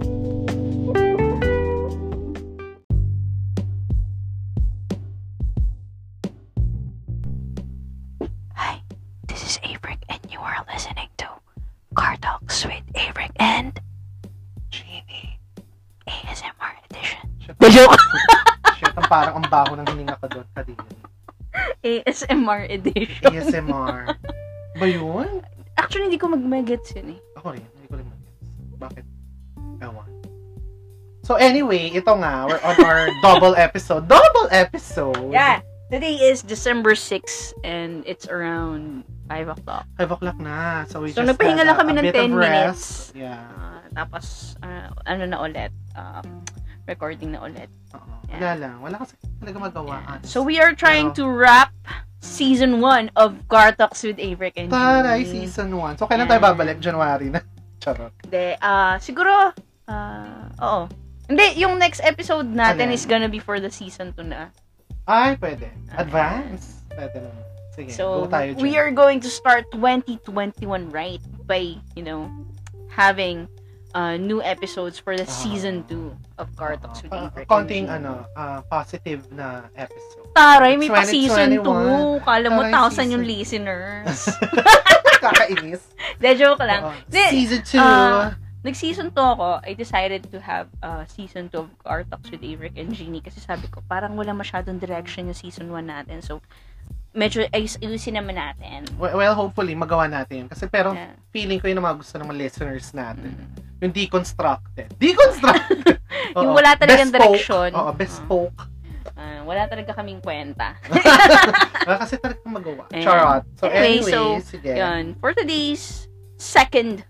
[SPEAKER 3] Hi, this is Abrick, and you are listening to Car Talks with Abrick and
[SPEAKER 2] Genie.
[SPEAKER 3] ASMR Edition.
[SPEAKER 2] Shit,
[SPEAKER 3] joke!
[SPEAKER 2] shit, ang parang ang baho ng hininga ko doon
[SPEAKER 1] [laughs]
[SPEAKER 2] kanina.
[SPEAKER 1] ASMR edition.
[SPEAKER 2] [laughs] ASMR. ba yun?
[SPEAKER 1] Actually, hindi ko mag-megets yun eh.
[SPEAKER 2] Ako rin. Hindi ko rin mag-guess. Bakit? Ewan. So anyway, ito nga, we're on
[SPEAKER 1] [laughs]
[SPEAKER 2] our double episode. Double episode!
[SPEAKER 1] Yeah! Today is December 6 and it's around 5 o'clock.
[SPEAKER 2] 5 o'clock na. So we
[SPEAKER 1] So,
[SPEAKER 2] just
[SPEAKER 1] nagpahinga
[SPEAKER 2] had
[SPEAKER 1] lang
[SPEAKER 2] a-
[SPEAKER 1] kami
[SPEAKER 2] a
[SPEAKER 1] ng
[SPEAKER 2] bit of
[SPEAKER 1] 10 minutes.
[SPEAKER 2] rest. Yeah.
[SPEAKER 1] Ah, tapos, ah, ano na ulit? Um, recording na ulit.
[SPEAKER 2] Oo.
[SPEAKER 1] Yeah.
[SPEAKER 2] Wala lang. Wala kasi talaga magawa.
[SPEAKER 1] Yeah. So we are trying to wrap season 1 of Car Talks with Averick and
[SPEAKER 2] Taray,
[SPEAKER 1] Jeannie.
[SPEAKER 2] season 1. So, kailan
[SPEAKER 1] Yeah.
[SPEAKER 2] tayo babalik? January na. [laughs] Charot.
[SPEAKER 1] Hindi, ah, siguro, ah, oo. Hindi, yung next episode natin
[SPEAKER 2] Ano yan?
[SPEAKER 1] is gonna be for the season 2 na.
[SPEAKER 2] Ay, pwede. Advance. Pwede naman. Sige,
[SPEAKER 1] Ah. So,
[SPEAKER 2] go tayo dyan.
[SPEAKER 1] we are going to start 2021 right by, you know, having uh, new episodes for the
[SPEAKER 2] Ah.
[SPEAKER 1] season 2 of Car Talks with
[SPEAKER 2] Ah,
[SPEAKER 1] Averick and
[SPEAKER 2] konting
[SPEAKER 1] Jeannie.
[SPEAKER 2] ano, ah, positive na
[SPEAKER 1] [laughs]
[SPEAKER 2] episode. [laughs]
[SPEAKER 1] Taray, may pa season
[SPEAKER 2] 2021.
[SPEAKER 1] 2. Kala mo,
[SPEAKER 2] Taray,
[SPEAKER 1] 1,000
[SPEAKER 2] season.
[SPEAKER 1] yung
[SPEAKER 2] [laughs]
[SPEAKER 1] listeners.
[SPEAKER 2] Kakainis.
[SPEAKER 1] De, joke lang.
[SPEAKER 2] Oo.
[SPEAKER 1] Di,
[SPEAKER 2] Season 2.
[SPEAKER 1] ah, Nag-season 2 ako, I decided to have uh, season 2 of Car Talks with Eric and Jeannie kasi sabi ko, parang wala masyadong direction yung season 1 natin. So, medyo ayus- ayusin naman natin.
[SPEAKER 2] well, well, hopefully, magawa natin. yun. Kasi pero, [laughs]
[SPEAKER 1] Yeah.
[SPEAKER 2] feeling ko yun ang mga gusto ng mga listeners natin.
[SPEAKER 1] Mm. [laughs]
[SPEAKER 2] Yung deconstructed. Deconstructed!
[SPEAKER 1] Yung
[SPEAKER 2] Oo.
[SPEAKER 1] wala talagang
[SPEAKER 2] Bespoke.
[SPEAKER 1] direction.
[SPEAKER 2] Oo, bespoke.
[SPEAKER 1] Ah, wala talaga kaming
[SPEAKER 2] [laughs]
[SPEAKER 1] kwenta.
[SPEAKER 2] Wala kasi talaga magawa.
[SPEAKER 1] Ayan.
[SPEAKER 2] Charot. So,
[SPEAKER 1] Anyway,
[SPEAKER 2] anyway,
[SPEAKER 1] Mm. so,
[SPEAKER 2] sige.
[SPEAKER 1] Yun. For today's second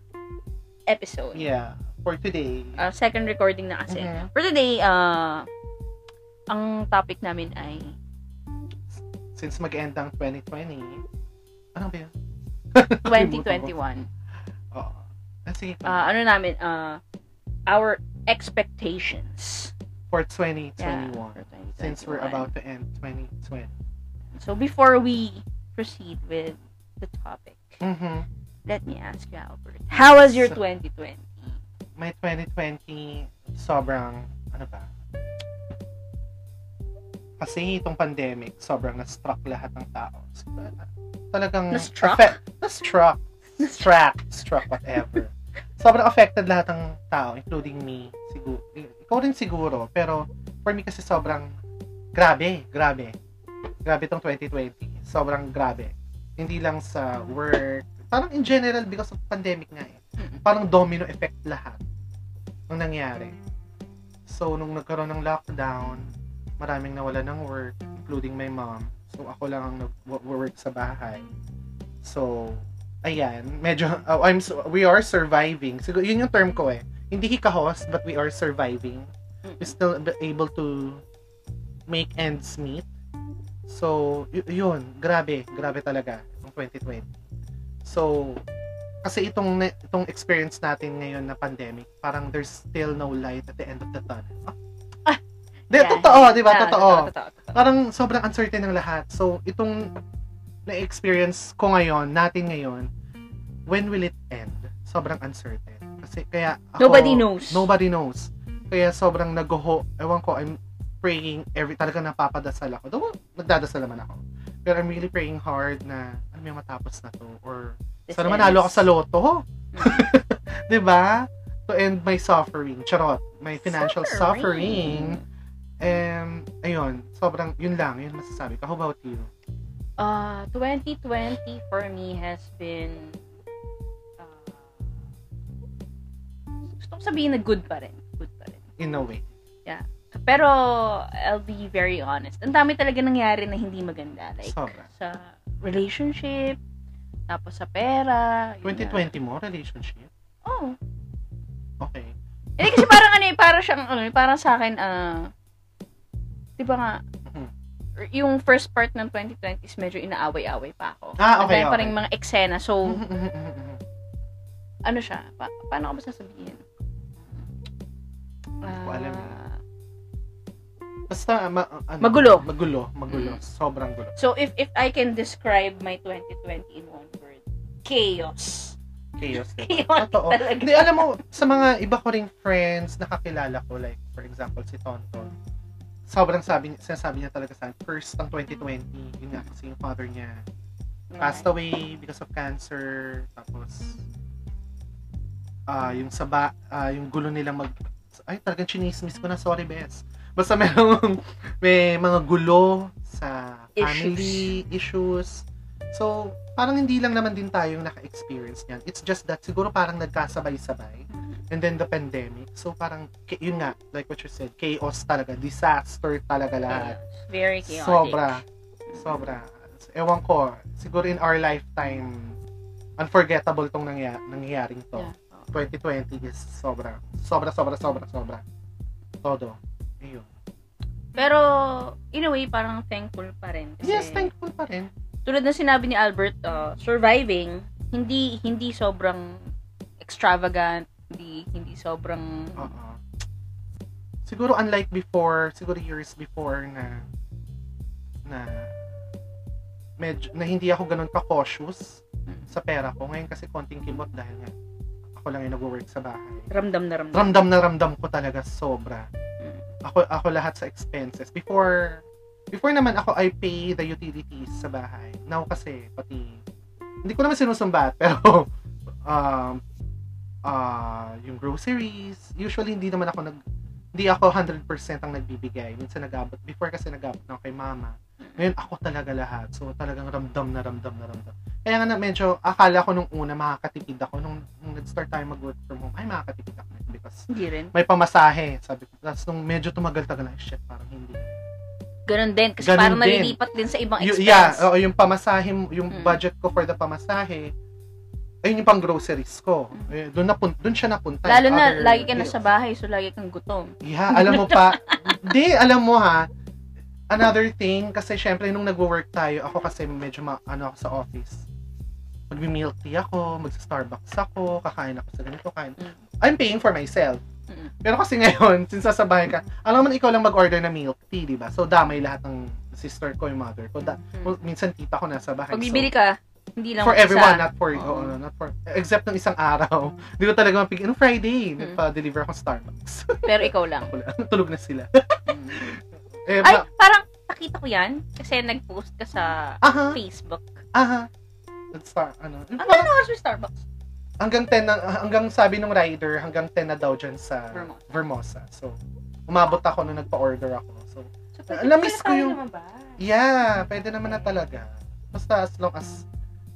[SPEAKER 1] episode.
[SPEAKER 2] Yeah. For today.
[SPEAKER 1] Uh, second recording na kasi.
[SPEAKER 2] Mhm.
[SPEAKER 1] For today, uh, ang topic namin ay
[SPEAKER 2] Since mag-end ang 2020. Ano ba yun?
[SPEAKER 1] 2021.
[SPEAKER 2] [laughs] Oo. Ah, sige.
[SPEAKER 1] Uh, ano namin, uh, our expectations.
[SPEAKER 2] for 2021.
[SPEAKER 1] Yeah, for 2021.
[SPEAKER 2] Since we're about to end 2020.
[SPEAKER 1] So before we proceed with the topic,
[SPEAKER 2] Mm-hmm.
[SPEAKER 1] let me ask you, Albert. How was your
[SPEAKER 2] So-
[SPEAKER 1] 2020?
[SPEAKER 2] My 2020, sobrang, ano ba? Kasi itong pandemic, sobrang na-struck lahat ng tao. So, Talagang...
[SPEAKER 1] Na-struck?
[SPEAKER 2] affe- na-struck. Struck. Struck, whatever. sobrang affected lahat ng tao, including me. Siguro. Ikaw rin siguro, pero for me kasi sobrang grabe, grabe. Grabe tong 2020. Sobrang grabe. Hindi lang sa work. Parang in general, because of pandemic nga eh.
[SPEAKER 1] Mm.
[SPEAKER 2] Parang domino effect lahat ang nangyari. So, nung nagkaroon ng lockdown, maraming nawala ng work, including my mom. So, ako lang ang nag-work sa bahay. So, ayan, medyo, oh, I'm, so- we are surviving. Siguro, yun yung term ko eh. Hindi hikahos, but we are surviving. We're still ab- able to make ends meet. So, y- yun, grabe, grabe talaga ng 2020. So, kasi itong na- itong experience natin ngayon na pandemic, parang there's still no light at the end of the tunnel. Ah.
[SPEAKER 1] Ah,
[SPEAKER 2] Di,
[SPEAKER 1] yeah.
[SPEAKER 2] totoo, di ba?
[SPEAKER 1] Ah,
[SPEAKER 2] totoo
[SPEAKER 1] totoo, totoo.
[SPEAKER 2] parang sobrang uncertain ng lahat. So, itong na-experience ko ngayon, natin ngayon, when will it end? Sobrang uncertain. Kasi kaya ako,
[SPEAKER 1] Nobody knows.
[SPEAKER 2] Nobody knows. Kaya sobrang naguho. Ewan ko, I'm praying every, talaga napapadasal ako. Though, nagdadasal naman ako. Pero I'm really praying hard na, ano yung matapos na to? Or,
[SPEAKER 1] This
[SPEAKER 2] sana manalo ako
[SPEAKER 1] is-
[SPEAKER 2] sa loto. [laughs] 'Di ba? To end my suffering. Charot. My financial suffering. Um, ayun, sobrang, yun lang, yun masasabi ko. How about you?
[SPEAKER 1] Uh, 2020 for me has been uh, gusto ko sabihin na good pa rin. Good pa rin.
[SPEAKER 2] In a way.
[SPEAKER 1] Pero I'll be very honest. Ang dami talaga nangyari na hindi maganda. Like
[SPEAKER 2] Sobra.
[SPEAKER 1] sa relationship, tapos sa pera. yun nga.
[SPEAKER 2] 2020 mo, relationship?
[SPEAKER 1] Oh.
[SPEAKER 2] Okay.
[SPEAKER 1] Hindi kasi parang ano eh, parang siyang, ano, eh, parang sa akin, ah, di ba nga,
[SPEAKER 2] Mhm.
[SPEAKER 1] yung first part ng 2020 is medyo inaaway-away pa ako.
[SPEAKER 2] Ah,
[SPEAKER 1] Ang dami pa
[SPEAKER 2] okay, okay. Mm-hmm.
[SPEAKER 1] rin mga eksena.
[SPEAKER 2] Oh.
[SPEAKER 1] So,
[SPEAKER 2] Hindi
[SPEAKER 1] ano siya, pa- paano ko ba sasabihin?
[SPEAKER 2] ko alam eh.
[SPEAKER 1] Ah,
[SPEAKER 2] [laughs] Basta, ah, ma- ano,
[SPEAKER 1] Magulo.
[SPEAKER 2] Magulo, Mm. magulo. Sobrang gulo.
[SPEAKER 1] So, if if I can describe my 2020 in one word,
[SPEAKER 2] [laughs]
[SPEAKER 1] chaos.
[SPEAKER 2] Chaos. din.
[SPEAKER 1] Chaos
[SPEAKER 2] Totoo.
[SPEAKER 1] talaga.
[SPEAKER 2] Hindi, alam mo, sa mga iba ko ring friends, nakakilala ko, like, for example, si Tonton, sobrang sabi, sinasabi niya talaga sa akin, first ng 2020, yun nga, kasi yung father niya, passed away because of cancer. Tapos, ah yung saba, ah yung gulo nilang mag... Ay, talagang chinismis ko na. Sorry, bes. Basta merong, [laughs] may mga gulo sa family, issues. So, parang hindi lang naman din tayo yung naka-experience niyan. It's just that siguro parang nagkasabay-sabay. And then the pandemic. So, parang, ki- yun nga, like what you said, chaos talaga. Disaster talaga lahat.
[SPEAKER 1] Very chaotic.
[SPEAKER 2] Sobra. Sobra. Ewan ko, siguro in our lifetime, unforgettable tong nangya- nangyayaring to.
[SPEAKER 1] Yeah.
[SPEAKER 2] 2020 is sobra. Sobra, sobra, sobra, sobra. Todo. Ayun.
[SPEAKER 1] Pero, in a way, parang thankful pa rin. Kasi,
[SPEAKER 2] Yes, thankful pa rin.
[SPEAKER 1] Tulad ng sinabi ni Albert, uh, surviving, hindi hindi sobrang extravagant, hindi, hindi sobrang...
[SPEAKER 2] Oo. Siguro unlike before, siguro years before na na medyo, na hindi ako ganun ka-cautious sa pera ko. Ngayon kasi konting kimot dahil nga ako lang yung nag-work sa bahay.
[SPEAKER 1] ramdam na ramdam.
[SPEAKER 2] ramdam na ramdam ko talaga sobra.
[SPEAKER 1] Mm.
[SPEAKER 2] Ako ako lahat sa expenses. Before before naman ako I pay the utilities sa bahay. Now kasi pati hindi ko naman sinusumbat [laughs] pero um ah yung groceries, usually hindi naman ako nag hindi ako 100% ang nagbibigay. Minsan nagabot before kasi nagabot na ako kay mama.
[SPEAKER 1] Mm.
[SPEAKER 2] Ngayon ako talaga lahat. So talagang ramdam na ramdam na ramdam. Kaya nga na medyo akala ko nung una makakatipid ako nung, nung nag-start tayo mag-work from home. Ay makakatipid ako because
[SPEAKER 1] Hindi rin.
[SPEAKER 2] may pamasahe, sabi ko. Tapos nung medyo tumagal-tagal na, shit, parang hindi.
[SPEAKER 1] Ganun din. Kasi
[SPEAKER 2] Ganun
[SPEAKER 1] parang
[SPEAKER 2] din.
[SPEAKER 1] nalilipat din sa ibang
[SPEAKER 2] Y-
[SPEAKER 1] expense.
[SPEAKER 2] yeah, oh, oo, yung pamasahe, yung
[SPEAKER 1] Mm.
[SPEAKER 2] budget ko for the pamasahe, ayun yung pang groceries ko. Eh, doon, napun- doon siya napunta.
[SPEAKER 1] Mm. Lalo na,
[SPEAKER 2] Other
[SPEAKER 1] lagi ka na
[SPEAKER 2] bills.
[SPEAKER 1] sa bahay, so lagi kang gutom.
[SPEAKER 2] Yeah, alam mo pa. Hindi, alam mo ha. Another thing, kasi syempre nung nagwo-work tayo, ako kasi medyo ma- ano ako sa office. Magmi-milk tea ako, magsa-Starbucks ako, kakain ako sa ganito, kain.
[SPEAKER 1] Mm.
[SPEAKER 2] I'm paying for myself.
[SPEAKER 1] Mm.
[SPEAKER 2] Pero kasi ngayon, since nasa bahay ka, alam mo na ikaw lang mag-order ng milk tea, di ba? So, damay lahat ng sister ko, yung mother ko. Da-
[SPEAKER 1] Mm.
[SPEAKER 2] Minsan tita ko nasa bahay.
[SPEAKER 1] Pag
[SPEAKER 2] So,
[SPEAKER 1] bibili ka, hindi lang
[SPEAKER 2] for
[SPEAKER 1] isa.
[SPEAKER 2] everyone, ah. not for,
[SPEAKER 1] Oo.
[SPEAKER 2] oo, not for, except nung isang araw. Hindi ko talaga mapig, ano Friday,
[SPEAKER 1] Mm.
[SPEAKER 2] nagpa-deliver ako ng Starbucks. [laughs]
[SPEAKER 1] Pero ikaw lang.
[SPEAKER 2] Wala, tulog na sila. Eh,
[SPEAKER 1] Ay,
[SPEAKER 2] ma-
[SPEAKER 1] parang nakita ko yan. Kasi nag-post ka sa
[SPEAKER 2] aha,
[SPEAKER 1] Facebook.
[SPEAKER 2] aha. Let's start, ano.
[SPEAKER 1] Ang
[SPEAKER 2] Parang
[SPEAKER 1] gano'n oras yung Starbucks?
[SPEAKER 2] hanggang 10 na, hanggang sabi nung rider, hanggang 10 na daw dyan sa
[SPEAKER 1] Vermosa.
[SPEAKER 2] Vermosa. So, umabot ako nung nagpa-order ako. So,
[SPEAKER 1] So,
[SPEAKER 2] Ah, namiss ko
[SPEAKER 1] tayo
[SPEAKER 2] yung-
[SPEAKER 1] naman ba?
[SPEAKER 2] yeah, pwede naman na talaga. Basta as long as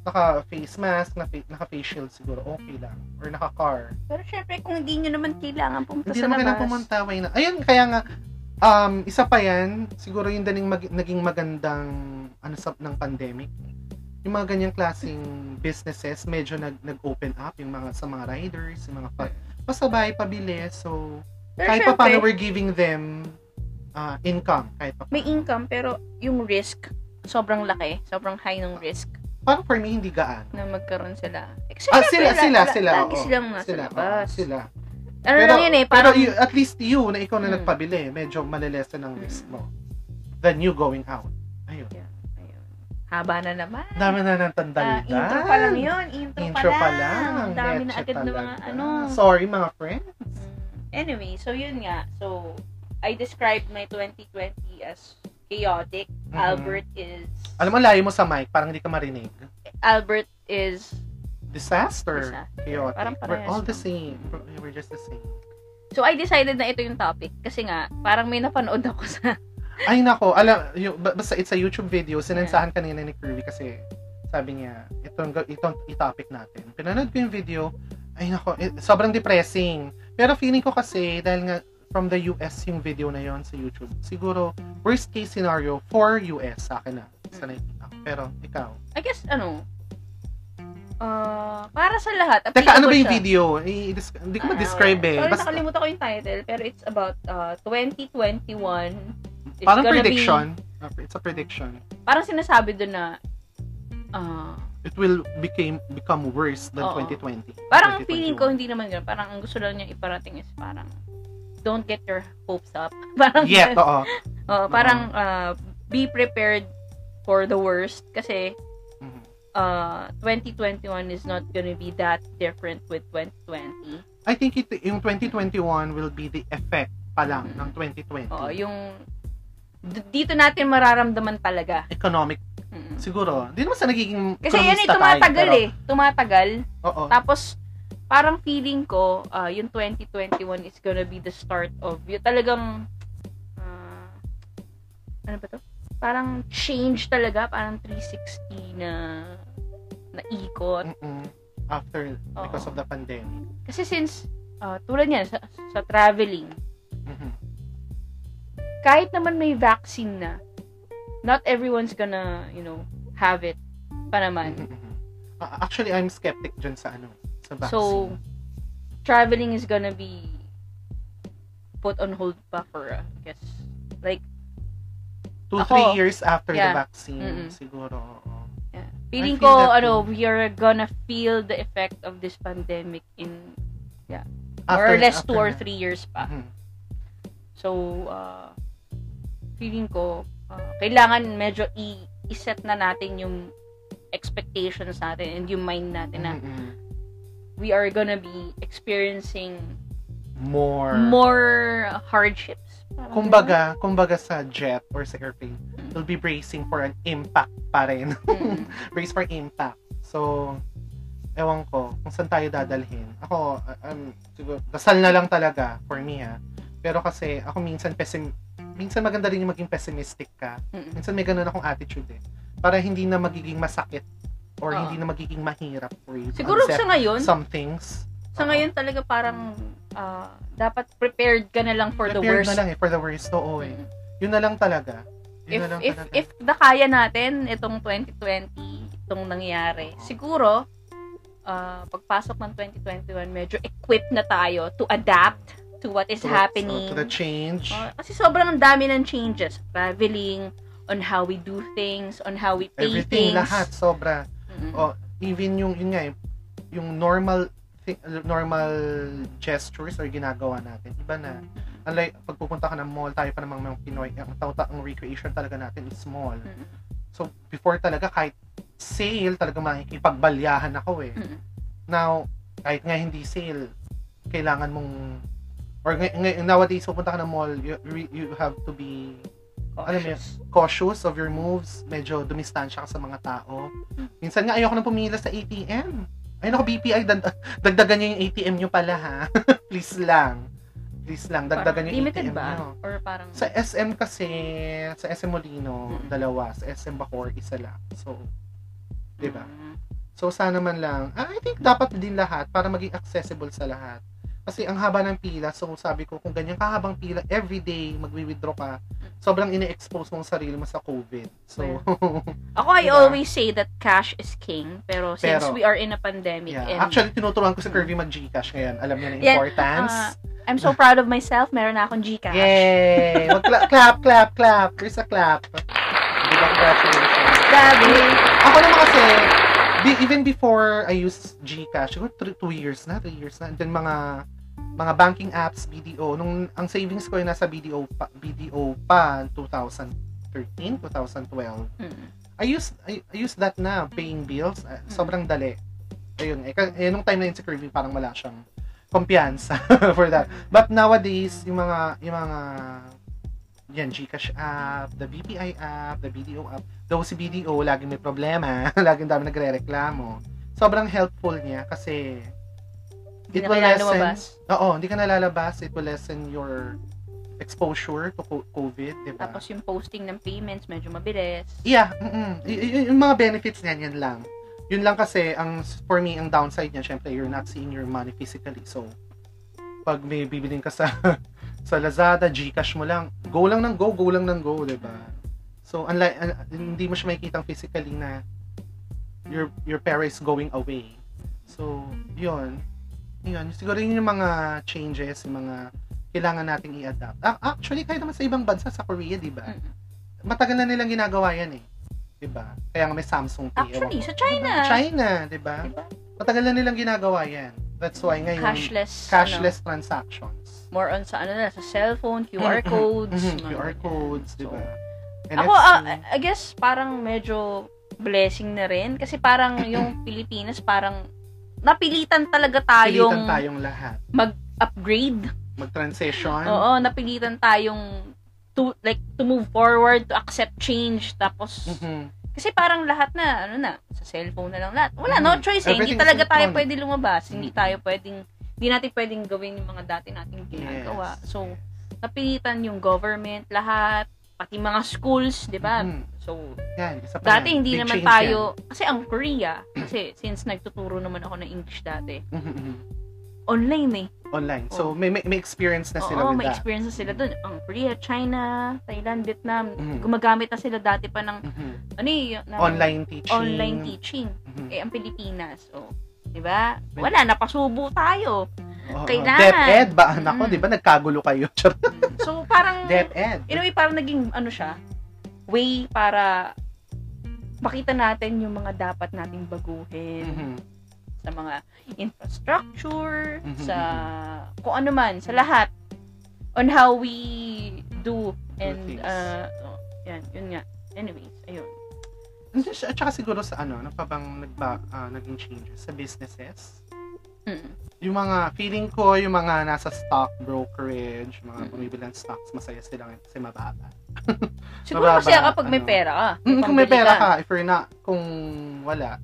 [SPEAKER 2] naka-face mask, naka- naka-face shield siguro, okay lang. Or naka-car.
[SPEAKER 1] Pero syempre, kung hindi nyo naman kailangan pumunta
[SPEAKER 2] Hindi
[SPEAKER 1] sa
[SPEAKER 2] naman
[SPEAKER 1] labas.
[SPEAKER 2] kailangan pumunta, why not? Ayun, kaya nga, um, isa pa yan, siguro yun din yung mag- naging magandang ano sa ng pandemic. Yung mga ganyang klaseng businesses, medyo nag, nag-open up yung mga sa mga riders, yung mga pa, pasabay, pabili. So,
[SPEAKER 1] Pero
[SPEAKER 2] kahit pa
[SPEAKER 1] syempre,
[SPEAKER 2] paano we're giving them uh, income. Kahit pa
[SPEAKER 1] may
[SPEAKER 2] paano.
[SPEAKER 1] income, pero yung risk, sobrang laki. Sobrang high ng risk
[SPEAKER 2] Parang for me, hindi gaan.
[SPEAKER 1] na magkaroon sila. Eh, kasi
[SPEAKER 2] Ah,
[SPEAKER 1] syempre,
[SPEAKER 2] sila,
[SPEAKER 1] la-
[SPEAKER 2] sila,
[SPEAKER 1] la-
[SPEAKER 2] sila.
[SPEAKER 1] Lagi
[SPEAKER 2] oo.
[SPEAKER 1] silang nasa
[SPEAKER 2] Sila, oo,
[SPEAKER 1] labas.
[SPEAKER 2] Sila.
[SPEAKER 1] Ano lang yun eh,
[SPEAKER 2] pero
[SPEAKER 1] parang...
[SPEAKER 2] you- at least you, na ikaw na
[SPEAKER 1] Mm.
[SPEAKER 2] nagpabili, medyo malilesen ang
[SPEAKER 1] Mm.
[SPEAKER 2] risk mo. Than you going out. Ayun.
[SPEAKER 1] Ayun. Haba na naman.
[SPEAKER 2] Dami na ng
[SPEAKER 1] Ah,
[SPEAKER 2] tandalidan.
[SPEAKER 1] intro pa lang yun. Intro,
[SPEAKER 2] Intro
[SPEAKER 1] pa
[SPEAKER 2] pa
[SPEAKER 1] lang.
[SPEAKER 2] lang.
[SPEAKER 1] Ang dami na
[SPEAKER 2] Leche
[SPEAKER 1] agad na mga
[SPEAKER 2] talaga.
[SPEAKER 1] ano.
[SPEAKER 2] Sorry mga friend.
[SPEAKER 1] Anyway, so yun nga. So, I described my 2020 as chaotic.
[SPEAKER 2] Mhm.
[SPEAKER 1] Albert is...
[SPEAKER 2] Alam mo, layo mo sa mic, parang hindi ka marinig.
[SPEAKER 1] Albert is...
[SPEAKER 2] Disaster. Chaotic.
[SPEAKER 1] Parang
[SPEAKER 2] We're
[SPEAKER 1] parehas
[SPEAKER 2] all the
[SPEAKER 1] lang.
[SPEAKER 2] same. We're just the same.
[SPEAKER 1] So, I decided na ito yung topic. Kasi nga, parang may napanood ako sa...
[SPEAKER 2] Ay nako, alam, yung, ba- basta it's a YouTube video, sinensahan kanina ni Kirby kasi sabi niya, itong, itong i-topic natin. Pinanood ko yung video, ay nako, eh, sobrang depressing. Pero feeling ko kasi, dahil nga from the US yung video na yon sa YouTube, siguro worst case scenario for US sa akin na, sa
[SPEAKER 1] Mm.
[SPEAKER 2] nakikita ko. Pero ikaw.
[SPEAKER 1] I guess, ano... ah para sa lahat.
[SPEAKER 2] Teka, ano ba
[SPEAKER 1] applicable
[SPEAKER 2] yung
[SPEAKER 1] siya.
[SPEAKER 2] video? I- dis- Hindi ko
[SPEAKER 1] Ah,
[SPEAKER 2] ma-describe
[SPEAKER 1] wala.
[SPEAKER 2] eh.
[SPEAKER 1] Sorry,
[SPEAKER 2] Basta,
[SPEAKER 1] nakalimutan ko yung title. Pero it's about uh, 2021. It's
[SPEAKER 2] parang
[SPEAKER 1] gonna be-
[SPEAKER 2] prediction. It's a prediction.
[SPEAKER 1] parang sinasabi doon na... ah,
[SPEAKER 2] It will became become worse than
[SPEAKER 1] Oo.
[SPEAKER 2] 2020.
[SPEAKER 1] Parang feeling ko
[SPEAKER 2] 2021.
[SPEAKER 1] hindi naman gano'n. Parang ang gusto lang niya iparating is parang don't get your hopes up. [laughs] Parang,
[SPEAKER 2] Yeah, Mm-hmm. oo.
[SPEAKER 1] Oo, parang ah, be prepared for the worst kasi
[SPEAKER 2] Mhm.
[SPEAKER 1] uh, 2021 is not gonna be that different with 2020.
[SPEAKER 2] I think it, yung 2021 will be the effect pa lang ng 2020.
[SPEAKER 1] Oo, Oh, yung d- dito natin mararamdaman talaga.
[SPEAKER 2] Economic,
[SPEAKER 1] Mm.
[SPEAKER 2] siguro. Hindi naman sa nagiging
[SPEAKER 1] Kasi yan eh,
[SPEAKER 2] ekonomista tayo,
[SPEAKER 1] tumatagal
[SPEAKER 2] pero-
[SPEAKER 1] eh. Tumatagal.
[SPEAKER 2] Oo.
[SPEAKER 1] Tapos, parang feeling ko, ah, yung 2021 is gonna be the start of, yung talagang, ah, ano ba to? Parang change talaga, parang 360 na, na ikot.
[SPEAKER 2] Mm-mm. After,
[SPEAKER 1] Oo.
[SPEAKER 2] because of the pandemic.
[SPEAKER 1] Kasi since, ah, tulad niya, sa, sa traveling,
[SPEAKER 2] Mhm.
[SPEAKER 1] kahit naman may vaccine na, not everyone's gonna, you know, have it pa naman.
[SPEAKER 2] Mhm. Ah, Actually, I'm skeptic dyan sa ano, sa vaccine.
[SPEAKER 1] So, traveling is gonna be put on hold pa for, ah, I guess, like,
[SPEAKER 2] Two,
[SPEAKER 1] ako-
[SPEAKER 2] three years after the
[SPEAKER 1] Yeah.
[SPEAKER 2] vaccine,
[SPEAKER 1] Mm-mm.
[SPEAKER 2] siguro. oo.
[SPEAKER 1] Yeah. Feeling
[SPEAKER 2] I feel
[SPEAKER 1] ko,
[SPEAKER 2] that
[SPEAKER 1] ano, we are gonna feel the effect of this pandemic in more or less two or
[SPEAKER 2] na.
[SPEAKER 1] three years pa.
[SPEAKER 2] Mhm.
[SPEAKER 1] So, uh, feeling ko, uh, kailangan medyo i- set na natin yung expectations natin and yung mind natin na
[SPEAKER 2] Mm-mm. Mm-hmm.
[SPEAKER 1] we are gonna be experiencing
[SPEAKER 2] More.
[SPEAKER 1] more hardships. Parang
[SPEAKER 2] Kumbaga, kumbaga sa jet or sa airplane,
[SPEAKER 1] Mm.
[SPEAKER 2] you'll be bracing for an impact pa rin.
[SPEAKER 1] ganun. Mm.
[SPEAKER 2] Brace for impact. So, ewan ko kung saan tayo dadalhin. Ako, uh, um, siguro, dasal na lang talaga for me ha. Pero kasi ako minsan pessim minsan maganda rin yung maging pessimistic ka.
[SPEAKER 1] Mm-mm.
[SPEAKER 2] Minsan may ganun akong attitude eh. Para hindi na magiging masakit or
[SPEAKER 1] Oo.
[SPEAKER 2] hindi na magiging mahirap for you
[SPEAKER 1] Ah.
[SPEAKER 2] to
[SPEAKER 1] Siguro
[SPEAKER 2] accept
[SPEAKER 1] sa ngayon,
[SPEAKER 2] some things.
[SPEAKER 1] sa
[SPEAKER 2] Oo.
[SPEAKER 1] ngayon talaga parang uh, dapat prepared ka na lang for the
[SPEAKER 2] Prepared
[SPEAKER 1] worst.
[SPEAKER 2] na lang eh, for the worst. Oo eh.
[SPEAKER 1] Mm.
[SPEAKER 2] Yun na lang talaga. Yun
[SPEAKER 1] if
[SPEAKER 2] na lang
[SPEAKER 1] if
[SPEAKER 2] talaga.
[SPEAKER 1] if nakaya natin itong 2020 itong nangyari siguro ah, pagpasok ng 2021 medyo equipped na tayo to adapt to what is
[SPEAKER 2] To the-
[SPEAKER 1] happening
[SPEAKER 2] to the change.
[SPEAKER 1] Oh, kasi sobrang dami ng changes traveling on how we do things on how we pay
[SPEAKER 2] Everything,
[SPEAKER 1] things
[SPEAKER 2] lahat, sobra.
[SPEAKER 1] Mm-mm.
[SPEAKER 2] Oh, even yung, yun nga eh, yung normal thi- normal gestures or ginagawa natin. Iba na. Unlike, pag pupunta ka ng mall, tayo pa namang mga Pinoy, ang tauta, ang recreation talaga natin is mall.
[SPEAKER 1] Mm.
[SPEAKER 2] So, before talaga, kahit sale, talaga makikipagbalyahan ako eh.
[SPEAKER 1] Mm.
[SPEAKER 2] Now, kahit nga hindi sale, kailangan mong, or ngay- ngay- nowadays, pupunta ka ng mall, you, you have to be alam mo yun,
[SPEAKER 1] Cautious.
[SPEAKER 2] cautious of your moves, medyo dumistansya ka sa mga tao. Minsan nga, ayoko nang pumila sa ATM. Ay, naku, BPI, dag- dagdagan niyo yung ATM niyo pala, ha? [laughs] Please lang. Please lang,
[SPEAKER 1] Parang
[SPEAKER 2] dagdagan niyo yung
[SPEAKER 1] limited
[SPEAKER 2] ATM
[SPEAKER 1] ba
[SPEAKER 2] niyo.
[SPEAKER 1] or parang
[SPEAKER 2] Sa SM kasi, sa SM Molino,
[SPEAKER 1] Mm.
[SPEAKER 2] dalawa. Sa SM Bacoor, isa lang. So, di ba?
[SPEAKER 1] Mm.
[SPEAKER 2] So, sana man lang. ah, I think dapat din lahat para maging accessible sa lahat. Kasi ang haba ng pila, so sabi ko, kung ganyan kahabang pila, everyday magwi-withdraw ka, sobrang ine-expose mong sarili mo sa COVID. So, [laughs]
[SPEAKER 1] Ako, I
[SPEAKER 2] Diba?
[SPEAKER 1] always say that cash is king. Pero since
[SPEAKER 2] Pero-
[SPEAKER 1] we are in a pandemic
[SPEAKER 2] yeah.
[SPEAKER 1] and
[SPEAKER 2] Actually, tinuturuan ko si Kirby mag-Gcash ngayon. Alam niya na
[SPEAKER 1] Yeah,
[SPEAKER 2] importance.
[SPEAKER 1] ah, I'm so proud of myself, meron na akong Gcash.
[SPEAKER 2] Yay! Wag cla- clap, clap, clap. There's a clap. Diba, congratulations.
[SPEAKER 1] Grabe.
[SPEAKER 2] Ako naman kasi, be- even before I used Gcash, siguro three- two years na, three years na, and then mga mga banking apps, BDO, nung ang savings ko ay nasa BDO pa, BDO pa 2013, 2012.
[SPEAKER 1] Mm.
[SPEAKER 2] I used I, I used that na paying bills, Ah, sobrang dali. Ayun, eh, ka- eh, nung time na yun si Kirby, parang wala siyang kumpiyansa [laughs] for that. But nowadays, yung mga, yung mga, yan, Gcash app, the BPI app, the BDO app, though si BDO, laging may problema, [laughs] laging dami nagre-reklamo. Sobrang helpful niya kasi,
[SPEAKER 1] Hindi na
[SPEAKER 2] It will
[SPEAKER 1] kailangan
[SPEAKER 2] lessen.
[SPEAKER 1] lumabas.
[SPEAKER 2] oo, hindi ka nalalabas, it will lessen your exposure to co- COVID, di ba?
[SPEAKER 1] Tapos yung posting ng payments, medyo mabilis.
[SPEAKER 2] Yeah, mm Y- y- yung mga benefits niyan, yan lang. Yun lang kasi, ang for me, ang downside niya, syempre, you're not seeing your money physically. So, pag may bibiling ka sa [laughs] sa Lazada, Gcash mo lang, go lang ng go, go lang ng go, di ba? So, unlike, un- hindi mo siya makikita physically na your, your pera is going away. So, yun. Yun, siguro yun yung mga changes, yung mga kailangan nating i-adapt. Ah, Actually, kahit naman sa ibang bansa, sa Korea, di ba?
[SPEAKER 1] Mm.
[SPEAKER 2] matagal na nilang ginagawa yan eh. 'Di ba? Kaya nga may Samsung Pay.
[SPEAKER 1] Actually,
[SPEAKER 2] ewan ko.
[SPEAKER 1] sa China.
[SPEAKER 2] Diba? China, 'di ba?
[SPEAKER 1] Diba?
[SPEAKER 2] Matagal na nilang ginagawa yan. That's why ngayon,
[SPEAKER 1] Cashless.
[SPEAKER 2] cashless transactions.
[SPEAKER 1] Ano, more on sa ano na, sa cellphone, QR codes.
[SPEAKER 2] Mhm,
[SPEAKER 1] mga
[SPEAKER 2] QR
[SPEAKER 1] ganyan.
[SPEAKER 2] codes, di ba? mm,
[SPEAKER 1] Ako, ah, I guess, parang medyo blessing na rin. Kasi parang
[SPEAKER 2] [laughs]
[SPEAKER 1] yung Pilipinas, parang napilitan talaga
[SPEAKER 2] pilitan
[SPEAKER 1] tayong
[SPEAKER 2] tayong lahat.
[SPEAKER 1] upgrade.
[SPEAKER 2] Mag-transition.
[SPEAKER 1] Oo, napilitan tayong to, like, to move forward, to accept change. Tapos,
[SPEAKER 2] Mhm.
[SPEAKER 1] kasi parang lahat na, ano na, sa cellphone na lang lahat. Wala, no
[SPEAKER 2] Mhm.
[SPEAKER 1] choice eh. Hindi
[SPEAKER 2] Everything is
[SPEAKER 1] talaga tayo
[SPEAKER 2] electronic.
[SPEAKER 1] pwede lumabas. Hindi
[SPEAKER 2] Hmm.
[SPEAKER 1] tayo pwedeng, hindi natin pwedeng gawin yung mga dati nating ginagawa.
[SPEAKER 2] Yes.
[SPEAKER 1] So, napilitan yung government, lahat, pati mga schools, di ba?
[SPEAKER 2] Mhm.
[SPEAKER 1] So,
[SPEAKER 2] Yan, isa pa
[SPEAKER 1] dati
[SPEAKER 2] yan.
[SPEAKER 1] hindi
[SPEAKER 2] Big
[SPEAKER 1] naman
[SPEAKER 2] change
[SPEAKER 1] tayo, kasi ang Korea, kasi since nagtuturo naman ako ng English dati,
[SPEAKER 2] yan. Mhm, mhm.
[SPEAKER 1] online eh.
[SPEAKER 2] Online.
[SPEAKER 1] Oo.
[SPEAKER 2] So, may, may, may experience na
[SPEAKER 1] Oo,
[SPEAKER 2] sila with
[SPEAKER 1] may
[SPEAKER 2] that.
[SPEAKER 1] experience na sila doon. Ang Korea, China, Thailand, Vietnam,
[SPEAKER 2] Mhm.
[SPEAKER 1] gumagamit na sila dati pa ng,
[SPEAKER 2] Mhm.
[SPEAKER 1] ano eh, ng
[SPEAKER 2] Online teaching.
[SPEAKER 1] online teaching.
[SPEAKER 2] Mhm.
[SPEAKER 1] Eh, ang Pilipinas, oh. 'Di ba? Wala, napasubo
[SPEAKER 2] [laughs]
[SPEAKER 1] tayo.
[SPEAKER 2] Oo,
[SPEAKER 1] kailangan.
[SPEAKER 2] DepEd ba? Anak ko,
[SPEAKER 1] Mm.
[SPEAKER 2] di ba nagkagulo kayo? [laughs] Charot.
[SPEAKER 1] So, parang,
[SPEAKER 2] DepEd.
[SPEAKER 1] in a way, parang naging, ano siya, way para makita natin yung mga dapat nating baguhin.
[SPEAKER 2] Mhm.
[SPEAKER 1] sa mga infrastructure,
[SPEAKER 2] Mhm,
[SPEAKER 1] sa kung ano man, sa lahat on how we do and
[SPEAKER 2] things.
[SPEAKER 1] uh oh, yan, yun nga. Anyways, ayun.
[SPEAKER 2] Hindi siya- At saka siguro sa ano, ano pa bang nagba, ah, naging changes sa businesses?
[SPEAKER 1] Mm.
[SPEAKER 2] Yung mga, feeling ko, yung mga nasa stock brokerage,
[SPEAKER 1] Mm.
[SPEAKER 2] mga bumibili ng stocks, masaya sila ngayon kasi mababa.
[SPEAKER 1] Siguro
[SPEAKER 2] Mababa,
[SPEAKER 1] kasi kapag may
[SPEAKER 2] ano.
[SPEAKER 1] pera ka.
[SPEAKER 2] Mm, kung may
[SPEAKER 1] pambili
[SPEAKER 2] pera ka, if you're not, kung wala,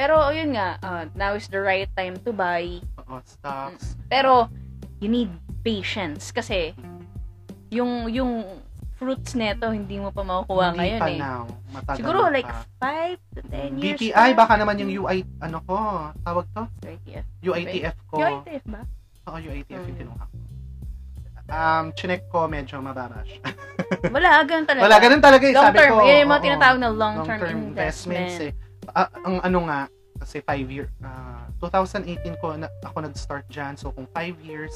[SPEAKER 1] Pero yun nga, uh, now is the right time to buy.
[SPEAKER 2] oo, stocks.
[SPEAKER 1] Pero you need patience kasi yung yung fruits neto hindi mo pa makukuha
[SPEAKER 2] hindi
[SPEAKER 1] ngayon
[SPEAKER 2] pa
[SPEAKER 1] eh.
[SPEAKER 2] now. Matagal
[SPEAKER 1] Siguro
[SPEAKER 2] pa.
[SPEAKER 1] like 5 to 10 years.
[SPEAKER 2] BPI,
[SPEAKER 1] pa.
[SPEAKER 2] baka naman yung UI, ano ko, tawag to?
[SPEAKER 1] YTF.
[SPEAKER 2] UITF ko.
[SPEAKER 1] YTF ba?
[SPEAKER 2] Oo, UITF yung
[SPEAKER 1] Mm.
[SPEAKER 2] kinuha ko. Um, chinek ko, medyo mababa siya.
[SPEAKER 1] Wala, ganun talaga.
[SPEAKER 2] [laughs] Wala, ganun talaga eh,
[SPEAKER 1] Long
[SPEAKER 2] sabi
[SPEAKER 1] term,
[SPEAKER 2] ko.
[SPEAKER 1] yun yung mga
[SPEAKER 2] oo,
[SPEAKER 1] tinatawag na long term,
[SPEAKER 2] long-term
[SPEAKER 1] investment.
[SPEAKER 2] eh. Ah, ang ano nga, kasi 5 year, ah, 2018 ko, na, ako nag-start dyan. So, kung 5 years,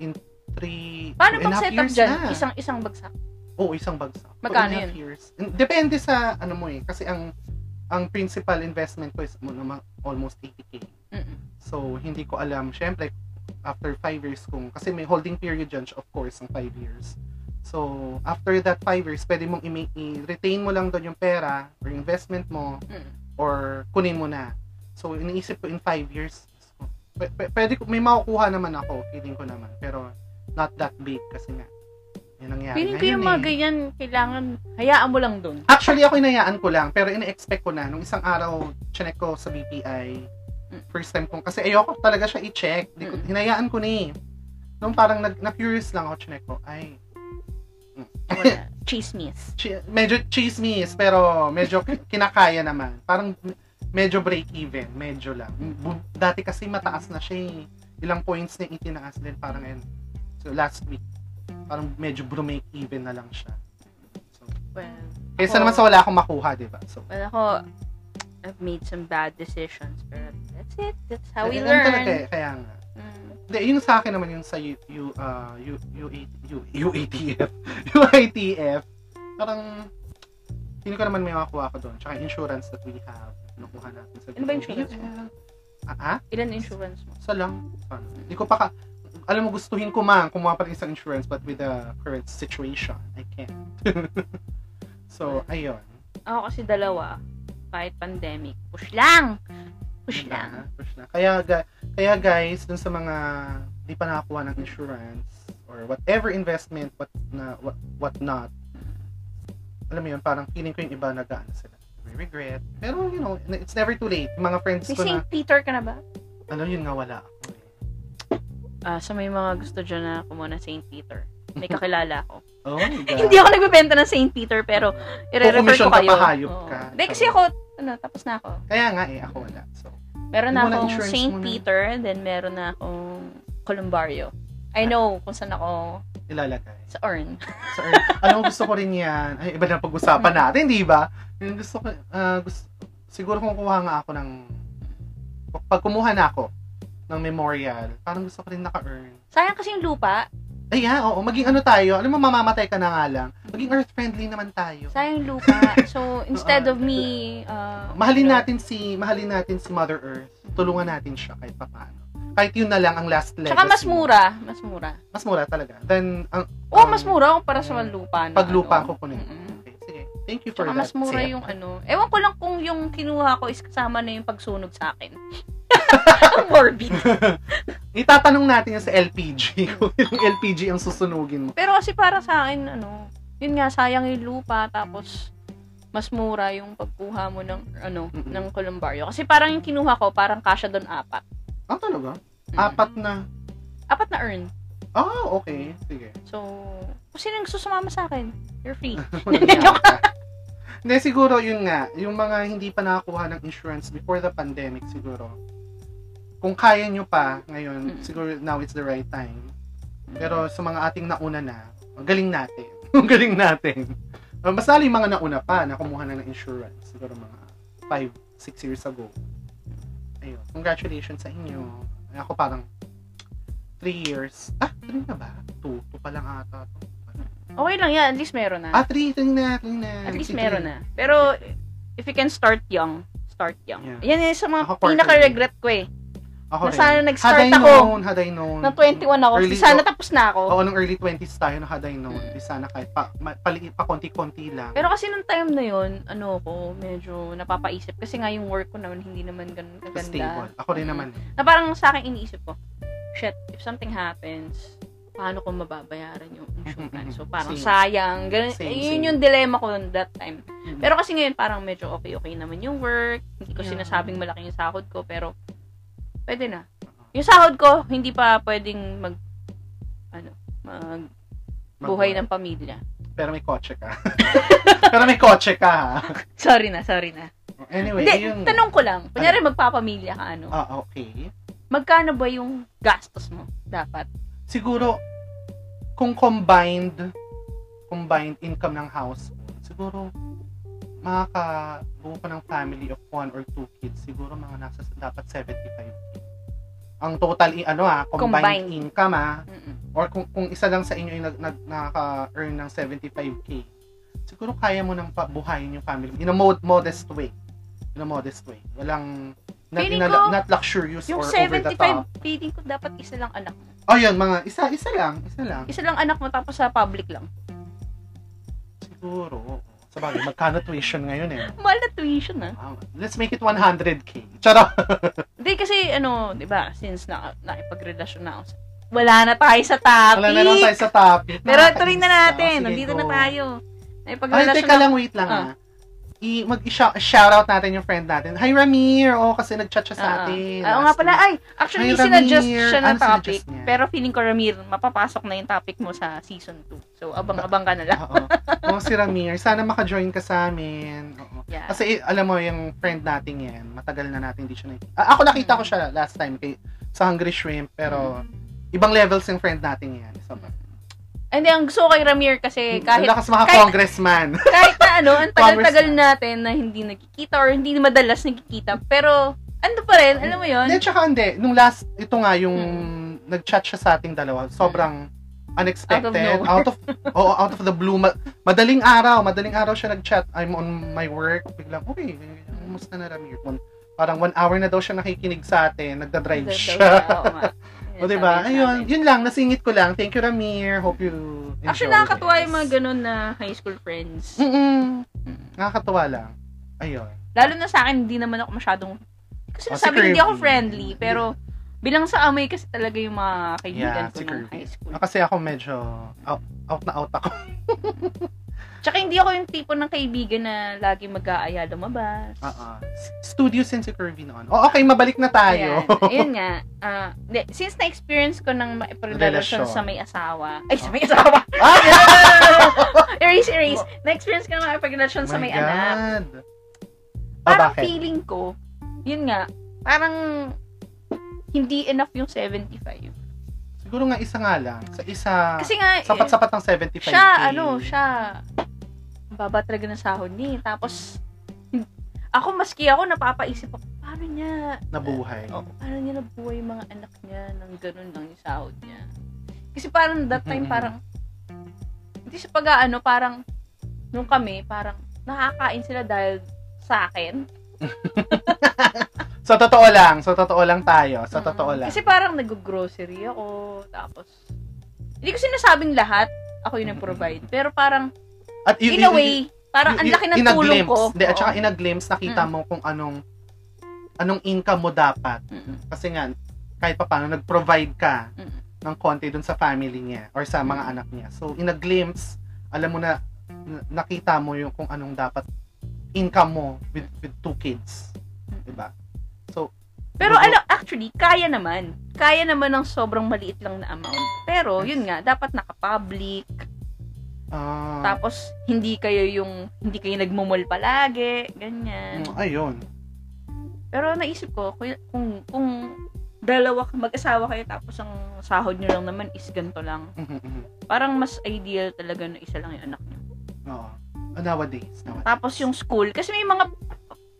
[SPEAKER 2] in 3,
[SPEAKER 1] Paano
[SPEAKER 2] and
[SPEAKER 1] pag
[SPEAKER 2] a half
[SPEAKER 1] set up
[SPEAKER 2] years
[SPEAKER 1] dyan?
[SPEAKER 2] na.
[SPEAKER 1] Isang isang bagsak.
[SPEAKER 2] Oo, isang bagsak.
[SPEAKER 1] Magkano
[SPEAKER 2] Two and a half Years. Depende sa ano mo eh. Kasi ang ang principal investment ko is mo naman almost 80k.
[SPEAKER 1] Mm-mm.
[SPEAKER 2] So, hindi ko alam. Siyempre, after 5 years kung, kasi may holding period dyan, of course, ng 5 years. So, after that 5 years, pwede mong i- i-retain mo lang doon yung pera or investment mo
[SPEAKER 1] Mm.
[SPEAKER 2] or kunin mo na. So, iniisip ko in 5 years. So, p- p- pwede ko, may makukuha naman ako, feeling ko naman. Pero, not that big kasi nga. Yun ang nangyari.
[SPEAKER 1] Feeling ko
[SPEAKER 2] ngayon
[SPEAKER 1] yung mga
[SPEAKER 2] eh.
[SPEAKER 1] ganyan, kailangan, hayaan mo lang dun.
[SPEAKER 2] Actually, ako inayaan ko lang, pero ina-expect ko na. Nung isang araw, chinek ko sa BPI.
[SPEAKER 1] Mm.
[SPEAKER 2] First time kong, kasi ayoko talaga siya i-check. Di ko,
[SPEAKER 1] Mm.
[SPEAKER 2] hinayaan ko ni. Nung parang nag, na-curious lang ako, chinek ko, ay, [laughs]
[SPEAKER 1] Wala. Chismis.
[SPEAKER 2] chi- medyo chismis, pero medyo
[SPEAKER 1] [laughs]
[SPEAKER 2] ki- kinakaya naman. Parang m- medyo break-even, medyo lang. Bu- Dati kasi mataas na siya eh. Ilang points na yung itinaas din, parang ngayon. So, last week, parang medyo break-even na lang siya. So,
[SPEAKER 1] Well,
[SPEAKER 2] kaysa
[SPEAKER 1] Ako-
[SPEAKER 2] naman sa wala akong makuha, di ba? So,
[SPEAKER 1] well ako, I've made some bad decisions, pero that's it. That's how we
[SPEAKER 2] ganun
[SPEAKER 1] learn.
[SPEAKER 2] talaga eh, kaya nga.
[SPEAKER 1] Mm.
[SPEAKER 2] Hindi, yung sa akin naman yung sa U, U, ah, U, U, U, [laughs] UATF. UITF. Parang, hindi ko naman may makakuha ko doon. Tsaka insurance that we have. Nakuha natin sa
[SPEAKER 1] Ano ba insurance mo?
[SPEAKER 2] BPL. Ah, ah?
[SPEAKER 1] Ilan insurance mo?
[SPEAKER 2] Isa lang. Ano? Hindi ko pa ka... Alam mo, gustuhin ko man kumuha pa rin isang insurance but with the current situation, I can't. [laughs] so, ayun.
[SPEAKER 1] Ako kasi dalawa. Kahit pandemic. Push lang! Push
[SPEAKER 2] Yun
[SPEAKER 1] lang.
[SPEAKER 2] na, Push lang. Kaya, ga- kaya guys, dun sa mga di pa nakakuha ng insurance or whatever investment, what na what, what not, alam mo yun, parang feeling ko yung iba nagaan sila. May regret. Pero, you know, it's never too late. Yung mga friends
[SPEAKER 1] May
[SPEAKER 2] ko na,
[SPEAKER 1] St. Peter ka na ba?
[SPEAKER 2] ano yun nga, wala ako eh.
[SPEAKER 1] [laughs] Ah, sa may mga gusto dyan na kumuha ng St. Peter.
[SPEAKER 2] [laughs]
[SPEAKER 1] May kakilala ako.
[SPEAKER 2] Oh my God.
[SPEAKER 1] Eh, Hindi ako nagbebenta ng St. Peter, pero i-refer
[SPEAKER 2] Kukumisyon
[SPEAKER 1] ko
[SPEAKER 2] ka
[SPEAKER 1] kayo.
[SPEAKER 2] pa, hayop
[SPEAKER 1] Oo.
[SPEAKER 2] ka.
[SPEAKER 1] Hindi, kasi ako, ano, tapos na ako.
[SPEAKER 2] Kaya nga eh, ako wala. So,
[SPEAKER 1] Meron na
[SPEAKER 2] Yung muna,
[SPEAKER 1] akong
[SPEAKER 2] insurance
[SPEAKER 1] St.
[SPEAKER 2] muna.
[SPEAKER 1] Peter, then meron na akong Columbario.
[SPEAKER 2] Ah.
[SPEAKER 1] I know kung saan ako
[SPEAKER 2] ilalagay.
[SPEAKER 1] sa urn.
[SPEAKER 2] sa Earth. Alam mo, gusto ko rin yan. Ay, iba na pag-usapan
[SPEAKER 1] Hmm.
[SPEAKER 2] natin, di ba? Yung gusto ko, ah, gusto, siguro kung kuha nga ako ng, pag kumuha na ako ng memorial, parang gusto ko rin naka-earn.
[SPEAKER 1] Sayang kasi yung lupa.
[SPEAKER 2] Ay, yeah, oo, maging ano tayo, alam mo, mamamatay ka na nga lang. Maging earth-friendly naman tayo.
[SPEAKER 1] Sayang lupa.
[SPEAKER 2] [laughs]
[SPEAKER 1] So, instead of me... Uh,
[SPEAKER 2] Ah, Mahalin
[SPEAKER 1] you know,
[SPEAKER 2] natin si mahalin natin si Mother Earth. Tulungan natin siya kahit papaano. Kahit yun na lang ang last legacy.
[SPEAKER 1] Tsaka mas mura. Mas mura.
[SPEAKER 2] Mas mura talaga. Then, ang
[SPEAKER 1] Oo,
[SPEAKER 2] Um,
[SPEAKER 1] mas mura kung para sa lupa. Na,
[SPEAKER 2] paglupa
[SPEAKER 1] ano.
[SPEAKER 2] ko kunin.
[SPEAKER 1] Mm-mm.
[SPEAKER 2] Okay, sige. Thank you for
[SPEAKER 1] Tsaka
[SPEAKER 2] that.
[SPEAKER 1] mas mura
[SPEAKER 2] Sia.
[SPEAKER 1] yung ano. Ewan ko lang kung yung kinuha ko is kasama na yung pagsunog sa akin. [laughs] Ang morbid.
[SPEAKER 2] Itatanong natin yan sa LPG. [laughs] Kung yung LPG ang susunugin mo.
[SPEAKER 1] Pero kasi para sa akin, ano, yun nga, sayang yung lupa, tapos mas mura yung pagkuha mo ng, ano,
[SPEAKER 2] Mm-mm.
[SPEAKER 1] ng columbario. Kasi parang yung kinuha ko, parang kasya doon apat.
[SPEAKER 2] Ah, talaga?
[SPEAKER 1] Mm.
[SPEAKER 2] Apat na.
[SPEAKER 1] Apat na urn.
[SPEAKER 2] Ah, okay. Sige.
[SPEAKER 1] So, kung sino yung gusto sumama sa akin, you're
[SPEAKER 2] [laughs]
[SPEAKER 1] free.
[SPEAKER 2] Joke lang. Hindi, siguro yun nga. Yung mga hindi pa nakakuha ng insurance before the pandemic, siguro. Kung kaya nyo pa ngayon,
[SPEAKER 1] Mm.
[SPEAKER 2] siguro now it's the right time. Pero sa mga ating nauna na, ang galing natin. [laughs] Ang galing natin. Uh, Mas lalo yung mga nauna pa na kumuha na ng insurance. Siguro mga 5, 6 years ago. Ayun. Congratulations sa inyo. Ako parang 3 years. Ah, 3 na ba? 2. 2 pa lang ata. to.
[SPEAKER 1] Okay lang yan, at least meron na.
[SPEAKER 2] Ah, 3. 3 na. 3 na.
[SPEAKER 1] At least
[SPEAKER 2] Sige.
[SPEAKER 1] meron na. Pero, if you can start young, start young.
[SPEAKER 2] Yeah.
[SPEAKER 1] Yan yung sa mga
[SPEAKER 2] Ako quarter
[SPEAKER 1] pinaka-regret ko eh.
[SPEAKER 2] Ako
[SPEAKER 1] Na sana
[SPEAKER 2] rin.
[SPEAKER 1] nag-start
[SPEAKER 2] Had I
[SPEAKER 1] ako.
[SPEAKER 2] Known, had I known.
[SPEAKER 1] Na 21 ako.
[SPEAKER 2] Early- Oh.
[SPEAKER 1] sana tapos na ako.
[SPEAKER 2] Oo, nung early 20s tayo, no, had I known.
[SPEAKER 1] Mm.
[SPEAKER 2] Di sana kahit pa, ma- pali, pa konti-konti lang.
[SPEAKER 1] Pero kasi nung time na yun, ano ko, medyo napapaisip. Kasi nga yung work ko naman, hindi naman ganun kaganda.
[SPEAKER 2] Mas stable. Ako rin
[SPEAKER 1] Mm.
[SPEAKER 2] naman.
[SPEAKER 1] Na parang sa akin iniisip ko, shit, if something happens, paano ko mababayaran yung insurance? So parang
[SPEAKER 2] Same.
[SPEAKER 1] sayang. Ganun,
[SPEAKER 2] Same,
[SPEAKER 1] yun
[SPEAKER 2] same.
[SPEAKER 1] yung dilemma ko noon that time.
[SPEAKER 2] Mm.
[SPEAKER 1] Pero kasi ngayon parang medyo okay-okay naman yung work. Hindi ko
[SPEAKER 2] Yeah.
[SPEAKER 1] sinasabing malaki yung sahod ko pero pwede na. Yung sahod ko hindi pa pwedeng mag ano, magbuhay
[SPEAKER 2] Mag-
[SPEAKER 1] ng pamilya. [laughs]
[SPEAKER 2] Pero may kotse ka. [laughs] Pero may kotse ka, ha?
[SPEAKER 1] Sorry na, sorry na.
[SPEAKER 2] Anyway,
[SPEAKER 1] Hindi,
[SPEAKER 2] yun.
[SPEAKER 1] tanong ko lang. Kunyari magpapamilya ka ano.
[SPEAKER 2] Ah, okay.
[SPEAKER 1] Magkano ba yung gastos mo dapat?
[SPEAKER 2] Siguro, kung combined, combined income ng household, siguro, makakabuo ka ng family of one or two kids, siguro mga nasa dapat 75 ang total i- ano ah, combined,
[SPEAKER 1] Combined.
[SPEAKER 2] income ah,
[SPEAKER 1] Mm-mm.
[SPEAKER 2] or kung, kung isa lang sa inyo yung nag, nag, nakaka-earn ng 75k, siguro kaya mo nang pabuhayin yung family in a mod- modest way. In a modest way. Walang, not,
[SPEAKER 1] Feeling
[SPEAKER 2] in a-
[SPEAKER 1] ko,
[SPEAKER 2] not luxurious
[SPEAKER 1] Yung
[SPEAKER 2] or over
[SPEAKER 1] 75
[SPEAKER 2] the top.
[SPEAKER 1] feeling ko dapat isa lang anak. mo.
[SPEAKER 2] Oh, yun, mga isa, isa lang, isa lang.
[SPEAKER 1] Isa lang anak mo tapos sa public lang.
[SPEAKER 2] Siguro. oo. Sa bagay, magkano tuition ngayon eh?
[SPEAKER 1] Mahal na tuition ah.
[SPEAKER 2] Wow. Let's make it 100k. Charot!
[SPEAKER 1] Hindi kasi ano, 'di ba, since na nakipagrelasyon na ako. sa- Wala na tayo sa topic.
[SPEAKER 2] Wala na lang tayo sa topic.
[SPEAKER 1] Pero
[SPEAKER 2] Nakakainis
[SPEAKER 1] tuloy na
[SPEAKER 2] ka.
[SPEAKER 1] natin.
[SPEAKER 2] Sige,
[SPEAKER 1] Nandito
[SPEAKER 2] go.
[SPEAKER 1] na tayo.
[SPEAKER 2] Ay,
[SPEAKER 1] Nakipagrelasyon
[SPEAKER 2] teka
[SPEAKER 1] na-
[SPEAKER 2] lang, wait lang ah. I, mag-shoutout natin yung friend natin. Hi, Ramir! Oo, kasi nag-chat siya sa
[SPEAKER 1] Ah,
[SPEAKER 2] atin.
[SPEAKER 1] ah. Oo nga pala. Ay, actually,
[SPEAKER 2] Ay,
[SPEAKER 1] sinadjust
[SPEAKER 2] Ramir.
[SPEAKER 1] siya ng
[SPEAKER 2] Ano
[SPEAKER 1] topic.
[SPEAKER 2] sinadjust niya?
[SPEAKER 1] Pero feeling ko, Ramir, mapapasok na yung topic mo sa season 2. So, abang-abang ka na lang.
[SPEAKER 2] Ah, Oo. Oo, si Ramir. Sana maka-join ka sa amin. Oo.
[SPEAKER 1] Yeah.
[SPEAKER 2] Kasi eh, alam mo, yung friend natin yan, matagal na natin hindi siya nakikita. Ah, ako nakita ko siya last time kay, sa Hungry Shrimp, pero ibang levels yung friend natin yan. So,
[SPEAKER 1] Ay, Hindi, ang gusto ko kay Ramir kasi
[SPEAKER 2] kahit,
[SPEAKER 1] kahit,
[SPEAKER 2] Mm, lakas mga
[SPEAKER 1] kahit- [laughs]
[SPEAKER 2] congressman.
[SPEAKER 1] kahit na ano,
[SPEAKER 2] [laughs]
[SPEAKER 1] ang tagal-tagal
[SPEAKER 2] Congressman.
[SPEAKER 1] natin na hindi nagkikita or hindi madalas nagkikita. Pero, ano pa rin, alam mo yun?
[SPEAKER 2] Hindi, tsaka hindi. Nung last, ito nga, yung
[SPEAKER 1] Mm.
[SPEAKER 2] nag-chat siya sa ating dalawa, sobrang unexpected.
[SPEAKER 1] nowhere.
[SPEAKER 2] Out of, oo, out of the blue. Ma- madaling araw, madaling araw siya nag-chat. I'm on my work. Biglang, okay, kumusta na Ramir? One- Parang one hour na daw siya nakikinig sa atin. Nagda-drive siya.
[SPEAKER 1] Oo nga. Yun,
[SPEAKER 2] [laughs] O,
[SPEAKER 1] sabi niya
[SPEAKER 2] diba?
[SPEAKER 1] sa
[SPEAKER 2] Ayun,
[SPEAKER 1] akin.
[SPEAKER 2] yun lang. Nasingit ko lang. Thank you, Ramir. Hope you enjoy
[SPEAKER 1] Actually, nakakatuwa
[SPEAKER 2] this.
[SPEAKER 1] yung mga ganun na high school friends.
[SPEAKER 2] Mm-mm. Nakakatuwa lang. Ayun.
[SPEAKER 1] Lalo na sa akin, hindi naman ako masyadong... Kasi
[SPEAKER 2] Oh, si
[SPEAKER 1] nasabi, hindi ako
[SPEAKER 2] Kirby.
[SPEAKER 1] friendly. Pero, bilang sa amoy kasi talaga yung mga kaibigan ko
[SPEAKER 2] Yeah, si
[SPEAKER 1] nung
[SPEAKER 2] Kirby.
[SPEAKER 1] high school.
[SPEAKER 2] Ah, Kasi ako medyo out, out na out ako.
[SPEAKER 1] Tsaka hindi ako yung tipo ng kaibigan na lagi mag-aaya lumabas.
[SPEAKER 2] Ah, ah. Studio sin si Kirby noon. O, okay, mabalik na tayo.
[SPEAKER 1] Ayan,
[SPEAKER 2] [laughs]
[SPEAKER 1] Ayun nga. Ah, di, since na-experience ko ng relasyon
[SPEAKER 2] Relasyon.
[SPEAKER 1] sa may asawa. Ay, sa may asawa!
[SPEAKER 2] [laughs]
[SPEAKER 1] [laughs]
[SPEAKER 2] ah,
[SPEAKER 1] erase, erase. Na-experience ko ng
[SPEAKER 2] Oh
[SPEAKER 1] relasyon sa may anak.
[SPEAKER 2] Ah,
[SPEAKER 1] parang
[SPEAKER 2] bakit?
[SPEAKER 1] feeling ko, yun nga, parang hindi enough yung 75.
[SPEAKER 2] Siguro nga isa nga lang. Sa isa,
[SPEAKER 1] Kasi nga, eh,
[SPEAKER 2] sapat-sapat ng 75K.
[SPEAKER 1] siya, ano, siya, ang baba talaga ng sahod niya. eh. Tapos, [laughs] hin- ako, maski ako, napapaisip ako, paano niya,
[SPEAKER 2] Nabuhay.
[SPEAKER 1] oh, paano niya nabuhay yung mga anak niya ng ganun lang yung sahod niya. Kasi parang that time,
[SPEAKER 2] Mhm.
[SPEAKER 1] parang, hindi Pati sa pag-ano, parang, nung kami, parang, nakakain sila dahil sa akin.
[SPEAKER 2] Sa totoo lang, sa totoo lang tayo, sa totoo
[SPEAKER 1] Mm.
[SPEAKER 2] lang.
[SPEAKER 1] Kasi parang nag-grocery ako, tapos, hindi ko sinasabing lahat, ako yung nag-provide. Pero parang,
[SPEAKER 2] At
[SPEAKER 1] in a way, parang ang laki ng tulong ko. Mm.
[SPEAKER 2] Hindi, at
[SPEAKER 1] Oo.
[SPEAKER 2] saka in a glimpse, nakita mo kung anong anong income mo dapat.
[SPEAKER 1] Mm-mm.
[SPEAKER 2] Kasi nga, kahit pa paano, nag-provide ka
[SPEAKER 1] Mm.
[SPEAKER 2] ng konti dun sa family niya or sa mga
[SPEAKER 1] Mm.
[SPEAKER 2] anak niya. So, in a glimpse, alam mo na, na- nakita mo yung kung anong dapat income mo with, with two kids.
[SPEAKER 1] Mm.
[SPEAKER 2] Diba?
[SPEAKER 1] Pero
[SPEAKER 2] Dugo.
[SPEAKER 1] alam, actually, kaya naman. Kaya naman ng sobrang maliit lang na amount. Pero, yun nga, dapat naka-public.
[SPEAKER 2] Ah,
[SPEAKER 1] Tapos, hindi kayo yung, hindi kayo nagmumol palagi. Ganyan.
[SPEAKER 2] mm, ayun.
[SPEAKER 1] Pero naisip ko, kung, kung, kung dalawa, mag-asawa kayo tapos ang sahod nyo lang naman is ganito lang.
[SPEAKER 2] Mhm, mhm.
[SPEAKER 1] Parang mas ideal talaga na isa lang yung anak nyo.
[SPEAKER 2] Oo. Ah, Nowadays, nowadays.
[SPEAKER 1] Tapos yung school, kasi may mga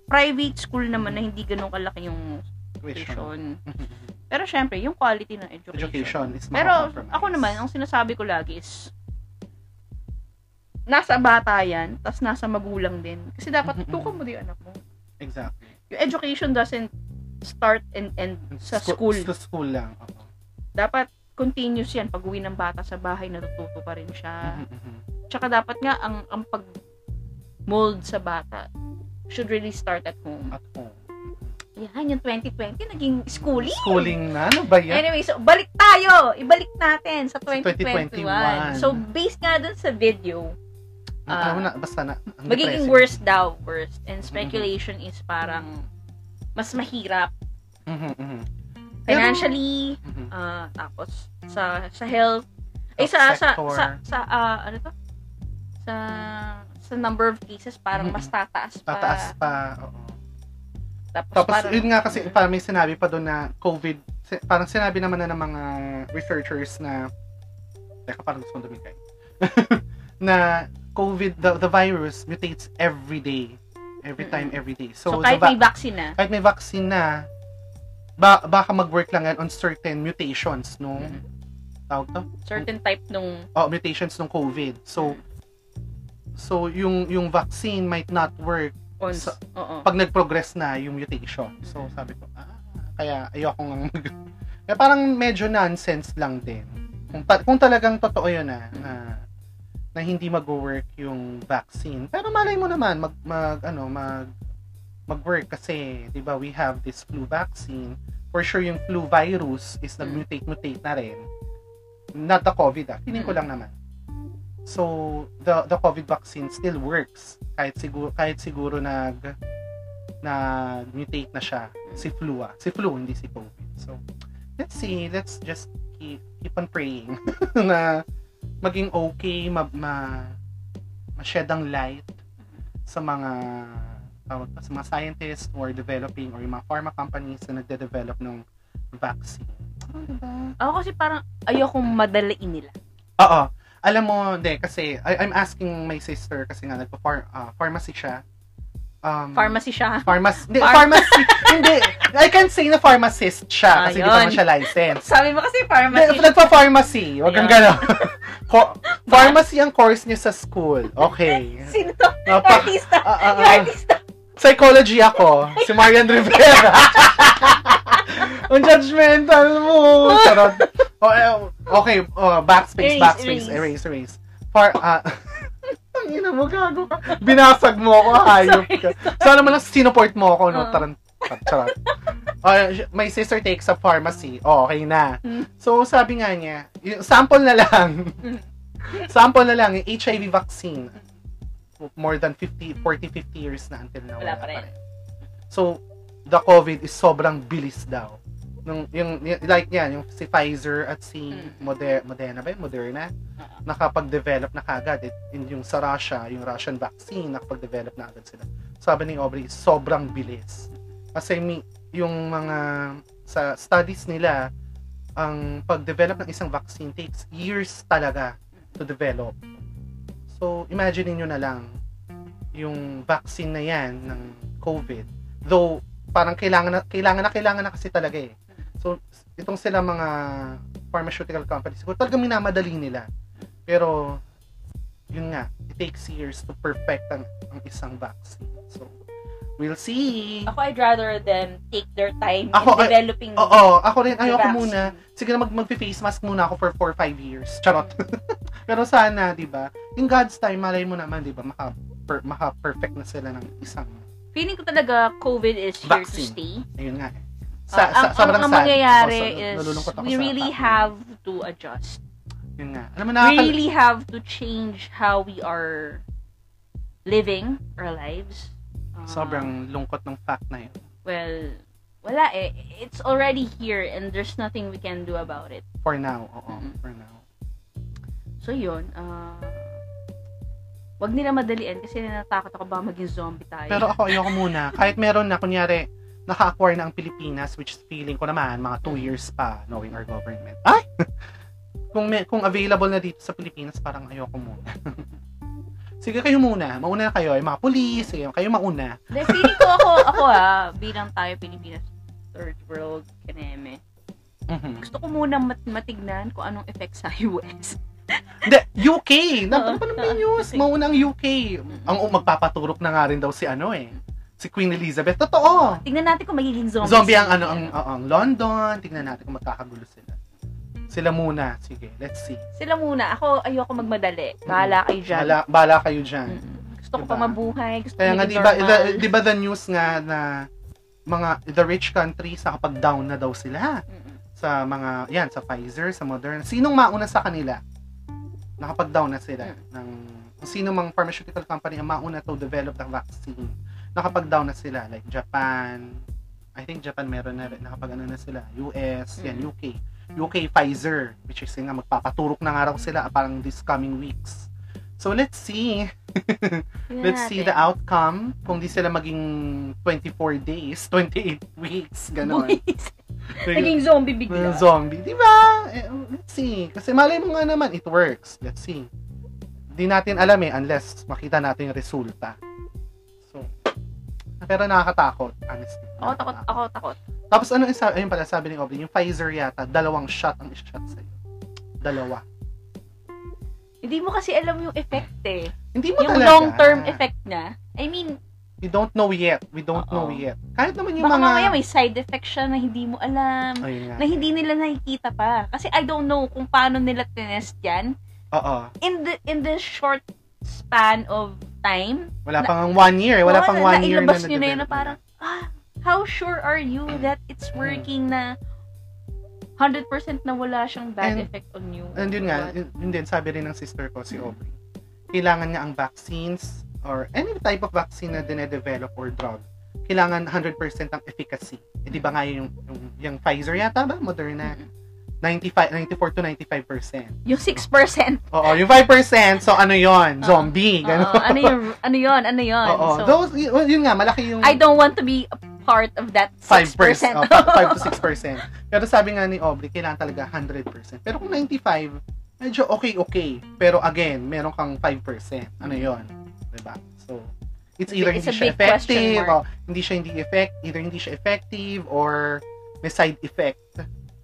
[SPEAKER 1] private school naman na hindi ganun kalaki yung
[SPEAKER 2] Tuition.
[SPEAKER 1] tuition.
[SPEAKER 2] Mhm, mhm.
[SPEAKER 1] Pero syempre, yung quality ng education.
[SPEAKER 2] Education is
[SPEAKER 1] Pero
[SPEAKER 2] makakompromise.
[SPEAKER 1] ako naman, ang sinasabi ko lagi is, nasa bata yan, tapos nasa magulang din. Kasi dapat
[SPEAKER 2] Mm-mm.
[SPEAKER 1] tutukan mo din yung anak mo.
[SPEAKER 2] Exactly.
[SPEAKER 1] Yung education doesn't start and end sa
[SPEAKER 2] Scho-
[SPEAKER 1] school.
[SPEAKER 2] Sa school lang. Oo.
[SPEAKER 1] dapat continuous yan. Pag uwi ng bata sa bahay, natututo pa rin siya.
[SPEAKER 2] Mhm, mhm.
[SPEAKER 1] Tsaka dapat nga, ang, ang pag-mold sa bata should really start at home.
[SPEAKER 2] At home.
[SPEAKER 1] Yan, yung 2020, naging schooling.
[SPEAKER 2] Schooling na? Ano ba yan?
[SPEAKER 1] Anyway, so balik tayo. Ibalik natin sa 2021.
[SPEAKER 2] 2021.
[SPEAKER 1] So, based nga dun sa video, ah,
[SPEAKER 2] Ano na, basta na. ang
[SPEAKER 1] magiging
[SPEAKER 2] depressing. Mm.
[SPEAKER 1] worst daw, worst. And speculation is parang mas mahirap
[SPEAKER 2] Mhm, mhm. Pero-
[SPEAKER 1] financially,
[SPEAKER 2] Mhm.
[SPEAKER 1] Ah, tapos sa sa health eh sa
[SPEAKER 2] Health
[SPEAKER 1] sa
[SPEAKER 2] sector.
[SPEAKER 1] sa, sa ah, ano to? Sa sa number of cases parang mas tataas pa.
[SPEAKER 2] Tataas pa. Oo.
[SPEAKER 1] Tapos, Ah.
[SPEAKER 2] Tapos
[SPEAKER 1] parang-
[SPEAKER 2] yun nga kasi parang may sinabi pa doon na COVID, si- parang sinabi naman na ng mga researchers na Teka, parang gusto kong dumingkay. [laughs] na COVID, the, the virus mutates every day. Every time, every day.
[SPEAKER 1] so,
[SPEAKER 2] So, diba-
[SPEAKER 1] kahit
[SPEAKER 2] the va-
[SPEAKER 1] may vaccine na.
[SPEAKER 2] kahit may vaccine na, ba- baka mag-work lang yan on certain mutations nung,
[SPEAKER 1] Mhm.
[SPEAKER 2] tawag to?
[SPEAKER 1] Certain type nung
[SPEAKER 2] Oh, mutations nung COVID. So, so yung yung vaccine might not work
[SPEAKER 1] ons.
[SPEAKER 2] sa-
[SPEAKER 1] Oo.
[SPEAKER 2] pag nag-progress na yung mutation. So, sabi ko, ah, kaya ayoko nga mag... [laughs] Kaya parang medyo nonsense lang din. Kung, ta- kung talagang totoo yun ah, na, na hindi mag-work yung vaccine. Pero malay mo naman, mag, mag ano, mag, mag-work kasi, di ba, we have this flu vaccine. For sure, yung flu virus is nag-mutate-mutate na rin. Not the COVID ah. Feeling ko lang naman. So, the the COVID vaccine still works kahit siguro kahit siguro nag na mutate na siya si flu ah. Si flu hindi si COVID. So, let's see, let's just keep, keep on praying [laughs] na maging okay, ma, ma, ma-shed ang light sa mga tawag pa, um, sa mga scientists who are developing or yung mga pharma companies na nagde-develop ng vaccine. Oh, diba?
[SPEAKER 1] Ako kasi parang ayokong madalain nila.
[SPEAKER 2] Oo. Alam mo, hindi, kasi I, I'm asking my sister kasi nga nagpa-phar- ah, pharmacy siya. Um,
[SPEAKER 1] Pharmacy siya. [laughs]
[SPEAKER 2] Pharmacy. Hindi,
[SPEAKER 1] Phar- [laughs]
[SPEAKER 2] pharmacy. hindi. I can't say na pharmacist
[SPEAKER 1] Ah,
[SPEAKER 2] siya kasi hindi pa
[SPEAKER 1] yun.
[SPEAKER 2] naman siya licensed.
[SPEAKER 1] Sabi mo kasi pharmacy.
[SPEAKER 2] Hindi, Nagpa-pharmacy. Huwag kang
[SPEAKER 1] Ayun.
[SPEAKER 2] gano'n. [laughs] Co- pharmacy ang course niya sa school. Okay.
[SPEAKER 1] [laughs]
[SPEAKER 2] [laughs]
[SPEAKER 1] Sino to?
[SPEAKER 2] Napa-
[SPEAKER 1] Artista.
[SPEAKER 2] Ah, ah,
[SPEAKER 1] Yung
[SPEAKER 2] ah.
[SPEAKER 1] artista.
[SPEAKER 2] Psychology ako. Si Marian Rivera.
[SPEAKER 1] [laughs]
[SPEAKER 2] Ang judgmental mo. Charot. Oh, eh, okay, oh,
[SPEAKER 1] Erase,
[SPEAKER 2] backspace, backspace, erase,
[SPEAKER 1] erase.
[SPEAKER 2] erase. Far, ah, [laughs] ang ina mo, gago ka. Binasag mo ako, hayop ka. Sana man lang sinuport mo ako,
[SPEAKER 1] Oo.
[SPEAKER 2] no? Taran, charot. Oh, my sister takes up pharmacy. Oh, okay na.
[SPEAKER 1] Mm.
[SPEAKER 2] So, sabi nga niya, yung sample na
[SPEAKER 1] [laughs]
[SPEAKER 2] lang.
[SPEAKER 1] Mm.
[SPEAKER 2] sample na lang, yung HIV vaccine. More than 50, 40, 50 years na until now.
[SPEAKER 1] Wala pa rin.
[SPEAKER 2] So, the COVID is sobrang bilis daw. Nung, yung, y- like yan, yung si Pfizer at si
[SPEAKER 1] Mm. Uh-huh.
[SPEAKER 2] Moder- Moderna ba yun? Moderna?
[SPEAKER 1] Oo.
[SPEAKER 2] Nakapag-develop na kagad. It, in- yung sa Russia, yung Russian vaccine, nakapag-develop na agad sila. Sabi ni Aubrey, sobrang bilis. Kasi mi, yung mga sa studies nila, ang pag-develop ng isang vaccine takes years talaga to develop. So, imagine niyo na lang yung vaccine na yan ng COVID. Though, parang kailangan na, kailangan na, kailangan na kasi talaga eh. So, itong sila mga pharmaceutical companies, siguro talagang minamadali nila. Pero, yun nga, it takes years to perfect ang, ang isang vaccine. So, we'll see.
[SPEAKER 1] Ako, I'd rather them take their time in
[SPEAKER 2] Ako, ay-
[SPEAKER 1] developing
[SPEAKER 2] Oo, ako rin,
[SPEAKER 1] the
[SPEAKER 2] ayoko
[SPEAKER 1] vaccine.
[SPEAKER 2] muna. Sige na, mag, mag-face mask muna ako for 4-5 years. Charot. [laughs] Pero sana, di ba? In God's time, malay mo naman, di ba? Maka, per, maka-perfect na sila ng isang.
[SPEAKER 1] Feeling ko talaga COVID is here
[SPEAKER 2] Vaccine.
[SPEAKER 1] to stay.
[SPEAKER 2] Ayun nga. eh.
[SPEAKER 1] Uh, ang, ang,
[SPEAKER 2] sobrang
[SPEAKER 1] ang
[SPEAKER 2] sad.
[SPEAKER 1] mangyayari
[SPEAKER 2] Oo, so,
[SPEAKER 1] is
[SPEAKER 2] nalulungkot ako
[SPEAKER 1] we
[SPEAKER 2] sa
[SPEAKER 1] really
[SPEAKER 2] topic.
[SPEAKER 1] have to adjust.
[SPEAKER 2] Yun nga. Alam mo,
[SPEAKER 1] We
[SPEAKER 2] nakakal-
[SPEAKER 1] really have to change how we are living our lives. Um,
[SPEAKER 2] sobrang lungkot ng fact na yun.
[SPEAKER 1] Well, wala eh. It's already here and there's nothing we can do about it.
[SPEAKER 2] For now, oo.
[SPEAKER 1] Mm-mm.
[SPEAKER 2] For now.
[SPEAKER 1] So yun, uh, wag nila madalian kasi natatakot ako ba maging zombie tayo.
[SPEAKER 2] Pero ako, ayoko muna. Kahit meron na, kunyari, naka-acquire na ang Pilipinas, which feeling ko naman, mga 2 years pa, knowing our government. Ay! [laughs] kung, may, kung available na dito sa Pilipinas, parang ayoko muna. [laughs] Sige kayo muna. Mauna na kayo. Yung mga police, kayo, kayo mauna.
[SPEAKER 1] Hindi, feeling ko ako, ako ha, bilang tayo Pilipinas, third world, kaneme.
[SPEAKER 2] Mhm.
[SPEAKER 1] Gusto ko muna mat- matignan kung anong effect sa US.
[SPEAKER 2] The UK! Na,
[SPEAKER 1] Oo.
[SPEAKER 2] ano ba news? Mauna ang UK. Ang oh, magpapaturok na nga rin daw si ano eh. Si Queen Elizabeth. Totoo!
[SPEAKER 1] Tignan natin kung magiging zombie.
[SPEAKER 2] Zombie ang ano, ang, oo, ang London. Tingnan natin kung magkakagulo sila. Sila muna. Sige, let's see.
[SPEAKER 1] Sila muna. Ako, ayoko magmadali. Bahala kayo dyan.
[SPEAKER 2] Bala, bala kayo dyan.
[SPEAKER 1] Mm-mm. Gusto ko
[SPEAKER 2] Mm. Diba?
[SPEAKER 1] pa mabuhay. Gusto
[SPEAKER 2] Kaya
[SPEAKER 1] ko
[SPEAKER 2] nga,
[SPEAKER 1] maging
[SPEAKER 2] diba, di ba,
[SPEAKER 1] normal.
[SPEAKER 2] the, di ba the news nga na mga the rich countries nakapag-down na daw sila
[SPEAKER 1] Mm-mm.
[SPEAKER 2] sa mga, yan, sa Pfizer, sa Moderna. Sinong mauna sa kanila? Nakapag-down na sila.
[SPEAKER 1] Mm.
[SPEAKER 2] Ng, kung sino mang pharmaceutical company ang mauna to develop ng vaccine, nakapag-down na sila. Like Japan, I think Japan meron na rin, nakapag-ano na sila. US, yan,
[SPEAKER 1] Mm.
[SPEAKER 2] UK. UK Pfizer, which is yun nga, magpapaturok na nga raw sila parang this coming weeks. So, let's see.
[SPEAKER 1] Tignan
[SPEAKER 2] Let's see the
[SPEAKER 1] [laughs] natin.
[SPEAKER 2] outcome. Kung di sila maging 24 days, 28 weeks, gano'n.
[SPEAKER 1] Buhis. Naging zombie bigla.
[SPEAKER 2] Mga zombie. Di ba? Eh, Let's see. Kasi malay mo nga naman, it works. Let's see. Di natin alam eh, unless makita natin yung resulta. So, pero nakakatakot, honestly.
[SPEAKER 1] Ako takot, ako takot.
[SPEAKER 2] Tapos ano yung, sa- ayun pala, sabi ni Aubrey, yung Pfizer yata, dalawang shot ang shot sa'yo. Dalawa.
[SPEAKER 1] Hindi mo kasi alam yung effect eh.
[SPEAKER 2] Hindi mo
[SPEAKER 1] Yung
[SPEAKER 2] Ano talaga.
[SPEAKER 1] long-term effect na. I mean,
[SPEAKER 2] We don't know yet. We don't know
[SPEAKER 1] Oo.
[SPEAKER 2] yet. Kahit naman yung
[SPEAKER 1] baka
[SPEAKER 2] mga...
[SPEAKER 1] mamaya may side effect siya na hindi mo alam.
[SPEAKER 2] Ayun nga.
[SPEAKER 1] Na hindi nila nakikita pa. Kasi I don't know kung paano nila tinest yan.
[SPEAKER 2] Oo.
[SPEAKER 1] In the, in the short span of time,
[SPEAKER 2] Wala
[SPEAKER 1] Na-
[SPEAKER 2] pang one year. Eh, Wala
[SPEAKER 1] Oo,
[SPEAKER 2] pang
[SPEAKER 1] na-
[SPEAKER 2] one year na
[SPEAKER 1] nailabas nyo na yun na
[SPEAKER 2] na-develop
[SPEAKER 1] parang, ah, how sure are you that it's working na 100% na wala siyang bad
[SPEAKER 2] And-
[SPEAKER 1] effect on you?
[SPEAKER 2] And yun nga,
[SPEAKER 1] But,
[SPEAKER 2] yun, yun din, sabi rin ng sister ko, si Aubrey. Kailangan nga ang vaccines or any type of vaccine na dinedevelop or drug, kailangan 100% ang efficacy. Eh, di ba nga yung, yung, yung Pfizer yata ba? Moderna?
[SPEAKER 1] Mm-hmm.
[SPEAKER 2] 95, 94 to 95%.
[SPEAKER 1] yung
[SPEAKER 2] [laughs]
[SPEAKER 1] 6%.
[SPEAKER 2] Oo, yung 5%, so ano yon Zombie,
[SPEAKER 1] Oo,
[SPEAKER 2] gano'n.
[SPEAKER 1] Ah. ano yung, ano yun, ano yun.
[SPEAKER 2] [laughs] Oo,
[SPEAKER 1] So,
[SPEAKER 2] those, yun, yun nga, malaki yung...
[SPEAKER 1] I don't want to be a part of that 6%.
[SPEAKER 2] 5%.
[SPEAKER 1] [laughs]
[SPEAKER 2] Oh, 5 to 6%. Pero sabi nga ni Aubrey, kailangan talaga 100%. Pero kung 95, medyo okay-okay. Pero again, meron kang 5%. Ano yon Diba? So, it's
[SPEAKER 1] Mm.
[SPEAKER 2] either
[SPEAKER 1] It's
[SPEAKER 2] hindi
[SPEAKER 1] a big
[SPEAKER 2] siya
[SPEAKER 1] question
[SPEAKER 2] effective,
[SPEAKER 1] mark.
[SPEAKER 2] o hindi siya hindi effect, either hindi siya effective, or may side effect.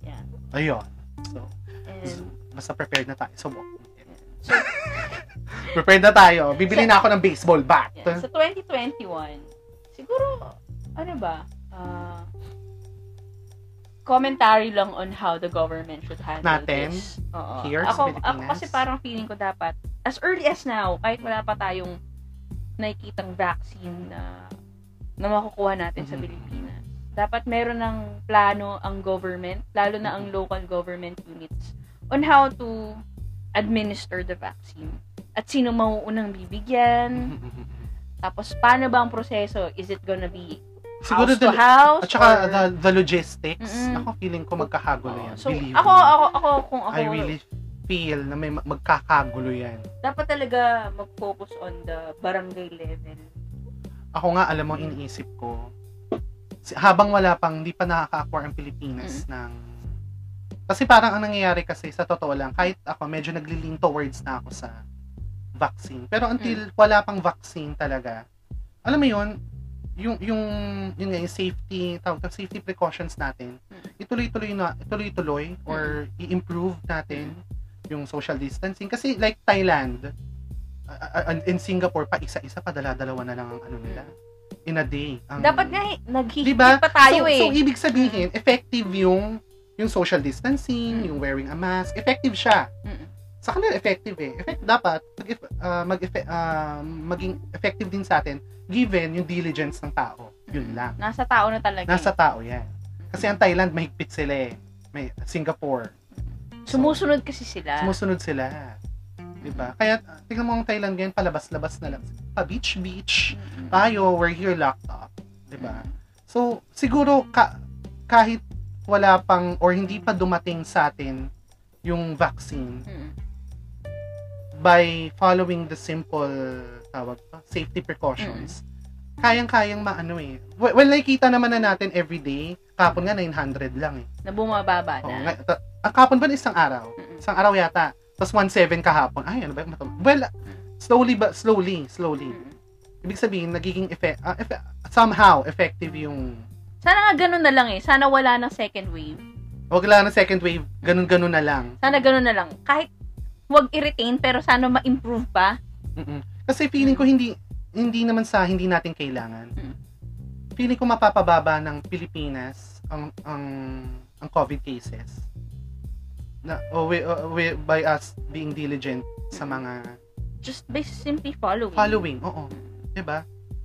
[SPEAKER 1] Yeah.
[SPEAKER 2] Ayun. So,
[SPEAKER 1] And,
[SPEAKER 2] basta prepared na tayo. So, prepared na tayo. Bibili na ako ng baseball bat.
[SPEAKER 1] yeah.
[SPEAKER 2] [laughs]
[SPEAKER 1] Sa 2021, siguro, ano ba, ah, commentary lang on how the government should handle
[SPEAKER 2] Natin?
[SPEAKER 1] this. Oo.
[SPEAKER 2] Here sa
[SPEAKER 1] ako, ako
[SPEAKER 2] Pilipinas?
[SPEAKER 1] kasi parang feeling ko dapat, as early as now, kahit wala pa tayong nakikitang vaccine na na makukuha natin sa
[SPEAKER 2] Mhm.
[SPEAKER 1] Pilipinas. Dapat meron ng plano ang government, lalo na ang local government units, on how to administer the vaccine. At sino mauunang bibigyan, tapos, paano ba ang proseso? Is it gonna be
[SPEAKER 2] Siguro
[SPEAKER 1] house to
[SPEAKER 2] the,
[SPEAKER 1] house?
[SPEAKER 2] at saka
[SPEAKER 1] or-
[SPEAKER 2] the, the logistics,
[SPEAKER 1] Mm-mm.
[SPEAKER 2] ako feeling ko magkakagulo
[SPEAKER 1] Oo.
[SPEAKER 2] yan.
[SPEAKER 1] So,
[SPEAKER 2] Believe
[SPEAKER 1] ako,
[SPEAKER 2] me.
[SPEAKER 1] ako, ako, kung ako,
[SPEAKER 2] I really feel na may ma- magkakagulo yan.
[SPEAKER 1] dapat talaga mag-focus on the barangay level.
[SPEAKER 2] Ako nga, alam mo, iniisip ko, si- habang wala pang, hindi pa nakaka-acquire ang Pilipinas ng... Kasi parang ang nangyayari kasi, sa totoo lang, kahit ako, medyo nagli-lean towards na ako sa vaccine. Pero until
[SPEAKER 1] Mm.
[SPEAKER 2] wala pang vaccine talaga, alam mo yun, yung yung yun nga yung safety tawag to, safety precautions natin
[SPEAKER 1] Mm.
[SPEAKER 2] ituloy-tuloy na ituloy-tuloy or i-improve natin yung social distancing kasi like Thailand a- a- in Singapore pa isa-isa pa dala-dalawa na lang ang ano nila in a day. Ang,
[SPEAKER 1] Mm. Dapat nga, eh, naghihintay
[SPEAKER 2] Diba?
[SPEAKER 1] pa tayo
[SPEAKER 2] so,
[SPEAKER 1] eh.
[SPEAKER 2] So, ibig sabihin, effective yung yung social distancing, yung wearing a mask, effective siya.
[SPEAKER 1] Mm.
[SPEAKER 2] Sa kanila, effective eh. Effect, dapat, mag, ah, mag, ah, maging effective din sa atin, given yung diligence ng tao. Yun lang.
[SPEAKER 1] Nasa tao na talaga. eh.
[SPEAKER 2] Nasa tao yan. Kasi ang Thailand, mahigpit sila eh. May Singapore. So,
[SPEAKER 1] Sumusunod kasi sila.
[SPEAKER 2] Sumusunod sila. Diba? Kaya, ah, tingnan mo ang Thailand ngayon, palabas-labas na lang. Pa-beach-beach.
[SPEAKER 1] Mm-mm.
[SPEAKER 2] Tayo, we're here locked up. Ah, Diba? So, siguro ka- kahit wala pang or hindi pa dumating sa atin yung vaccine
[SPEAKER 1] Mm-mm.
[SPEAKER 2] by following the simple tawag pa, safety precautions, kayang-kayang maano eh. Well, well, nakikita naman na natin everyday, kapon nga 900 lang eh.
[SPEAKER 1] Na bumababa
[SPEAKER 2] Oo,
[SPEAKER 1] na.
[SPEAKER 2] nga, ta- ah, kapon ba na isang araw?
[SPEAKER 1] Mm-mm.
[SPEAKER 2] Isang araw yata. Tapos 1.7 kahapon. Ay, ano ba? yung matam- Well, slowly ba? Slowly, slowly.
[SPEAKER 1] Mm-mm.
[SPEAKER 2] Ibig sabihin, nagiging effect, ah, effe- somehow effective yung
[SPEAKER 1] Sana nga ganun na lang eh. Sana wala ng second wave.
[SPEAKER 2] Huwag lang ng second wave, ganun-ganun na lang.
[SPEAKER 1] Sana ganun na lang. Kahit wag i-retain pero sana ma-improve pa.
[SPEAKER 2] Mm-mm. Kasi feeling ko hindi hindi naman sa hindi natin kailangan.
[SPEAKER 1] Mm.
[SPEAKER 2] Feeling ko mapapababa ng Pilipinas ang ang ang COVID cases. Na oh, we- oh, we- by us being diligent sa mga
[SPEAKER 1] Just by simply following.
[SPEAKER 2] following. Oo. 'Di ba?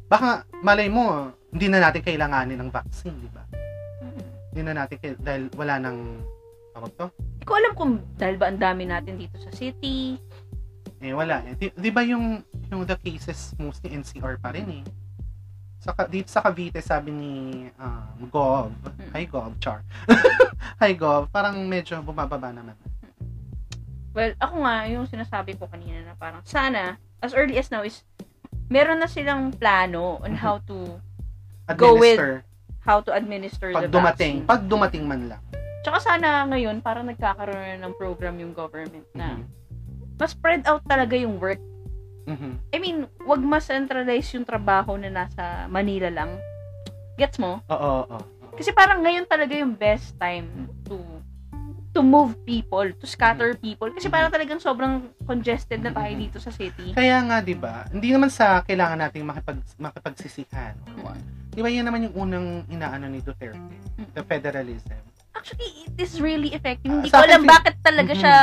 [SPEAKER 2] Baka malay mo hindi na natin kailanganin ng vaccine, 'di ba?
[SPEAKER 1] Mm.
[SPEAKER 2] Hindi na natin kail- dahil wala nang tawag to?
[SPEAKER 1] Hindi ko alam kung dahil ba ang dami natin dito sa city.
[SPEAKER 2] Eh, wala. Eh. Di, di ba yung, yung the cases mostly NCR pa rin eh. Saka, dito sa Cavite, sabi ni um, Gov,
[SPEAKER 1] Mm.
[SPEAKER 2] hi Gov, char. [laughs] hi Gov, parang medyo bumababa naman.
[SPEAKER 1] Well, ako nga, yung sinasabi ko kanina na parang sana, as early as now is, meron na silang plano
[SPEAKER 2] Mhm.
[SPEAKER 1] on how to Go with
[SPEAKER 2] Administer,
[SPEAKER 1] how to administer
[SPEAKER 2] pag
[SPEAKER 1] the
[SPEAKER 2] dumating,
[SPEAKER 1] vaccine.
[SPEAKER 2] pag dumating man lang.
[SPEAKER 1] Tsaka sana ngayon, parang nagkakaroon na ng program yung government na
[SPEAKER 2] Mhm.
[SPEAKER 1] mas spread out talaga yung work.
[SPEAKER 2] Mhm.
[SPEAKER 1] I mean, wag mas centralize yung trabaho na nasa Manila lang. Gets mo?
[SPEAKER 2] Oo, oo. oo.
[SPEAKER 1] Kasi parang ngayon talaga yung best time to to move people, to scatter
[SPEAKER 2] Mm-hmm.
[SPEAKER 1] people. Kasi parang talagang sobrang congested na tayo
[SPEAKER 2] Mhm.
[SPEAKER 1] dito sa city.
[SPEAKER 2] Kaya nga, di ba, hindi naman sa kailangan nating makipag, makipagsisihan. or what. Di ba, yan naman yung unang inaano ni Duterte, the federalism.
[SPEAKER 1] Actually, it is really effective.
[SPEAKER 2] Ah,
[SPEAKER 1] Hindi
[SPEAKER 2] sa
[SPEAKER 1] ko
[SPEAKER 2] akin
[SPEAKER 1] alam
[SPEAKER 2] feel-
[SPEAKER 1] bakit talaga
[SPEAKER 2] Mhm.
[SPEAKER 1] siya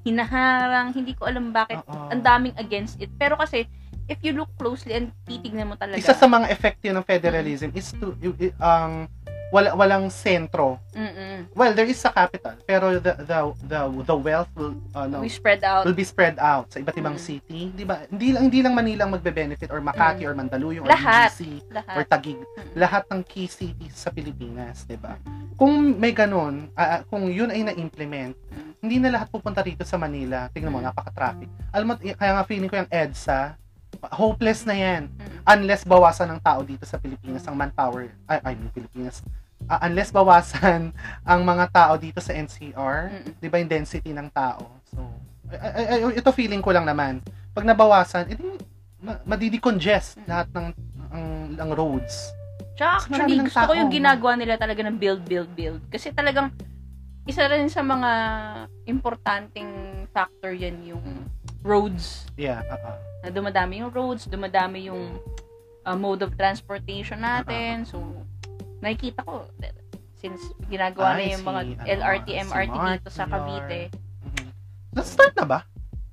[SPEAKER 1] hinaharang. Hindi ko alam bakit
[SPEAKER 2] Oo.
[SPEAKER 1] ang daming against it. Pero kasi, if you look closely and titignan mo talaga.
[SPEAKER 2] Isa sa mga effect yun ng federalism is to, ang wala, walang sentro.
[SPEAKER 1] Mm-mm.
[SPEAKER 2] Well, there is sa capital, pero the the the, the wealth will ano,
[SPEAKER 1] We spread out.
[SPEAKER 2] will be spread out sa iba't ibang
[SPEAKER 1] Mm.
[SPEAKER 2] city, 'di ba? Hindi lang hindi lang Manila ang magbe-benefit or Makati
[SPEAKER 1] Mm.
[SPEAKER 2] or Mandaluyong
[SPEAKER 1] Lahat.
[SPEAKER 2] or BGC or
[SPEAKER 1] Lahat.
[SPEAKER 2] Taguig, lahat ng key cities sa Pilipinas, 'di ba? Kung may ganun, ah, ah, kung yun ay na-implement,
[SPEAKER 1] Mm.
[SPEAKER 2] hindi na lahat pupunta rito sa Manila. Tingnan mo,
[SPEAKER 1] Mm.
[SPEAKER 2] napaka-traffic. Alam mo, y- kaya nga feeling ko yung EDSA, hopeless na yan
[SPEAKER 1] Mm.
[SPEAKER 2] unless bawasan ng tao dito sa Pilipinas ang manpower I, I mean Pilipinas Ah, unless bawasan [laughs] ang mga tao dito sa NCR
[SPEAKER 1] Mm-mm.
[SPEAKER 2] 'di ba yung density ng tao so ay- ay- ay- ito feeling ko lang naman pag nabawasan edi ma- madidecongest
[SPEAKER 1] Mm.
[SPEAKER 2] lahat ng ang, ang roads
[SPEAKER 1] Tsaka
[SPEAKER 2] Mas
[SPEAKER 1] actually,
[SPEAKER 2] marami ng
[SPEAKER 1] gusto ko
[SPEAKER 2] tao.
[SPEAKER 1] yung ginagawa nila talaga ng build, build, build. Kasi talagang, isa rin sa mga importanteng factor yan yung roads.
[SPEAKER 2] yeah uh-uh. oo.
[SPEAKER 1] Na dumadami yung roads, dumadami yung uh, mode of transportation natin. So, nakikita ko, since ginagawa
[SPEAKER 2] Ay,
[SPEAKER 1] na yung
[SPEAKER 2] si,
[SPEAKER 1] mga
[SPEAKER 2] ano,
[SPEAKER 1] LRT,
[SPEAKER 2] si
[SPEAKER 1] MRT
[SPEAKER 2] Mark
[SPEAKER 1] dito sa
[SPEAKER 2] Villar.
[SPEAKER 1] Cavite.
[SPEAKER 2] Mhm. na-start na ba?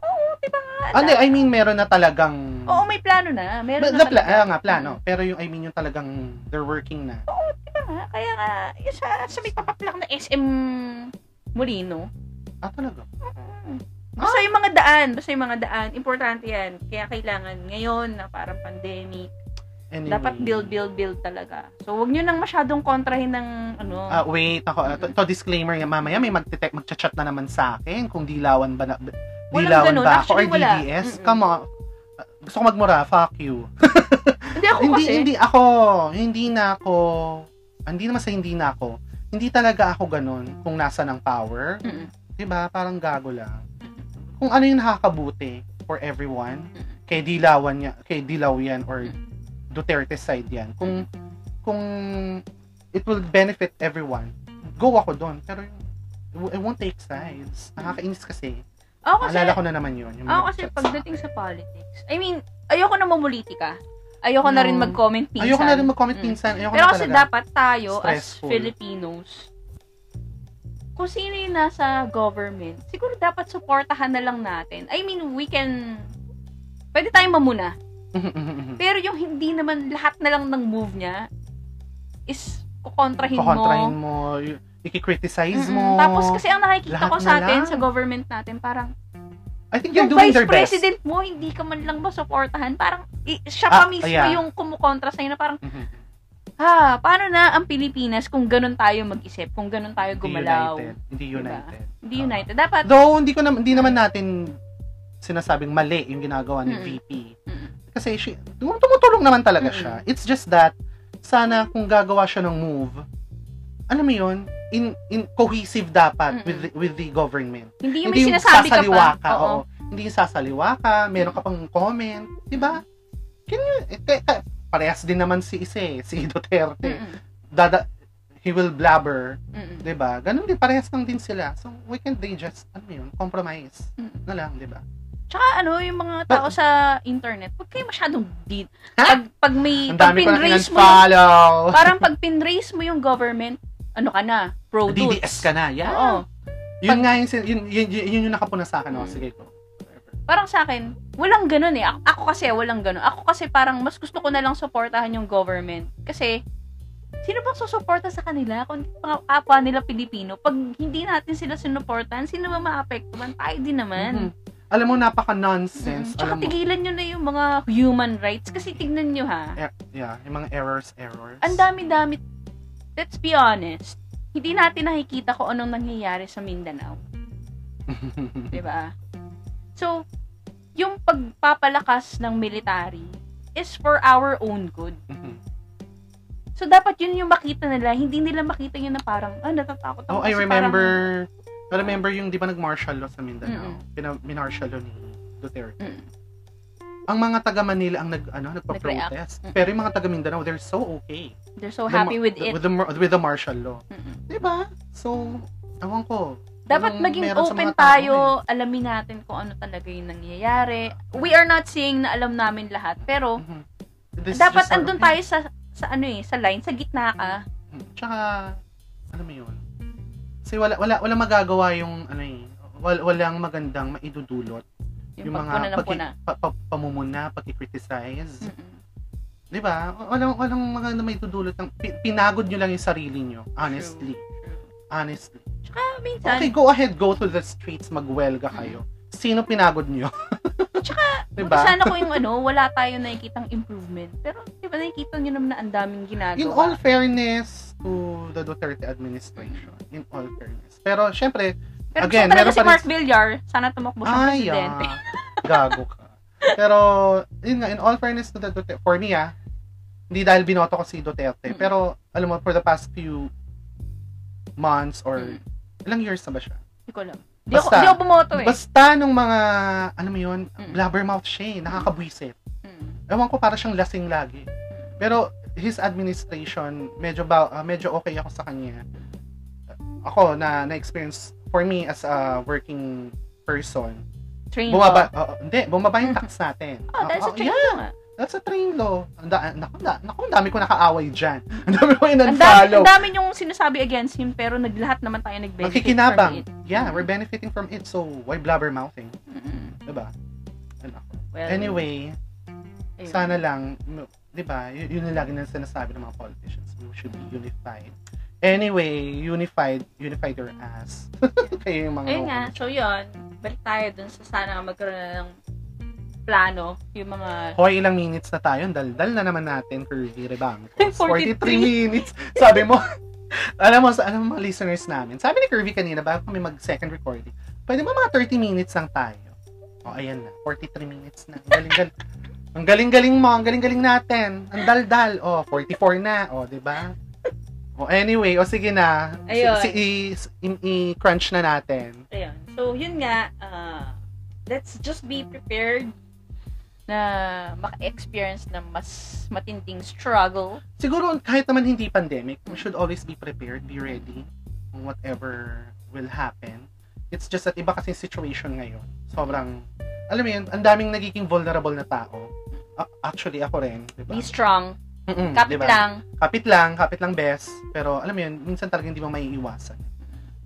[SPEAKER 1] Oo, di ba nga?
[SPEAKER 2] Ano, I mean meron na talagang
[SPEAKER 1] Oo, may plano na. Meron
[SPEAKER 2] na,
[SPEAKER 1] na
[SPEAKER 2] pla-
[SPEAKER 1] talaga. Mm.
[SPEAKER 2] ah, nga plano pero yung I mean yung talagang they're working na
[SPEAKER 1] Kaya nga, kaya nga, yung sa, sa may papaplak na SM Molino.
[SPEAKER 2] ah talaga
[SPEAKER 1] Basta
[SPEAKER 2] Ah.
[SPEAKER 1] yung mga daan, basta yung mga daan, importante yan. Kaya kailangan ngayon na parang pandemic,
[SPEAKER 2] Anyway.
[SPEAKER 1] dapat build, build, build talaga. So, wag nyo nang masyadong kontrahin ng, ano,
[SPEAKER 2] Ah, wait, ako, ah, to, to disclaimer nga, mamaya may magte-text, magcha-chat na naman sa akin kung dilawan ba na, b-
[SPEAKER 1] Walang
[SPEAKER 2] dilawan
[SPEAKER 1] ganun.
[SPEAKER 2] ba ako or
[SPEAKER 1] Actually, wala.
[SPEAKER 2] DDS.
[SPEAKER 1] Mm-mm.
[SPEAKER 2] Come on. Ah, Gusto ko magmura, fuck you.
[SPEAKER 1] hindi ako
[SPEAKER 2] hindi,
[SPEAKER 1] kasi,
[SPEAKER 2] hindi ako, hindi na ako, ah, hindi naman sa hindi na ako, hindi talaga ako ganun kung nasa ng power.
[SPEAKER 1] Mm-mm.
[SPEAKER 2] 'Di ba Parang gago lang. Kung ano yung nakakabuti for everyone, kay dilawan niya, kay dilaw yan or Duterte side yan. Kung kung it will benefit everyone, go ako doon. Pero yung- I won't take sides. Nakakainis kasi.
[SPEAKER 1] Ako kasi,
[SPEAKER 2] Alala ko na naman yun. Yung
[SPEAKER 1] ako
[SPEAKER 2] mga
[SPEAKER 1] kasi
[SPEAKER 2] chats
[SPEAKER 1] pagdating sa
[SPEAKER 2] akin.
[SPEAKER 1] politics, I mean, ayoko na mamolitika. Ayoko na rin
[SPEAKER 2] No.
[SPEAKER 1] mag-comment pinsan.
[SPEAKER 2] Mm. Ayoko na rin mag-comment
[SPEAKER 1] Mm.
[SPEAKER 2] pinsan. Ayoko
[SPEAKER 1] Pero
[SPEAKER 2] na
[SPEAKER 1] kasi
[SPEAKER 2] talaga.
[SPEAKER 1] dapat tayo
[SPEAKER 2] Stressful.
[SPEAKER 1] as Filipinos, kung sino yung nasa government, siguro dapat supportahan na lang natin. I mean, we can, pwede tayong mamuna.
[SPEAKER 2] [laughs]
[SPEAKER 1] Pero yung hindi naman lahat na lang ng move niya is kukontrahin mo.
[SPEAKER 2] Kukontrahin mo. y- Ikikriticize
[SPEAKER 1] Mm-mm.
[SPEAKER 2] mo.
[SPEAKER 1] Tapos kasi ang nakikita
[SPEAKER 2] Lahat
[SPEAKER 1] ko sa
[SPEAKER 2] na
[SPEAKER 1] atin,
[SPEAKER 2] lang.
[SPEAKER 1] sa government natin, parang
[SPEAKER 2] I think they're
[SPEAKER 1] yung vice
[SPEAKER 2] doing their best.
[SPEAKER 1] president mo, hindi ka man lang masuportahan. Parang i- siya
[SPEAKER 2] Ah,
[SPEAKER 1] pa mismo
[SPEAKER 2] yeah.
[SPEAKER 1] yung kumukontra sa'yo na parang,
[SPEAKER 2] Mhm.
[SPEAKER 1] ha, paano na ang Pilipinas kung ganun tayo mag-isip, kung ganun tayo
[SPEAKER 2] Hindi
[SPEAKER 1] gumalaw.
[SPEAKER 2] united. Hindi
[SPEAKER 1] Diba?
[SPEAKER 2] united.
[SPEAKER 1] Hindi united. Dapat,
[SPEAKER 2] Though, hindi, ko na, hindi naman natin sinasabing mali yung ginagawa ni
[SPEAKER 1] Mm.
[SPEAKER 2] VP.
[SPEAKER 1] Mm.
[SPEAKER 2] Kasi she, tum- tumutulong naman talaga
[SPEAKER 1] Mm.
[SPEAKER 2] siya. It's just that, sana kung gagawa siya ng move, alam mo yun, in, in cohesive dapat
[SPEAKER 1] Mm-mm.
[SPEAKER 2] with the, with the government.
[SPEAKER 1] hindi yung
[SPEAKER 2] hindi
[SPEAKER 1] may sinasabi ka
[SPEAKER 2] sasaliwa
[SPEAKER 1] pa. Oo.
[SPEAKER 2] oo. Hindi yung sasaliwa ka, meron ka pang comment, di ba? Can you, eh, eh, eh, parehas din naman si Ise, si Duterte.
[SPEAKER 1] Mm-mm.
[SPEAKER 2] Dada, he will blabber,
[SPEAKER 1] Mm-mm.
[SPEAKER 2] di ba? Ganun din, parehas lang din sila. So, why can't they just, ano yun, compromise
[SPEAKER 1] Mm.
[SPEAKER 2] na lang, di ba?
[SPEAKER 1] Tsaka ano, yung mga tao sa internet, huwag kayo masyadong deep.
[SPEAKER 2] Ah. Ha?
[SPEAKER 1] Pag, pag may,
[SPEAKER 2] Ang
[SPEAKER 1] pag
[SPEAKER 2] dami ko na
[SPEAKER 1] pin-raise mo, yung-
[SPEAKER 2] [laughs] follow.
[SPEAKER 1] parang pag pin-raise mo yung government, ano ka na, pro dudes.
[SPEAKER 2] DDS ka na, yeah.
[SPEAKER 1] Oo.
[SPEAKER 2] Yun
[SPEAKER 1] Pag-
[SPEAKER 2] nga yung, sin- yun, yun, yun, yun yung nakapuna sa akin. O,
[SPEAKER 1] Mm.
[SPEAKER 2] sige ko.
[SPEAKER 1] Parang sa akin, walang ganun eh. Ako, ako kasi, walang ganun. Ako kasi parang mas gusto ko na lang supportahan yung government. Kasi, sino bang susuporta sa kanila kung hindi mga kapwa nila Pilipino? Pag hindi natin sila sinuportahan, sino ba maapektuhan? Tayo din naman.
[SPEAKER 2] Mhm. Alam mo,
[SPEAKER 1] Mm.
[SPEAKER 2] napaka-nonsense.
[SPEAKER 1] Tsaka
[SPEAKER 2] Alam mo,
[SPEAKER 1] tigilan nyo na yung mga human rights. Kasi tignan nyo ha.
[SPEAKER 2] er- yeah, yung mga errors, errors.
[SPEAKER 1] Ang
[SPEAKER 2] [laughs]
[SPEAKER 1] dami-dami. Let's be honest. Hindi natin nakikita kung anong nangyayari sa Mindanao. di ba? So, yung pagpapalakas ng military is for our own good. So, dapat yun yung makita nila. Hindi nila makita yun na parang, ah, natatakot ako.
[SPEAKER 2] oh, I
[SPEAKER 1] kasi
[SPEAKER 2] remember, I remember yung, di ba, nag-martial law sa Mindanao.
[SPEAKER 1] Mm-mm.
[SPEAKER 2] Pina, minartial law ni Duterte.
[SPEAKER 1] Mm.
[SPEAKER 2] Ang mga taga Manila ang nag ano nagpa-protest.
[SPEAKER 1] Mm-mm.
[SPEAKER 2] Pero yung mga taga Mindanao, they're so okay.
[SPEAKER 1] Parang, they're so
[SPEAKER 2] The
[SPEAKER 1] happy
[SPEAKER 2] ma-
[SPEAKER 1] with it.
[SPEAKER 2] the- With the, mar- with the martial law.
[SPEAKER 1] Mm-mm.
[SPEAKER 2] 'Di ba? So, ewan ko.
[SPEAKER 1] Dapat
[SPEAKER 2] Anong
[SPEAKER 1] maging
[SPEAKER 2] meron sa
[SPEAKER 1] open
[SPEAKER 2] mga tao
[SPEAKER 1] tayo, alamin natin kung ano talaga yung nangyayari. We are not saying na alam namin lahat, pero
[SPEAKER 2] Mhm. This is
[SPEAKER 1] Oh. dapat
[SPEAKER 2] just our
[SPEAKER 1] andun tayo sa sa ano eh, sa line, sa gitna ka.
[SPEAKER 2] Mm, Tsaka, alam mo yun, kasi wala, wala, wala magagawa yung, ano eh, wal- walang magandang maidudulot.
[SPEAKER 1] Yung, pagpuna ng puna.
[SPEAKER 2] pa, pa, pamumuna, pagkikriticize.
[SPEAKER 1] Mm-mm.
[SPEAKER 2] Di ba? Walang, walang magandang maidudulot. Ng, pi- pinagod nyo lang yung sarili nyo. Honestly. Honestly.
[SPEAKER 1] Tsaka Mm. minsan,
[SPEAKER 2] Okay, go ahead, go to the streets, magwelga kayo. Sino pinagod nyo?
[SPEAKER 1] [laughs]
[SPEAKER 2] Tsaka, di
[SPEAKER 1] Diba?
[SPEAKER 2] ba?
[SPEAKER 1] Sana ko yung ano, wala tayo nakikitang improvement. Pero, di ba nakikita nyo naman na ang daming ginagawa?
[SPEAKER 2] In all fairness to the Duterte administration, in all fairness. Pero, syempre,
[SPEAKER 1] Pero
[SPEAKER 2] again,
[SPEAKER 1] gusto ko
[SPEAKER 2] meron
[SPEAKER 1] talaga si
[SPEAKER 2] pa rin-
[SPEAKER 1] Mark Villar, sana tumakbo siyang
[SPEAKER 2] Ay,
[SPEAKER 1] presidente. [laughs]
[SPEAKER 2] ah. Gago ka. Pero, yun nga, in all fairness to the Duterte, for me ah, hindi dahil binoto ko si Duterte,
[SPEAKER 1] Mm.
[SPEAKER 2] pero alam mo, for the past few months or
[SPEAKER 1] Mm.
[SPEAKER 2] ilang years na ba siya?
[SPEAKER 1] Hindi ko alam. Di ako,
[SPEAKER 2] Basta.
[SPEAKER 1] di ako bumoto eh.
[SPEAKER 2] Basta nung mga, ano mo yun,
[SPEAKER 1] Mm.
[SPEAKER 2] blabbermouth siya eh, nakakabwisit.
[SPEAKER 1] Mm.
[SPEAKER 2] Ewan ko, para siyang lasing lagi. Pero, his administration, medyo, ba, ah, medyo okay ako sa kanya. Ako, na, na-experience, for me, as a working person,
[SPEAKER 1] Train
[SPEAKER 2] Bumaba,
[SPEAKER 1] law.
[SPEAKER 2] oo, hindi, bumaba yung tax natin.
[SPEAKER 1] Oh, dahil sa
[SPEAKER 2] Oo,
[SPEAKER 1] train
[SPEAKER 2] yeah,
[SPEAKER 1] law nga.
[SPEAKER 2] that's a train law. Ang da- naku, da- naku, ang dami ko nakaaway dyan. [laughs] Ang dami ko
[SPEAKER 1] Ang dami,
[SPEAKER 2] in-unfollow.
[SPEAKER 1] ang dami yung sinasabi against him, pero naglahat naman tayo nag-benefit
[SPEAKER 2] Makikinabang.
[SPEAKER 1] from it.
[SPEAKER 2] Yeah, we're benefiting from it, so why blabbermouthing?
[SPEAKER 1] Mm-mm.
[SPEAKER 2] Diba? Ano?
[SPEAKER 1] Well,
[SPEAKER 2] Anyway,
[SPEAKER 1] ayun.
[SPEAKER 2] sana lang, m- diba, y- yun yung lagi na sinasabi ng mga politicians. We should be unified. Anyway, unified, unified your ass. [laughs] Kayo yung mga
[SPEAKER 1] Ayun nga, so yun. Balik tayo dun sa sana magkaroon na ng plano, yung mga
[SPEAKER 2] Hoy, ilang minutes na tayo. Ang Daldal na naman natin, Curvy Rebang.
[SPEAKER 1] 43.
[SPEAKER 2] 43 minutes. Sabi mo, [laughs] alam mo, sa alam mo mga listeners namin, sabi ni Curvy kanina, bago kami mag-second recording, pwede ba mga 30 minutes lang tayo? O, oh, ayan na. 43 minutes na. Ang galing-galing. ang galing-galing mo. Ang galing-galing natin. Ang daldal. O, oh, 44 na. O, di ba? O, anyway. O, sige na. Si,
[SPEAKER 1] Ayun.
[SPEAKER 2] si, i- i- i-crunch na natin.
[SPEAKER 1] Ayan. So, yun nga, ah, let's just be prepared na maka-experience ng mas matinding struggle.
[SPEAKER 2] siguro kahit naman hindi pandemic, we should always be prepared, be ready on whatever will happen. It's just that iba kasi yung situation ngayon. Sobrang, alam mo yun, ang daming nagiging vulnerable na tao. A- actually, ako rin. Diba?
[SPEAKER 1] Be strong.
[SPEAKER 2] Mm-mm,
[SPEAKER 1] Kapit
[SPEAKER 2] diba?
[SPEAKER 1] lang.
[SPEAKER 2] kapit lang, kapit lang best, pero alam mo yun, minsan talaga hindi mo maiiwasan.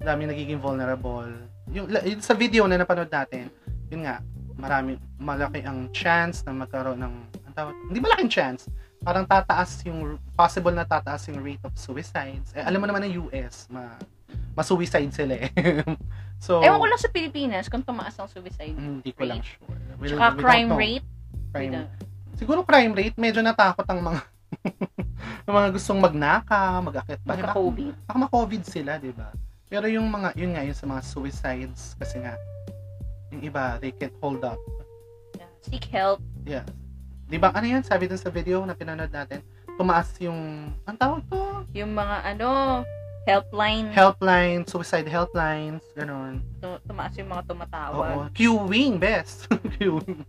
[SPEAKER 2] Ang dami nagiging vulnerable. Yung, la- yung sa video na napanood natin, yun nga, marami, malaki ang chance na magkaroon ng, ang tawag- hindi malaking chance, parang tataas yung, possible na tataas yung rate of suicides. Eh, alam mo naman ng US, ma, ma-suicide sila eh. [laughs] so, Hmm, mm,
[SPEAKER 1] Ewan ko lang sa Pilipinas kung tumaas ang suicide.
[SPEAKER 2] hindi ko lang sure. We- we
[SPEAKER 1] Tsaka
[SPEAKER 2] don't
[SPEAKER 1] crime
[SPEAKER 2] know.
[SPEAKER 1] rate.
[SPEAKER 2] Crime
[SPEAKER 1] Wait, ah.
[SPEAKER 2] siguro crime rate, medyo natakot ang mga [laughs] ang mga gustong magnaka, mag-akit. Bakit? Baka,
[SPEAKER 1] Magka-COVID.
[SPEAKER 2] baka ma-COVID sila, di ba? Pero yung mga, yun nga, yung sa mga suicides, kasi nga, yung iba, they can't hold up.
[SPEAKER 1] Seek help.
[SPEAKER 2] Yeah. Di ba, ano yun, sabi dun sa video na pinanood natin, tumaas yung, ang tawag to,
[SPEAKER 1] Yung mga ano, helpline.
[SPEAKER 2] helpline, suicide helplines, ganun.
[SPEAKER 1] Tu- Tumaas yung mga tumatawag.
[SPEAKER 2] Oo. Queuing, best. [laughs] Queuing.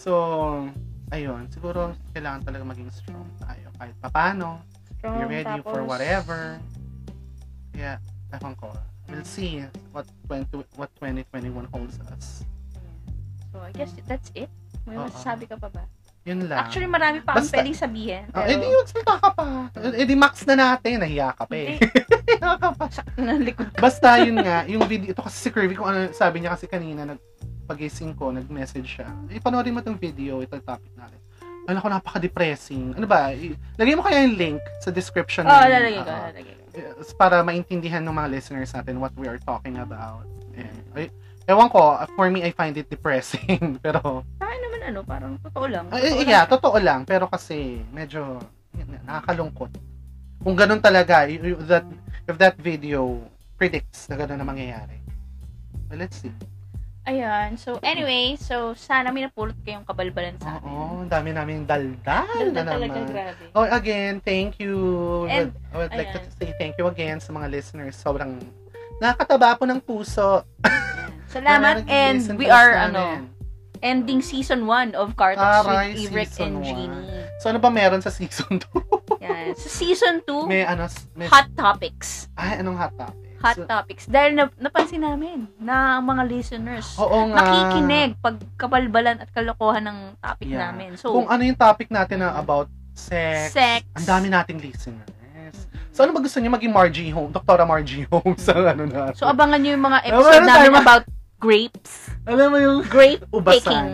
[SPEAKER 2] So, ayun, siguro kailangan talaga maging strong tayo kahit papano.
[SPEAKER 1] Strong,
[SPEAKER 2] be ready
[SPEAKER 1] Um,
[SPEAKER 2] for
[SPEAKER 1] tapos-
[SPEAKER 2] whatever. Yeah, ewan ko. We'll see what 20, what 2021 holds us.
[SPEAKER 1] So, I guess that's it. May
[SPEAKER 2] Oo.
[SPEAKER 1] masasabi ka pa ba?
[SPEAKER 2] Yun lang.
[SPEAKER 1] Actually, marami pa akong
[SPEAKER 2] Basta-
[SPEAKER 1] pwedeng sabihin.
[SPEAKER 2] oh,
[SPEAKER 1] Pero,
[SPEAKER 2] edi yun, salita ka pa. Edi max na natin. Nahiya ka pa eh.
[SPEAKER 1] [laughs]
[SPEAKER 2] [laughs] Nahiya ka pa.
[SPEAKER 1] nalikod
[SPEAKER 2] Basta yun nga, yung video, ito kasi si Kirby, kung ano, sabi niya kasi kanina, nag, pagising ko, nag-message siya. Eh, panoorin mo itong video, ito yung topic natin. Alam ko, napaka-depressing. Ano ba? i- Lagay mo kaya yung link sa description.
[SPEAKER 1] Oo, oh,
[SPEAKER 2] ng- ah,
[SPEAKER 1] lalagay ko,
[SPEAKER 2] Ano Oo.
[SPEAKER 1] lalagay ko.
[SPEAKER 2] Yes, para maintindihan ng mga listeners natin what we are talking about. And, ay, ewan ko, for me, I find it depressing. [laughs] pero,
[SPEAKER 1] Sa akin naman ano, parang totoo lang.
[SPEAKER 2] ay,
[SPEAKER 1] Totoo
[SPEAKER 2] yeah,
[SPEAKER 1] lang.
[SPEAKER 2] totoo lang. Pero kasi, medyo, yun, nakakalungkot. Kung ganun talaga, y- y- that, if that video predicts na ganun na mangyayari. Well, let's see.
[SPEAKER 1] Ayan, so anyway, so sana may napulot kayong kabalbalan sa amin.
[SPEAKER 2] Oo, ang dami namin daldal
[SPEAKER 1] Ganda
[SPEAKER 2] na
[SPEAKER 1] talaga,
[SPEAKER 2] naman.
[SPEAKER 1] grabe.
[SPEAKER 2] Oh, again, thank you.
[SPEAKER 1] And,
[SPEAKER 2] I would like to
[SPEAKER 1] ayan.
[SPEAKER 2] say thank you again sa mga listeners. Sobrang nakakataba po ng puso.
[SPEAKER 1] Ayan. Salamat
[SPEAKER 2] Na
[SPEAKER 1] and
[SPEAKER 2] nag-listen
[SPEAKER 1] we
[SPEAKER 2] pala
[SPEAKER 1] are
[SPEAKER 2] sa
[SPEAKER 1] ano,
[SPEAKER 2] amin.
[SPEAKER 1] ending season 1 of Cartox
[SPEAKER 2] Aray,
[SPEAKER 1] with Evrick
[SPEAKER 2] season
[SPEAKER 1] and
[SPEAKER 2] one. [laughs]
[SPEAKER 1] Jeannie.
[SPEAKER 2] So ano ba meron sa season 2?
[SPEAKER 1] Yan. So season 2,
[SPEAKER 2] may ano, s- may,
[SPEAKER 1] hot topics.
[SPEAKER 2] ay, anong hot topic?
[SPEAKER 1] Hot
[SPEAKER 2] So,
[SPEAKER 1] topics. Dahil na, napansin namin na ang mga listeners
[SPEAKER 2] Oo nga.
[SPEAKER 1] nakikinig pag kabalbalan at kalokohan ng topic
[SPEAKER 2] Yeah.
[SPEAKER 1] namin. So,
[SPEAKER 2] Kung ano yung topic natin na about sex.
[SPEAKER 1] sex.
[SPEAKER 2] Ang dami nating listeners. So ano ba gusto niyo maging Margie Home? Doktora Margie Home [laughs] sa ano natin?
[SPEAKER 1] So, abangan nyo yung mga
[SPEAKER 2] Meron
[SPEAKER 1] episode
[SPEAKER 2] tayo
[SPEAKER 1] namin
[SPEAKER 2] ma-
[SPEAKER 1] about grapes.
[SPEAKER 2] Alam mo yung
[SPEAKER 1] Grape
[SPEAKER 2] ubasan.
[SPEAKER 1] picking.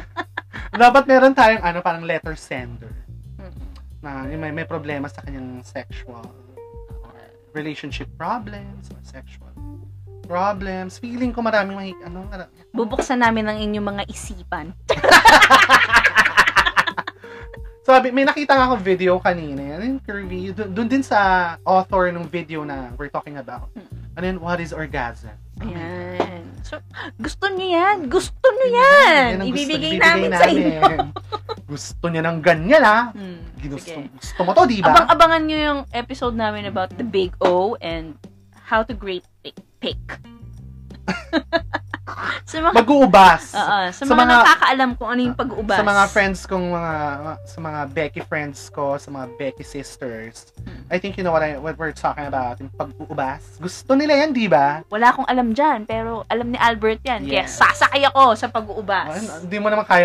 [SPEAKER 2] [laughs] Dapat meron tayong ano, parang letter sender.
[SPEAKER 1] Mm.
[SPEAKER 2] Na yung may, may problema sa kanyang sexual uh, relationship problems or sexual problems. Feeling ko maraming may, ano, mara-
[SPEAKER 1] Bubuksan namin ang inyong mga isipan.
[SPEAKER 2] Sabi, may nakita nga akong video kanina. Ano yung curvy? Dun, dun din sa author ng video na we're talking about. And then, what is orgasm?
[SPEAKER 1] Ayan. So, gusto nyo yan. Gusto nyo yan.
[SPEAKER 2] ang gusto-
[SPEAKER 1] Ibibigay,
[SPEAKER 2] ibibigay
[SPEAKER 1] namin, sa
[SPEAKER 2] [laughs]
[SPEAKER 1] inyo.
[SPEAKER 2] gusto niya ng ganyan, ha?
[SPEAKER 1] Hmm,
[SPEAKER 2] Ginusto,
[SPEAKER 1] sige.
[SPEAKER 2] gusto mo to, di ba?
[SPEAKER 1] Abang-abangan nyo yung episode namin about the big O and how to grape pick. pick. [laughs] sa mga,
[SPEAKER 2] Mag-uubas.
[SPEAKER 1] Oo, sa,
[SPEAKER 2] sa
[SPEAKER 1] mga,
[SPEAKER 2] mga-
[SPEAKER 1] nakakaalam kung ano yung pag-ubas.
[SPEAKER 2] Sa mga friends kong mga, sa mga Becky friends ko, sa mga Becky sisters,
[SPEAKER 1] Hmm.
[SPEAKER 2] I think you know what, I, what we're talking about, yung pag-uubas. Gusto nila yan, di ba?
[SPEAKER 1] Wala akong alam dyan, pero alam ni Albert yan.
[SPEAKER 2] Yes.
[SPEAKER 1] Kaya sasakay ako sa pag-uubas.
[SPEAKER 2] Hindi mo naman kaya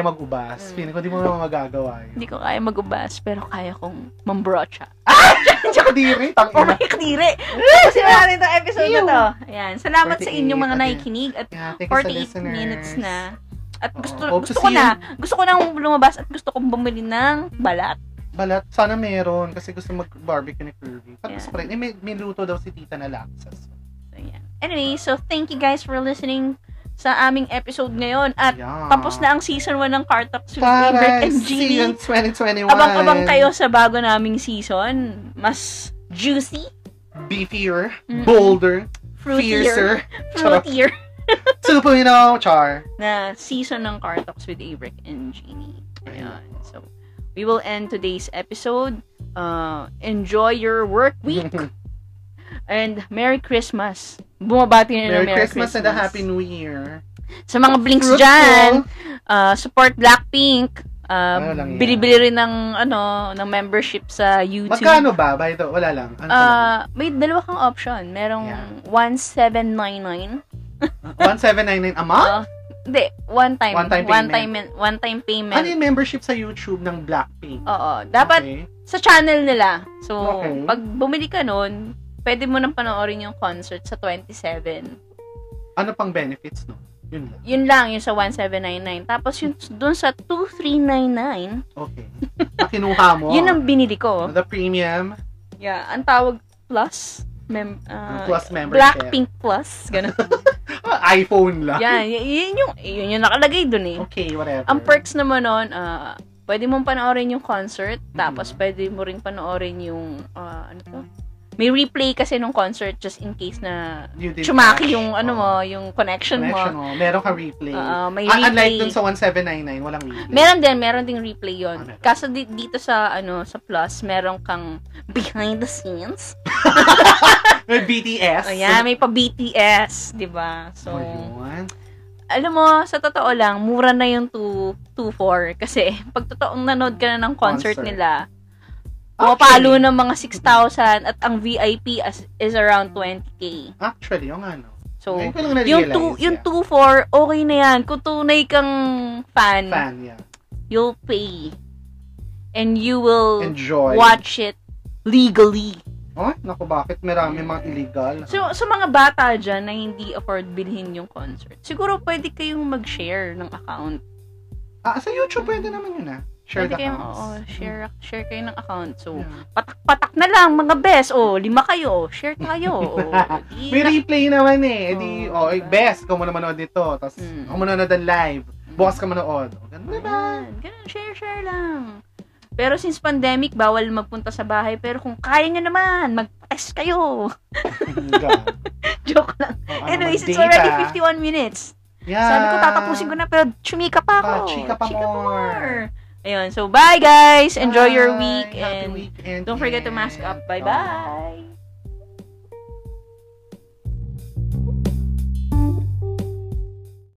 [SPEAKER 1] Mm.
[SPEAKER 2] mag-ubas. Feeling ko, di mo naman magagawa yun.
[SPEAKER 1] Hindi ko kaya mag-ubas, pero kaya kong mambrocha. [laughs] Ah!
[SPEAKER 2] Tsaka di rin, tang
[SPEAKER 1] Or may kadiri! Kasi wala rin itong episode na
[SPEAKER 2] Ew.
[SPEAKER 1] to. Ayan. Salamat sa
[SPEAKER 2] 48,
[SPEAKER 1] inyong mga
[SPEAKER 2] okay.
[SPEAKER 1] nakikinig at
[SPEAKER 2] Yeah, thank you sa
[SPEAKER 1] 48
[SPEAKER 2] listeners. Oh,
[SPEAKER 1] minutes na. At
[SPEAKER 2] Oo.
[SPEAKER 1] gusto,
[SPEAKER 2] Hope to
[SPEAKER 1] gusto ko
[SPEAKER 2] see
[SPEAKER 1] na, gusto ko nang lumabas at gusto kong bumili ng balat.
[SPEAKER 2] Balat, sana meron kasi gusto mag-barbecue ni Kirby. Pag
[SPEAKER 1] Yeah.
[SPEAKER 2] spread, eh, may, may luto daw si Tita na laksas.
[SPEAKER 1] So, ayan. Anyway, so thank you guys for listening sa aming episode ngayon. At
[SPEAKER 2] Yeah.
[SPEAKER 1] tapos na ang season 1 ng Car Talks with Ingrid
[SPEAKER 2] Taray,
[SPEAKER 1] and
[SPEAKER 2] see you in
[SPEAKER 1] Jeannie.
[SPEAKER 2] 2021.
[SPEAKER 1] Abang-abang kayo sa bago naming season. Mas juicy,
[SPEAKER 2] Beefier,
[SPEAKER 1] Mm-mm.
[SPEAKER 2] bolder,
[SPEAKER 1] fruitier,
[SPEAKER 2] fiercer, charot.
[SPEAKER 1] fruitier
[SPEAKER 2] Supino, char.
[SPEAKER 1] na season ng Car Talks with Abrick and Jeannie. Ayan. So, we will end today's episode. Uh, enjoy your work week
[SPEAKER 2] [laughs]
[SPEAKER 1] and Merry Christmas. Bumabati na ng
[SPEAKER 2] Merry
[SPEAKER 1] Merry
[SPEAKER 2] Christmas, and a Happy New Year.
[SPEAKER 1] Sa mga blinks
[SPEAKER 2] Fruitful.
[SPEAKER 1] dyan, uh, support Blackpink.
[SPEAKER 2] Ano
[SPEAKER 1] Um,
[SPEAKER 2] lang yan?
[SPEAKER 1] bili-bili rin ng ano ng membership sa YouTube.
[SPEAKER 2] Magkano ba? By
[SPEAKER 1] Uh,
[SPEAKER 2] the, wala lang. Ano
[SPEAKER 1] Ah, may dalawa kang option. Merong
[SPEAKER 2] Yeah.
[SPEAKER 1] 1799
[SPEAKER 2] 1799 a month?
[SPEAKER 1] Oh. Hindi, one time.
[SPEAKER 2] One-time
[SPEAKER 1] One
[SPEAKER 2] payment.
[SPEAKER 1] time, one time payment.
[SPEAKER 2] Ano yung membership sa YouTube ng Blackpink?
[SPEAKER 1] Oo. Dapat
[SPEAKER 2] Okay.
[SPEAKER 1] sa channel nila. So,
[SPEAKER 2] Okay.
[SPEAKER 1] pag bumili ka nun, pwede mo nang panoorin yung concert sa 27.
[SPEAKER 2] Ano pang benefits, no? Yun lang.
[SPEAKER 1] Yun lang, yung sa 1799. Tapos yung dun sa 2399,
[SPEAKER 2] Okay. Na kinuha mo.
[SPEAKER 1] [laughs] yun ang binili
[SPEAKER 2] [laughs]
[SPEAKER 1] ko.
[SPEAKER 2] The premium.
[SPEAKER 1] Yeah, ang tawag plus. Mem, ah,
[SPEAKER 2] plus membership.
[SPEAKER 1] Blackpink Plus.
[SPEAKER 2] [laughs]
[SPEAKER 1] Ganun.
[SPEAKER 2] Ah, iPhone lang.
[SPEAKER 1] Yan, y- yun yung, yun yung nakalagay dun eh.
[SPEAKER 2] Okay, whatever.
[SPEAKER 1] Ang perks naman nun, ah, pwede mong panoorin yung concert, tapos
[SPEAKER 2] Mm.
[SPEAKER 1] pwede mo rin panoorin yung, ah, ano to? May replay kasi nung concert just in case na
[SPEAKER 2] You did
[SPEAKER 1] chumaki
[SPEAKER 2] cash.
[SPEAKER 1] yung, ano mo, yung connection,
[SPEAKER 2] Oh. Connection
[SPEAKER 1] mo.
[SPEAKER 2] mo. Meron kang replay.
[SPEAKER 1] Ah, may
[SPEAKER 2] Ah, unlike
[SPEAKER 1] replay.
[SPEAKER 2] dun sa 1799, walang replay.
[SPEAKER 1] Meron din, meron ding replay
[SPEAKER 2] Ah,
[SPEAKER 1] yon.
[SPEAKER 2] meron.
[SPEAKER 1] Kaso di- dito sa, ano, sa Plus, meron kang [laughs] behind the scenes.
[SPEAKER 2] May BTS.
[SPEAKER 1] Ayan, may pa BTS, di ba? So,
[SPEAKER 2] So, Oh, yun.
[SPEAKER 1] alam mo, sa totoo lang, mura na yung 2 2-4. Kasi, pag totoong nanood ka na ng concert,
[SPEAKER 2] Concert.
[SPEAKER 1] nila, pumapalo ng mga 6,000 at ang VIP as, is around 20K.
[SPEAKER 2] Actually, yung ano.
[SPEAKER 1] So,
[SPEAKER 2] Ngayon ko lang
[SPEAKER 1] yung
[SPEAKER 2] na-realize,
[SPEAKER 1] 2 yung
[SPEAKER 2] yeah.
[SPEAKER 1] 2-4, okay na yan. Kung tunay kang fan,
[SPEAKER 2] Fan, yeah.
[SPEAKER 1] you'll pay. And you will
[SPEAKER 2] Enjoy.
[SPEAKER 1] watch it legally.
[SPEAKER 2] Oh, naku, bakit? Marami mga illegal.
[SPEAKER 1] So, sa mga bata dyan na hindi afford bilhin yung concert, siguro pwede kayong mag-share ng account.
[SPEAKER 2] ah, sa YouTube, pwede naman yun, ah. Share
[SPEAKER 1] Pwede
[SPEAKER 2] the
[SPEAKER 1] kayong,
[SPEAKER 2] house.
[SPEAKER 1] oo, share, share kayo ng account. So,
[SPEAKER 2] Yeah.
[SPEAKER 1] patak-patak na lang, mga best. O, lima kayo. Share
[SPEAKER 2] [laughs]
[SPEAKER 1] tayo. O, di
[SPEAKER 2] May
[SPEAKER 1] na-
[SPEAKER 2] replay naman eh. Eh Di,
[SPEAKER 1] Oo,
[SPEAKER 2] oh, eh,
[SPEAKER 1] diba?
[SPEAKER 2] best kung manonood nito. Tapos,
[SPEAKER 1] Mm.
[SPEAKER 2] kung manonood ng live. Bukas ka manood. O, ganun,
[SPEAKER 1] [laughs]
[SPEAKER 2] diba?
[SPEAKER 1] Ayan, ganun, share, share lang. Pero since pandemic, bawal magpunta sa bahay. Pero kung kaya nyo naman, mag-test kayo. [laughs]
[SPEAKER 2] Ganun.
[SPEAKER 1] Joke lang.
[SPEAKER 2] O, ano
[SPEAKER 1] Anyways,
[SPEAKER 2] man,
[SPEAKER 1] it's
[SPEAKER 2] data.
[SPEAKER 1] already 51 minutes.
[SPEAKER 2] Yeah.
[SPEAKER 1] Sabi ko tatapusin ko na, pero chumika pa ako.
[SPEAKER 2] Ah, chika pa more.
[SPEAKER 1] Ayun, so bye guys. Enjoy your
[SPEAKER 2] Bye.
[SPEAKER 1] week.
[SPEAKER 2] Happy
[SPEAKER 1] and
[SPEAKER 2] weekend.
[SPEAKER 1] don't forget to mask up.
[SPEAKER 2] and-
[SPEAKER 1] Bye-bye.